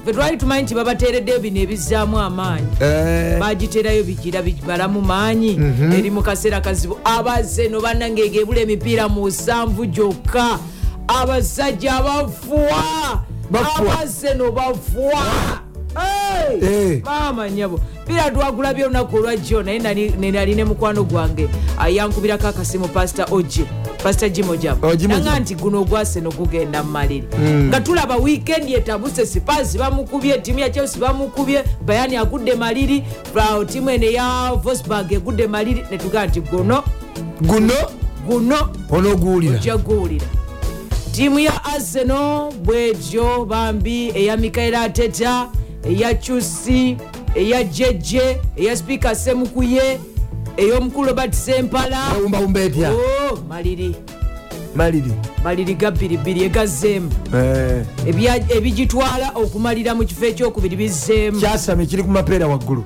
fe twali tumanyi nti babateeredde bino ebizzaamu amaanyi Eh, Mhm. bagiterayo bigira bimalamu maanyi eri mu kaseera kazibu abazeno banange gebula emipiira mu nsanvu gyokka abasajja bafuwa Bafuwa. abazeno bafuwa Hey! Eh. maama nyabo pira twagulabye olunaku olwajjo naye nali- ne nali ne mukwano gwange ayankubirako akasimu pasita oje pasita jimo Oh, Jimo jamunaga Jamu. nti guno ogwaseno gugenda mumalire nga tulaba wiikendi etabuse sipazi bamukubye tiimu ya chelsea bamukubye bayani agudde maliri bao tiimu eno eya vosburg egudde maliri netugaa nti guno guno guno onooguwulira gyeguwulira tiimu ya arsenal bwetyo bambi eya mikaela ateta eya cusi eya jeje eya sipiika semukuye ey'omukulu robert sempala awumbawumba etya Oh, maliri maliri maliri ga bbiribiri egazeemu Eh, ebya- ebigitwala okumalira mu kifo ekyokubiri bizeemu kyasame kiri ku mapeera waggulu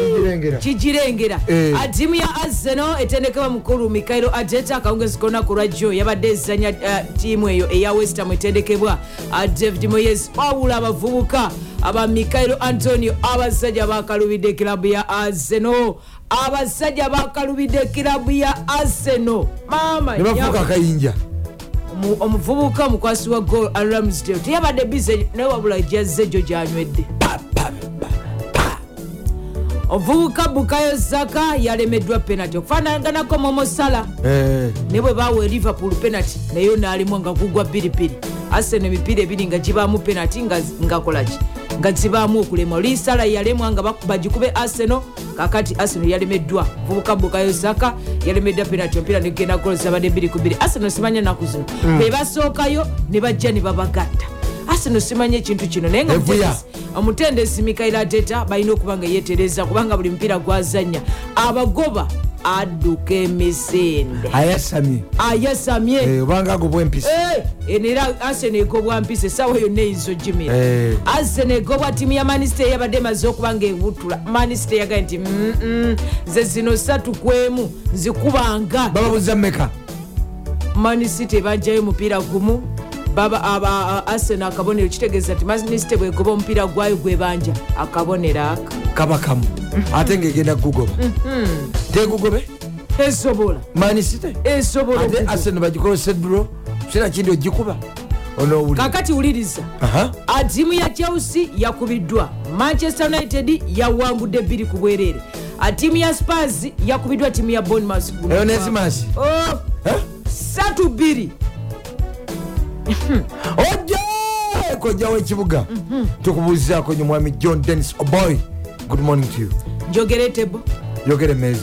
Kigirengera. kigirengera Eh. tiimu ya arsenal etendekebwa mukulu mikairo ateta akawungezi konaku lwajjo yabadde ezanya tiimu eyo eya westam etendekebwa ah, david moyes wawula abavubuka aba mikairo antonio abasajja bakalubidde kirabu ya arsenal abasajja bakalubidde kirabu ya arsenal maama ne bafuuka nyabo. akayinja Omu- omuvubuka omukwasi wa gol aramsdale teyabadde bize naye wabula jazze gyo gyanywedde omuvubuka bukayo zaka yalemeddwa penalty okufaananganako momosala Eh, naye bwe bawa liverpool penalty nayo naalimu nga gugwa bbiribiri aseno emipiira ebiri nga gibaamu penalty nga- ngakolaki nga zibaamu okulema olisala yalemwa nga baku- bagikube aseno kakati aseno yalemeddwa vubuka bukayo zaka yalemeddwa penalty omupiira negenda golozabadde 22 aseno simanya naku zino bebasookayo ne bajja ne babagatta aseno simanya ekintu kino naye nga Evuya. omutendesi- omutendesi mikaira teta balina okuba nga yetereza kubanga buli mupiira gwazanya abagoba adduka emisinde ayasamye Eh, ayasamye obanga ago bwempisi Eh, enera arsenal egobwa mpisa esaawa yonna eyinza ogimira Eh. arsenal egobwa tiimu ya manisita eyabadde emaze okuba nga ewutula manisita yagaye nti "Mm-mm, nze zino satu kwemu nzikubanga bababuza mmeka manisita ebajjayo omupiira gumu baba aba arsenal akabonero kitegeeza nti manisita bwegoba omupiira gwayo gwebanja akabonero aka kabakamu ate ngaegenda kugoba tegugobe esobola manisite esobola ate okugoba. aseno bagikozesa eddulo kiseera kindi ogikuba onoowulira kakati wuliriza Aha. Ah, ttiimu ya chelsea yakubiddwa manchester united yawangudde bbiri ku bwerere Ah, ttiimu ya spars yakubiddwa ttiimu ya bonmas eyo Eh? nesimasi Oh, satu bbiri ojja kojjawo ekibuga tukubuuzizaako nyo mwami john dennis oboy good morning to you njogeretebo yogere meza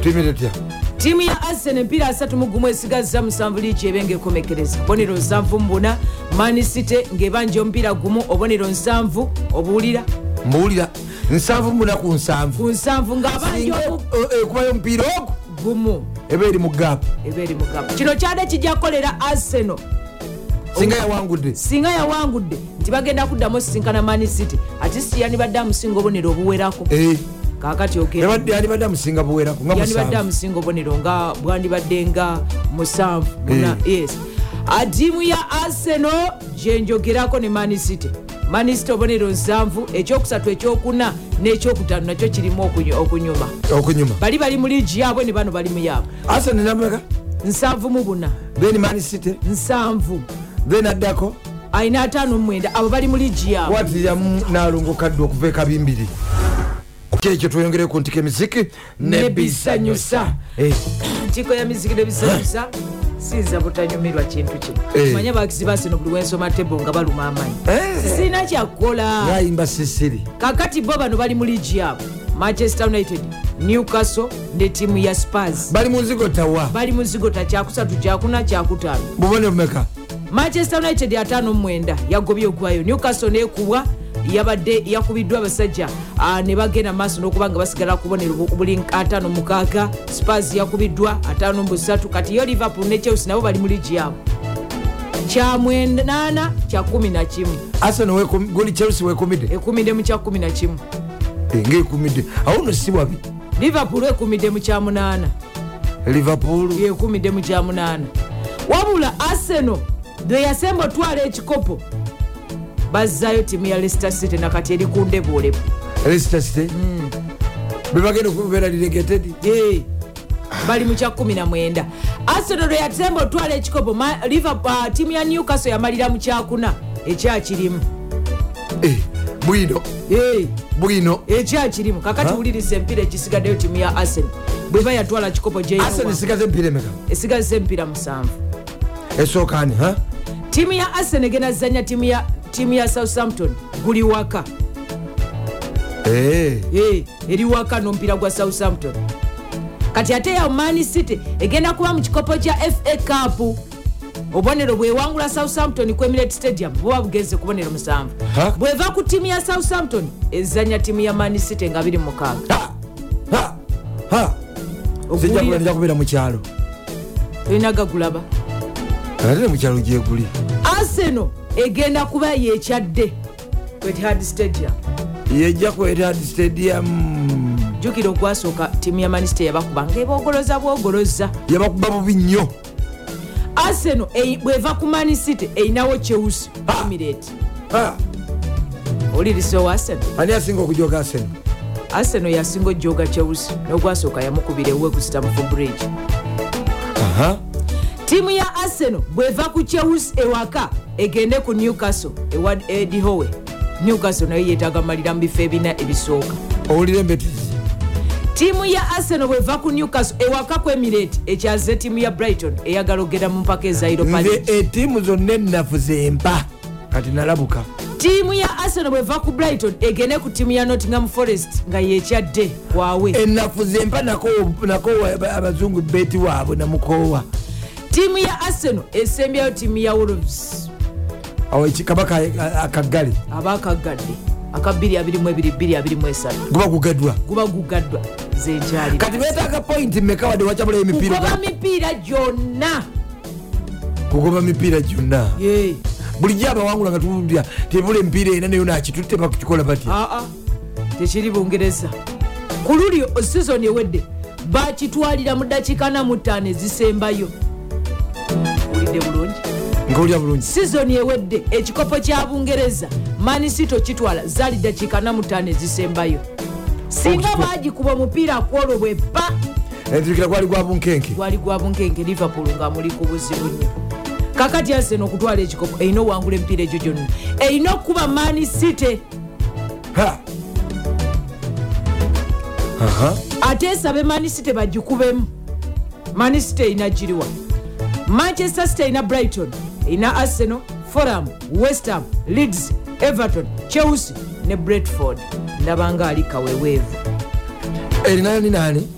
tuyimire tutya ttiimu ya arsenal empiira 31 esigazza 7 liiki ebenga ekomekereza obonero 7 mbuna manisite ng'ebanja omupiira gumu obonero 7 obuwulira mbuwulira nsanvu munaku ku nsanvu 7 ng'abanja Singa eh, omu- o- ekubayo omupiira ogwo gumu eba eri mu gaapu eba eri mugabu kino kyadde kijja kukolera arsenal singa yawangudde singa yawangudde nti bagenda kuddamu osisinkana mani city ate si yandibadde amusinga obonero obuwerako Eh, kakati yabadde- ogeyandibadde yandibadde amusinga buwerako nga musanvu amusinga obonero nga bwandibadde nga musanvu Eh. muna yes atiimu ya arsenal gyenjogerako ne mani city manisita obonero nsanvu ekyokusatu ekyokuna n'ekyokutaano nakyo kirimu okunyu- okunyuma Eh, okunyuma bali bali mu liigi yaabwe ne bano bali mu yaabwe arsenal nameka nsanvu mu buna then manisite nsanvu then addako alina ataano mumwenda abo bali mu liigi yaabwe watiramu nalongo kadde okuva e ekabimbiri kyekyo tweyongereko ntika emiziki Nebisanyusa. Eh, ntiiko ya miziki nebisanyusa siyinza butanyumirwa kintu kye Eh. manye abakizi basino buli wensoma tebo nga baluma amanyi Eh. sisirina kyakukola ngayimba sisiri kakati bo bano bali mu liigi yaabwe manchester united newcastle ne tiimu ya spars bali munzigo tawa bali mu zigota kyakusatu kyakuna kyakutaano bubone bumeka manchester united ataano mwenda yagobye ogwayo newcastle nekubwa yabadde yakubiddwa abasajja ah, ne bagenda maaso n'okuba nga basigala kubonero buli 56 spars yakubiddwa 53 kati yo liverpool ne chelsea nabo bali mu liigi yaabwe kya 8 kya 11 arsenal goli chelsea Eh, wekumidde ekumidde mu kya 11 ngaekumidde awuno si wabi liverpool ekumidde mu kya 8 liverpool yekumidde mu kya 8 wabula arsenal lwe yasemba otwala ekikopo bazzayo tiimu ya leicester city nakati eri ku ndebu olebu leicester city bebagenda okubeera relegated Eh, bali mu kya 19 arsenal lwe yasemba otwala ekikopo ma- Liverpool- ah, tiimu ya newcastle yamalira mu kyakuna ekyakirimu Eh, bwino Eh, bwino ekyakirimu kakati Huh? wuliriza empiira ekisigaddeyo tiimu ya arsenal bweba yatwala kikopo gye arsenal esigaze empira emeka esigaze empiira musanvu esookani Eh, ha? tiimu ya arsenal egenda zanya tiimu ya- tiimu ya southampton guli waka Eh, Eh, eri waka n'omupiira gwa southampton kati ate ya man city egenda kuba mu kikopo kya fa cup obubonero bwewangula southampton ku emirate stadium buba bugenze ku bonero musanvu Ha? bweva ku tiimu ya southampton ezanya tiimu ya man city nga 26 ha, ha, ha. Sijja kubeera- nja kubeera mukyalo olina gagulaba ate mukyalo gyeguli arsenal egenda kuba yekyadde wethard stadium yejja kwetad stadium jjukira ogwasooka tiimu ya man city yabakuba ngaebogoloza bwogoloza yabakuba bubi nnyo arsenal eyi- bweva ku man city erinawo kyewusi emirate Ha, olirisa owa arsenal ani asinga okujoga arsenal arsenal yasinga ojoga chelsea n'ogwasooka yamukubira ewe ku stamford bridge Aha. ttiimu ya arsenal bw'eva ku chelsea ewaka egende ku newcastle ewa edi howe newcastle nayo yeetaaga malira mu bifo ebina ebisooka owulira embetizi ttiimu ya arsenal bw'eva ku newcastle ewaka ku emirate ekyaze ttiimu ya brighton eyagala ogenda mu mpaka ezairopa nze etiimu zonna ennafu zempa kati nalabuka ttiimu ya arsenal bw'eva ku brighton egende ku ttiimu ya nottingham forest nga yekyadde waawe ennafu zempa nako- nakoowa aba- abazungu beti waabwe namukoowa ttiimu ya arsenal esembyayo ttiimu ya wolves awo eki- kabaka a- akaggale aba akaggadde aka 2223 guba gugaddwa guba gugaddwa nze nkyalira kati betaaga pointi meka wadde wakyabula kugoba emipiira mipiira gyonna kugoba mipiira gyonna Ye. bulijjo abawangula nga tubulya tebula emipiira ena nayo nakitutte bakukikola batya aa tekiri bungereza ku lulyo sizoni ewedde bakitwalira mu dakiika 45 ezisembayo ulidde bulungi ngaolya bulungi sizoni ewedde ekikopo kya bungereza manisito kitwala zaali dakiika 45 ezisembayo singa bagikuba omupiira kwolwo bwepa enzirukira gwali Eh, gwa bunkenke gwali gwa bunkenke liverpool nga muli ku buzibu nnyo kakati asena okutwala ekikopo erina owangula emipiira egyo gyonna erina okukuba mani city Ha! Aha. ate esabe mani city bagikubemu mani city erina giriwa manchester city erina brighton erina arsenal forum westham leeds everton chelsea ne bretford ndabanga ali kaweweevu erinayo ni nani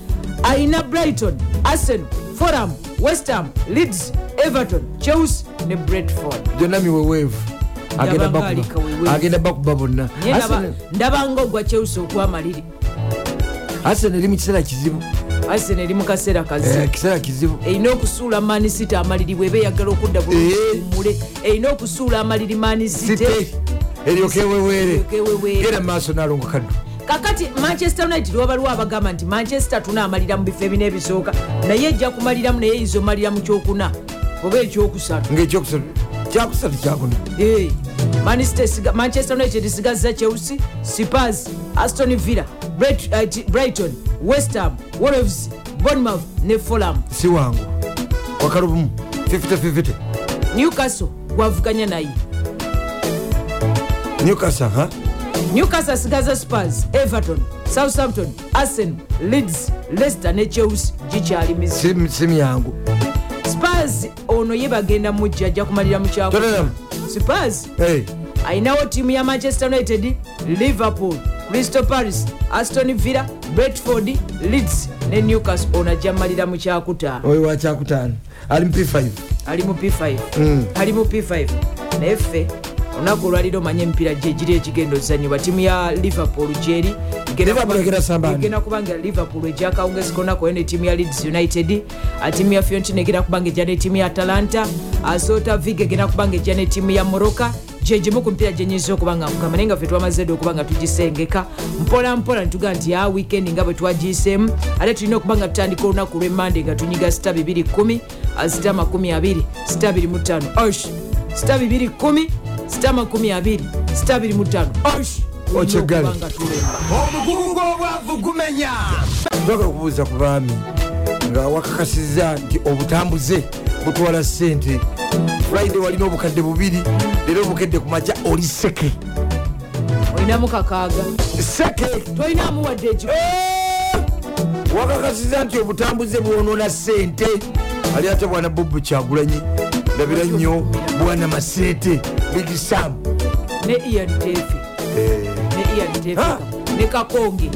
ayina brighton arsenal forum westham leeds everton chelsea ne bretford gyonna miweweevu Agenda Yabanga bakuba- alika weweevu. agenda bakuba bonna Naye ndaba- Arsenal- ndabanga ogwa chelsea okwamaliri arsenal eri mu kiseera kizibu arsenal eri mu kaseera Eh, kazi kiseera kizibu erina okusuula manisita amaliri bweba eyagala okudda Eh. bulumule erina okusuula amaliri site manisite eryoke eweweere Eryoke eweweere. genda mu maaso naalongo kaddu kakati manchester united wabalwa abagamba nti manchester tunaamalira mu bifo ebina ebisooka naye ejja kumaliramu naye eyinza omalira mu kyokuna oba ekyokusatu ngaekyokusatu kyakusatu kyakuna Eh. Manchester esiga- manchester united isigaza chelsea sipers aston villa Bright- eh, Ti- brighton westham wolves bournemouth ne fulham si wangu wakalubumu 5050 newcastle gwavuganya naye newcastle ha newcastle asigaza spurs everton southampton arsen leeds leicester ne chelsea gikyalimizi si si myangu spurs ono ye bagenda mujja ajja kumalira mu kyakuna. Tottenham. spurs Hey, ayinawo ttiimu ya manchester united liverpool crystal paris aston villa bretford leeds ne newcastle ono ajja mmalira mu kyakutaano oyo wakyakutaano ali mu p5 ali mu p5 Mm. ali mu p5 naye ffe olunaku olwaliro omanye emipiira gyegiri egigenda ozanyibwa ttiimu ya liverpool gyeri Liverpool egenda samba ani? egenda kubanga liverpool ejakawungezi konaku oyo netiimu ya leeds united ah, ttiimu ya fiontina egenda kubanga ejja netiimu ya atalanta ah, sota vig egenda kubanga ejja netiimu ya moroka gyegimu ku mipiira gyenyinza okubanga nkukama naye nga ffe twamazedde okuba nga tugisengeka mpola mpola nituga nti ya weekend nga bwe twagiyiseemu ate tulina okuba nga tutandika olunaku lwemmande nga tunyiga sita 210 ah, sita 20 sita 25 osh sita 210 sita 20 sita 25 osh Okyegale. Tulina okubanga tulemba omukungu obwavu gumenya twagala okubuuza ku baami nga wakakasiza nti obutambuze butwala ssente friday walina obukadde bubiri leero obukedde ku makya oli seke olinamu kakaaga seke tolinamu wadde ekiko wakakasiza nti obutambuze bwonona ssente ali ate bwana bobu kyagulanyi ndabira nnyo bwana masente big sam ne iyanteefi Eh, ne iyanteefi Ha! ne kakonge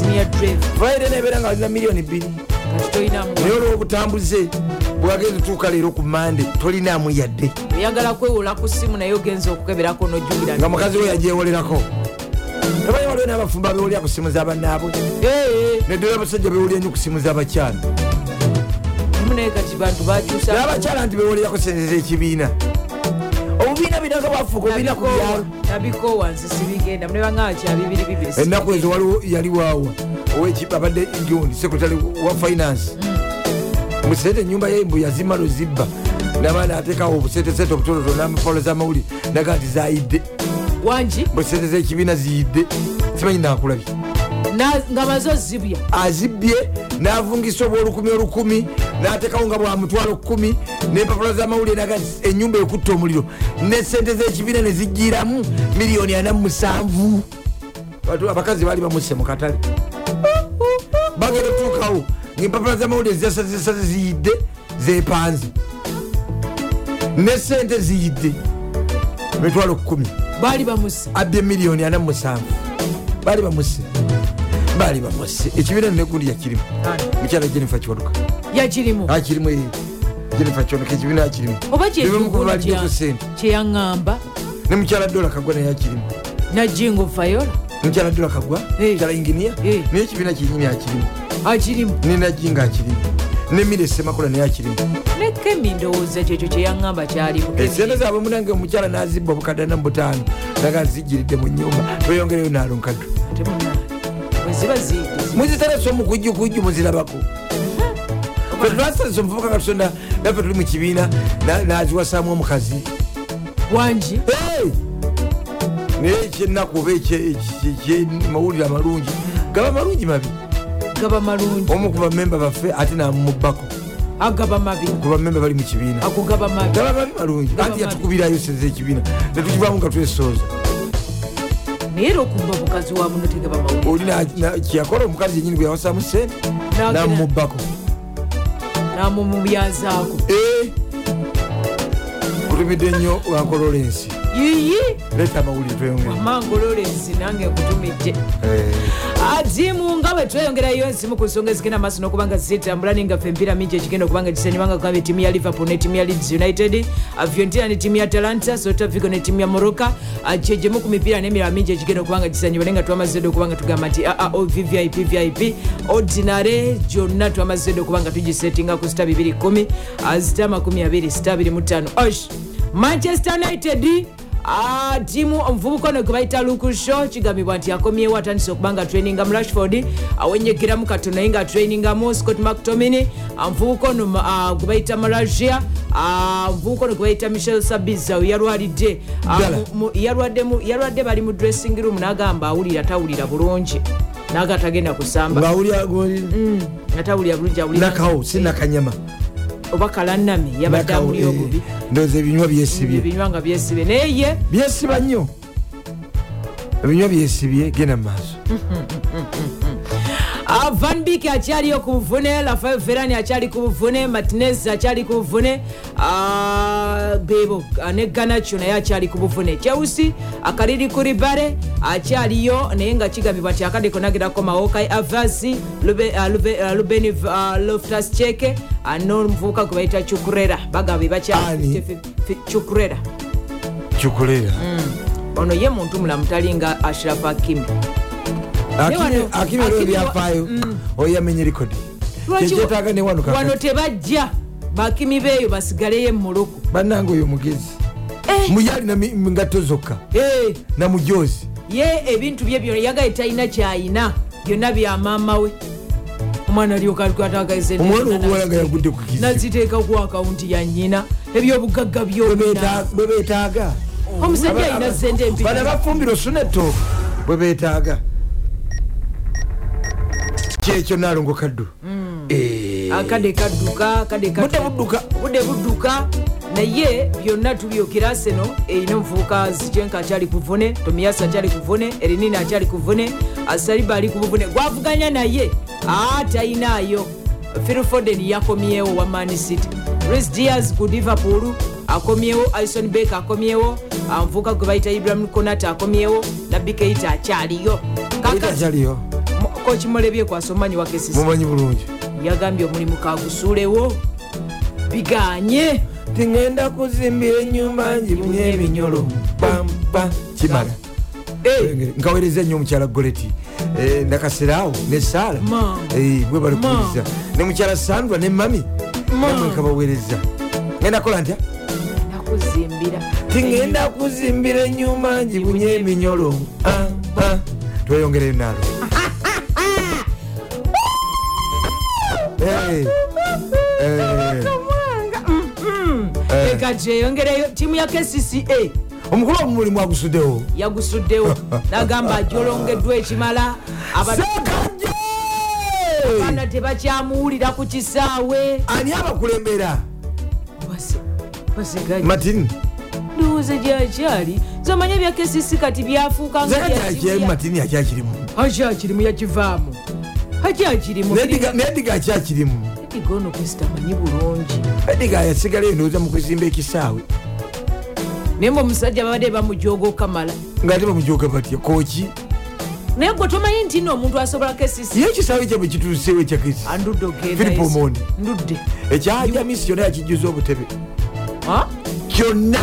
sinia dreve friday nebeera nga alina miliyoni bbiri kati tolinamu naye olwobutambuze bwagenza tuuka leero ku mande tolinaamu yadde oyagala kwewola ku simu naye ogenza okukeberako nga nojjukira mukazi we yagyewolerako nabaye waliwo n'abafumba bewulira ku simu z'abanaabwe neddala abasajja bewulira nnyo ku simu z'abakyala munaye kati bantu bakyusa n'abakyala nti bewulira kusenzeza ekibiina obubiina binanga bwafuuka obubiina ku byalo nabiko wansi sibigenda munebanga kya bibiri bibiri ennaku ezo waliwo yali waawa oweki abadde john secretary wa finance musente enyumba ye mbu yazima luzibba nabaana ateekawo obusetesente obutototo namufalo zamawuli naga nti zayidde wangi busente zekibiina ziyidde simanyi nakulabye na- nga maze ozibya azibbye n'avungisa obwolukumi olukumi n'ateekawo nga bwamutwalo kumi n'empapula z'amawulire naga nti ennyumba ekutta omuliro n'essente z'ekibiina ne zijjiramu miliyoni ana mu musanvu Batu- abakazi baali bamusse mu katale bagenda otuukawo ngaempapula z'amawulire zasazesaze ziyidde zepanze n'essente ziyidde mitwalo kumi baali bamusa abbye miliyoni ana mu musanvu baali bamuse baali bamuse ekibiina negundi yakirimu Ani? mukyala jennifer kyonuka yakirimu akirimu ye jennifer kyonuka ekibiina akirimu oba Ebimukuba baliko ku kyekigundu ssente. kyeyaŋŋamba ne mukyala dola kagwa naye akirimu najinga ofayola mukyala dola kagwa Eh. mukyala inginiya Eh. naye ekibiina kyenyini akirimu akirimu ne najinga akirimu ne mire semakula naye akirimu ne kemi ndowooza kyekyo kyeyaŋŋamba kyalimu esente zaabwe munange omukyala nazibba obukadde ana mu butaano naga nzijiridde mu nyumba tweyongereyo nalonkaddo weziba ziyigiza muziteresa omukujjukujju muzirabako Ffe twaseresa omuvubuka nga tusonda naffe tuli mu kibiina na- naziwasaamu omukazi wangi Hey! naye ekyennaku oba ekye- ekye- ekyemawulire amalungi gaba malungi mabi gaba malungi omu ku bamemba baffe ate namumubbako agaba mabi ku bamemba bali mu kibiina ako gaba mabi gaba mabi malungi Gaba anti mabi. yatukubirayo seza ekibiina netukivaamu nga twesooza naye era okuba mukazi wa muno tegaba mawulire oli na- na- kyeyakola omukazi yenyini gwe yawasaamu sente N'agenda- namumubbako namumubyazaako Eh! kutumidde nnyo wankolola ensi yiyi leeta amawulire tweyongere amangololensi nange nkutumidde adimu nga bwe tweyongerayo ensimu ku nsonga ezigenda maaso n'okubanga zitambula naye nga ffe emipiira mingi egigenda okubanga gisanyibanga kugamba ettiimu ya liverpool n'ettiimu ya leeds united aviontina n'ettiimu ya atalanta sota vigo n'ettiimu ya moroka gyegemu ku mipiira n'emirala mingi egigenda okubanga gisanyibwa naye nga twamazedde okubanga tugamba nti "Ah, oh, aa o vvip vip ordinary gyonna twamazedde okubanga tugisetinga ku sita 210 sita 25 osh manchester united Ah, timu omuvubuka ono gwe bayita lukusho kigambibwa nti yakomyewo atandise okuba nga traininga mu rashford awenyekeramu kato naye nga trainingamu scott mactomini omuvubuka ono ah, gwe bayita malagia omuvubuka ono gwe bayita michel sabiza yalwalidde Ah, Ddala. mu- yalwadde mu- yalwadde bali mu dressing room n'agamba awulira tawulira bulungi naga tagenda kusamba ngaawulira Mm. goli nga tawulira bulungi awulira nakawo si nakanyama oba kalannami yabadde Nakawo, amuli eh, obubi ndowooza ebinywa byesibye ebinywa nga byesibe naye ye byesiba nnyo ebinywa byesibye genda mu maaso Ah, van bik akyaliyo ku buvune rafael verani akyali ku buvune martinez akyali ku buvune ah, bebo ah, ne ganacho naye akyali ku buvune chelsea akaliri kuribare akyaliyo naye nga kigambibwa nti akadde konagerako mawokai avasi ah, luben ah, loftus cheke nomuvubuka gwe bayita chukurera bagabe Ani? bakyachukurera kikuleera Mm. Hmm. ono ye muntu mulamu tali nga ashraf akimi wano- akimi olwo Akimi wa- Mm. byafaayo oyo yamenye likodi Lwaki wa- kyekyetaaga ne wano wano kakati tebajja bakimi beeyo basigaleyo emuloko bannange oyo mugezi Eh. muyalina ngatto zokka namujozi ye ebintu bye byona yagaye talina kyayina byonna byamaama we omwana omuwala oguwalaga yagudde ku kizi naziteeka ku akawunti ya nyina ebyobugagga byobina bwe beetaaga omusajja Aba- alina aba- sente bana empia bafumbira osuna ettooka bwe beetaaga kyekyo naalongo kaddu Eh, akadde kadduka akadde budde kadduka budduka budde budduka naye byonna tubyokera seno erina omuvubuka zichenka akyali kuvune tomiyasi akyali kuvune erinini akyali kuvune asaliba ali kubuvune gwavuganya naye aa tayinaayo phil foden yakomyewo wa man city ris dias ku liverpool akomyewo alison bek akomyewo anvuka gwe bayita ibrahim konat akomyewo nabbi keita akyaliyo Kakati, etakyaliyo mo- kochi molebyeku asomanyi wakesisi mumanyi bulungi yagambye omulimu kagusuulewo biganye tiŋenda kuzimbira enyumba njibunye eminyolo pampa kimala Eh. nkawereza nnyo omukyala goleti Eh, nakasiraawo ne Eh, saala Ma. gwe balikuwuliza ne mukyala sandra ne mami namwe nkabaweereza ngenda kola ntya nakuzimbira tiŋenda kuzimbira enyumba njibunye eminyolo Ah, ah. tweyongereyo naalo Eh, eh, eh. eka gyeyongereyo tiimu ya kcca omukulu omumulimu agusuddewo yagusuddewo nagamba ajolongeddwa ekimala sekajje abaana tebakyamuwulira ku kisaawe ani abakulembera basegaji matini ndowooza gyakyali somanya bya kcc kati byafuuka nga bya tiimu zekakyakiri ya- matini akyakirimu akyakirimu yakivaamu akyakirimu nediga akyakirimu ediga ono kwesitamanyi bulungi ediga yasigalayo ndowooza mu kuzimba ekisaawe naye mba omusajja babadde bamujoga okamala ngaate bamujoga batya kooki naye gwe tomanyi nti no omuntu asobolako esisi ye ekisaawe kye bwe kituuseewo ekyakisi andudde ogenda Philip esi- Omondi. ndudde ekyajamisi kyonna yakijjuza obutebe Ha? kyonna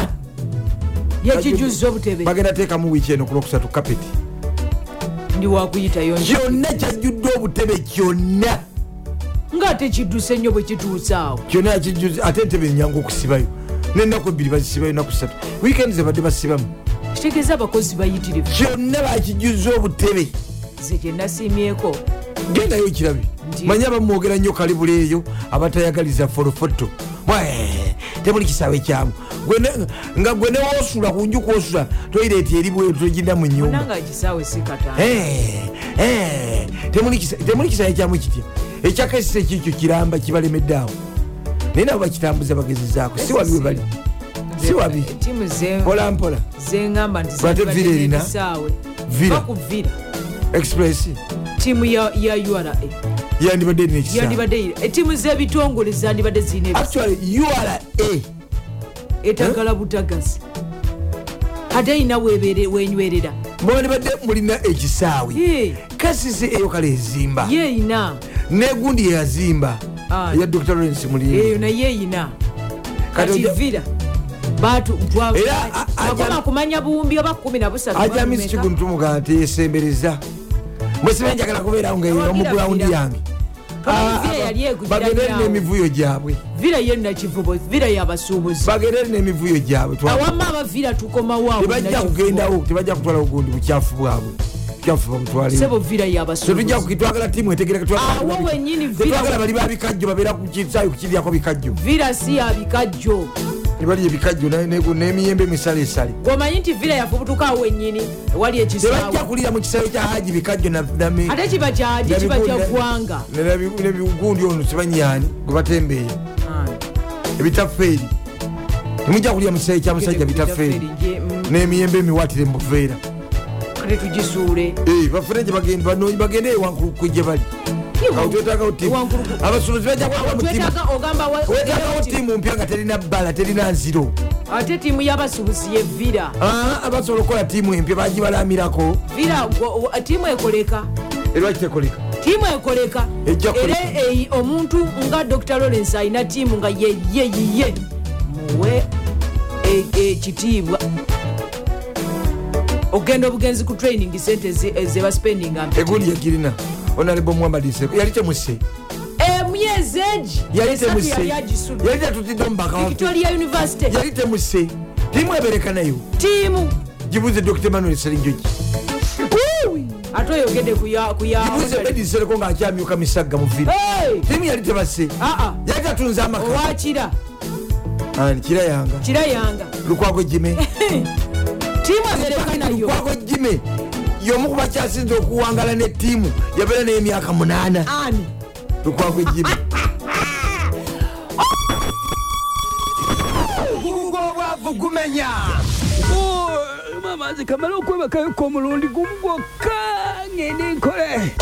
yakijjuzza obutebe bagenda teekamu wiiki eno ku lwokusatu kapeti ndi wakuyitayo nja kyonna kyajjudde obutebe kyonna nga tekidduse nnyo bwe kituuse awo kyonna yakijjuza ate entebe enyangu okusibayo nenaku ebbiri bazisibayo naku satu wiikendi zebadde basibamu kitegeeza abakozi bayitirivu kyonna bakijjuza obutebe ze kyenasiimyeko gendayo ekirabi Nti- manye abamwogera nnyo kalibuleeyo abatayagaliza folofoto Bwe, tebuli kisaawe kyamu Gwe ne- nga gwe newoosula kunju kwosula toireeti eribwe toginda mu nyumba nanga ekisaawe si kataano Eh, eh, temuli kisa- temuli kisaawe kyamu kitya ekyakasisa ekikyo kiramba kibalemedde awo naye nabo bakitambuza bagezezaako si wabi we bali si wabi tiimu ze- mpola mpola zeŋŋamba nti Bw'ate zibadde Villa erina? n'ebisaawe. Villa. bakuvira express tiimu ya ya ura yandibadde erina ekisaawe yandibadde iri- etiimu z'ebitongole zandibadde zirina ebisaawe. actually ura eh? etagala butagazi ate ayina webere- wenywerera mwandibadde mulina ekisaawe Ye, kasisi eyo kale ezimba ye eyina negundi yeyazimba Ah. eya dr lawrence eyo mulimu naye eyina Kati kati oja- vira batu- gwa- Era, kati- a- aja- wakoma kumanya buwumbi oba kumi na busatu aja balumeka. misi kigunu tumugaa nti yesembereza mwesibe njagala kubeerawo ngaomugulawundi Awagira yange Ah, Villa yali bagerere egulirairawo n'emivuyo gyabwe vira ye nakivubo vira yabasuubuzi bagerere n'emivuyo gyabwe twa- awamu abavira tukomawoawo tebajja kugendawo tebajja kutwala ogundi bukyafu bwabwe bukyafu bamutwaleo sebo vira tetujja yabasuubuzi twagala tiimu etegereka Awo wennyini villa- tetwagala bali babikajjo babeera kukisayo kukiryako bikajjo vira si yabikajjo tebali ebikajjo na- ne- n'emiyembe emisaleesale gwomanyi nti vira yafubutukaawo wennyini ewali tebajja ekisaawe kulira mu kisaayo kya haji bikajjo na- na mi- ate kiba kyaki kiba Nebigu- kyaggwanga ne- nebi- nebigundi ono sibanyani gwe batembeeya Ah, ebitafeeri temujja kulya mu kisaayo kya musajja bitafeeri n'emiyembe emiwatire mubufeera mm, kale tugisuule bafere bagende ewankuluku e gye bali Awo twetagawo ttiimu. Ewankuluku. abasuubuzi bajjakwaba twetaaga ogamba wa- wetagawo tiimu mpya nga terina bbala terina nziro ate tiimu y'abasuubuzi yevira Ah, abasobola okukola tiimu empya bagibalamirako vira tiimu ekoleka erwakitekoleka tiimu ekoleka Ejja era kukoleka. eyi omuntu nga dr lawrence alina tiimu nga yeyeyiye muwe e- ekitiibwa ogenda obugenzi ku training sente zebaspeninga egundi yegirina onalebo mwambaliseko yali temuse emyezi egi yali esatu temuse yali agisudde yali tetutidde mubaka victoria university yali temuse tiimu ebereka nayo tiimu gibuuze dr manuel selinjoki ate oyogedde gibuuze Ah, bedisereko ngaakyamyuka misagga muviri kuyaowakira tiimu yali tebase Ah, yali tatunze amaka Ani, kira yanga kira yanga lukwago jime tiimu abereka nayo lukwago jime yomu ku bakyasinze okuwangala ne tiimu yabeera n'emyaka munaana ani lukwago jime oluma amazzi kamale okwebakayo ku omulundi gumu gwokka ngende nkole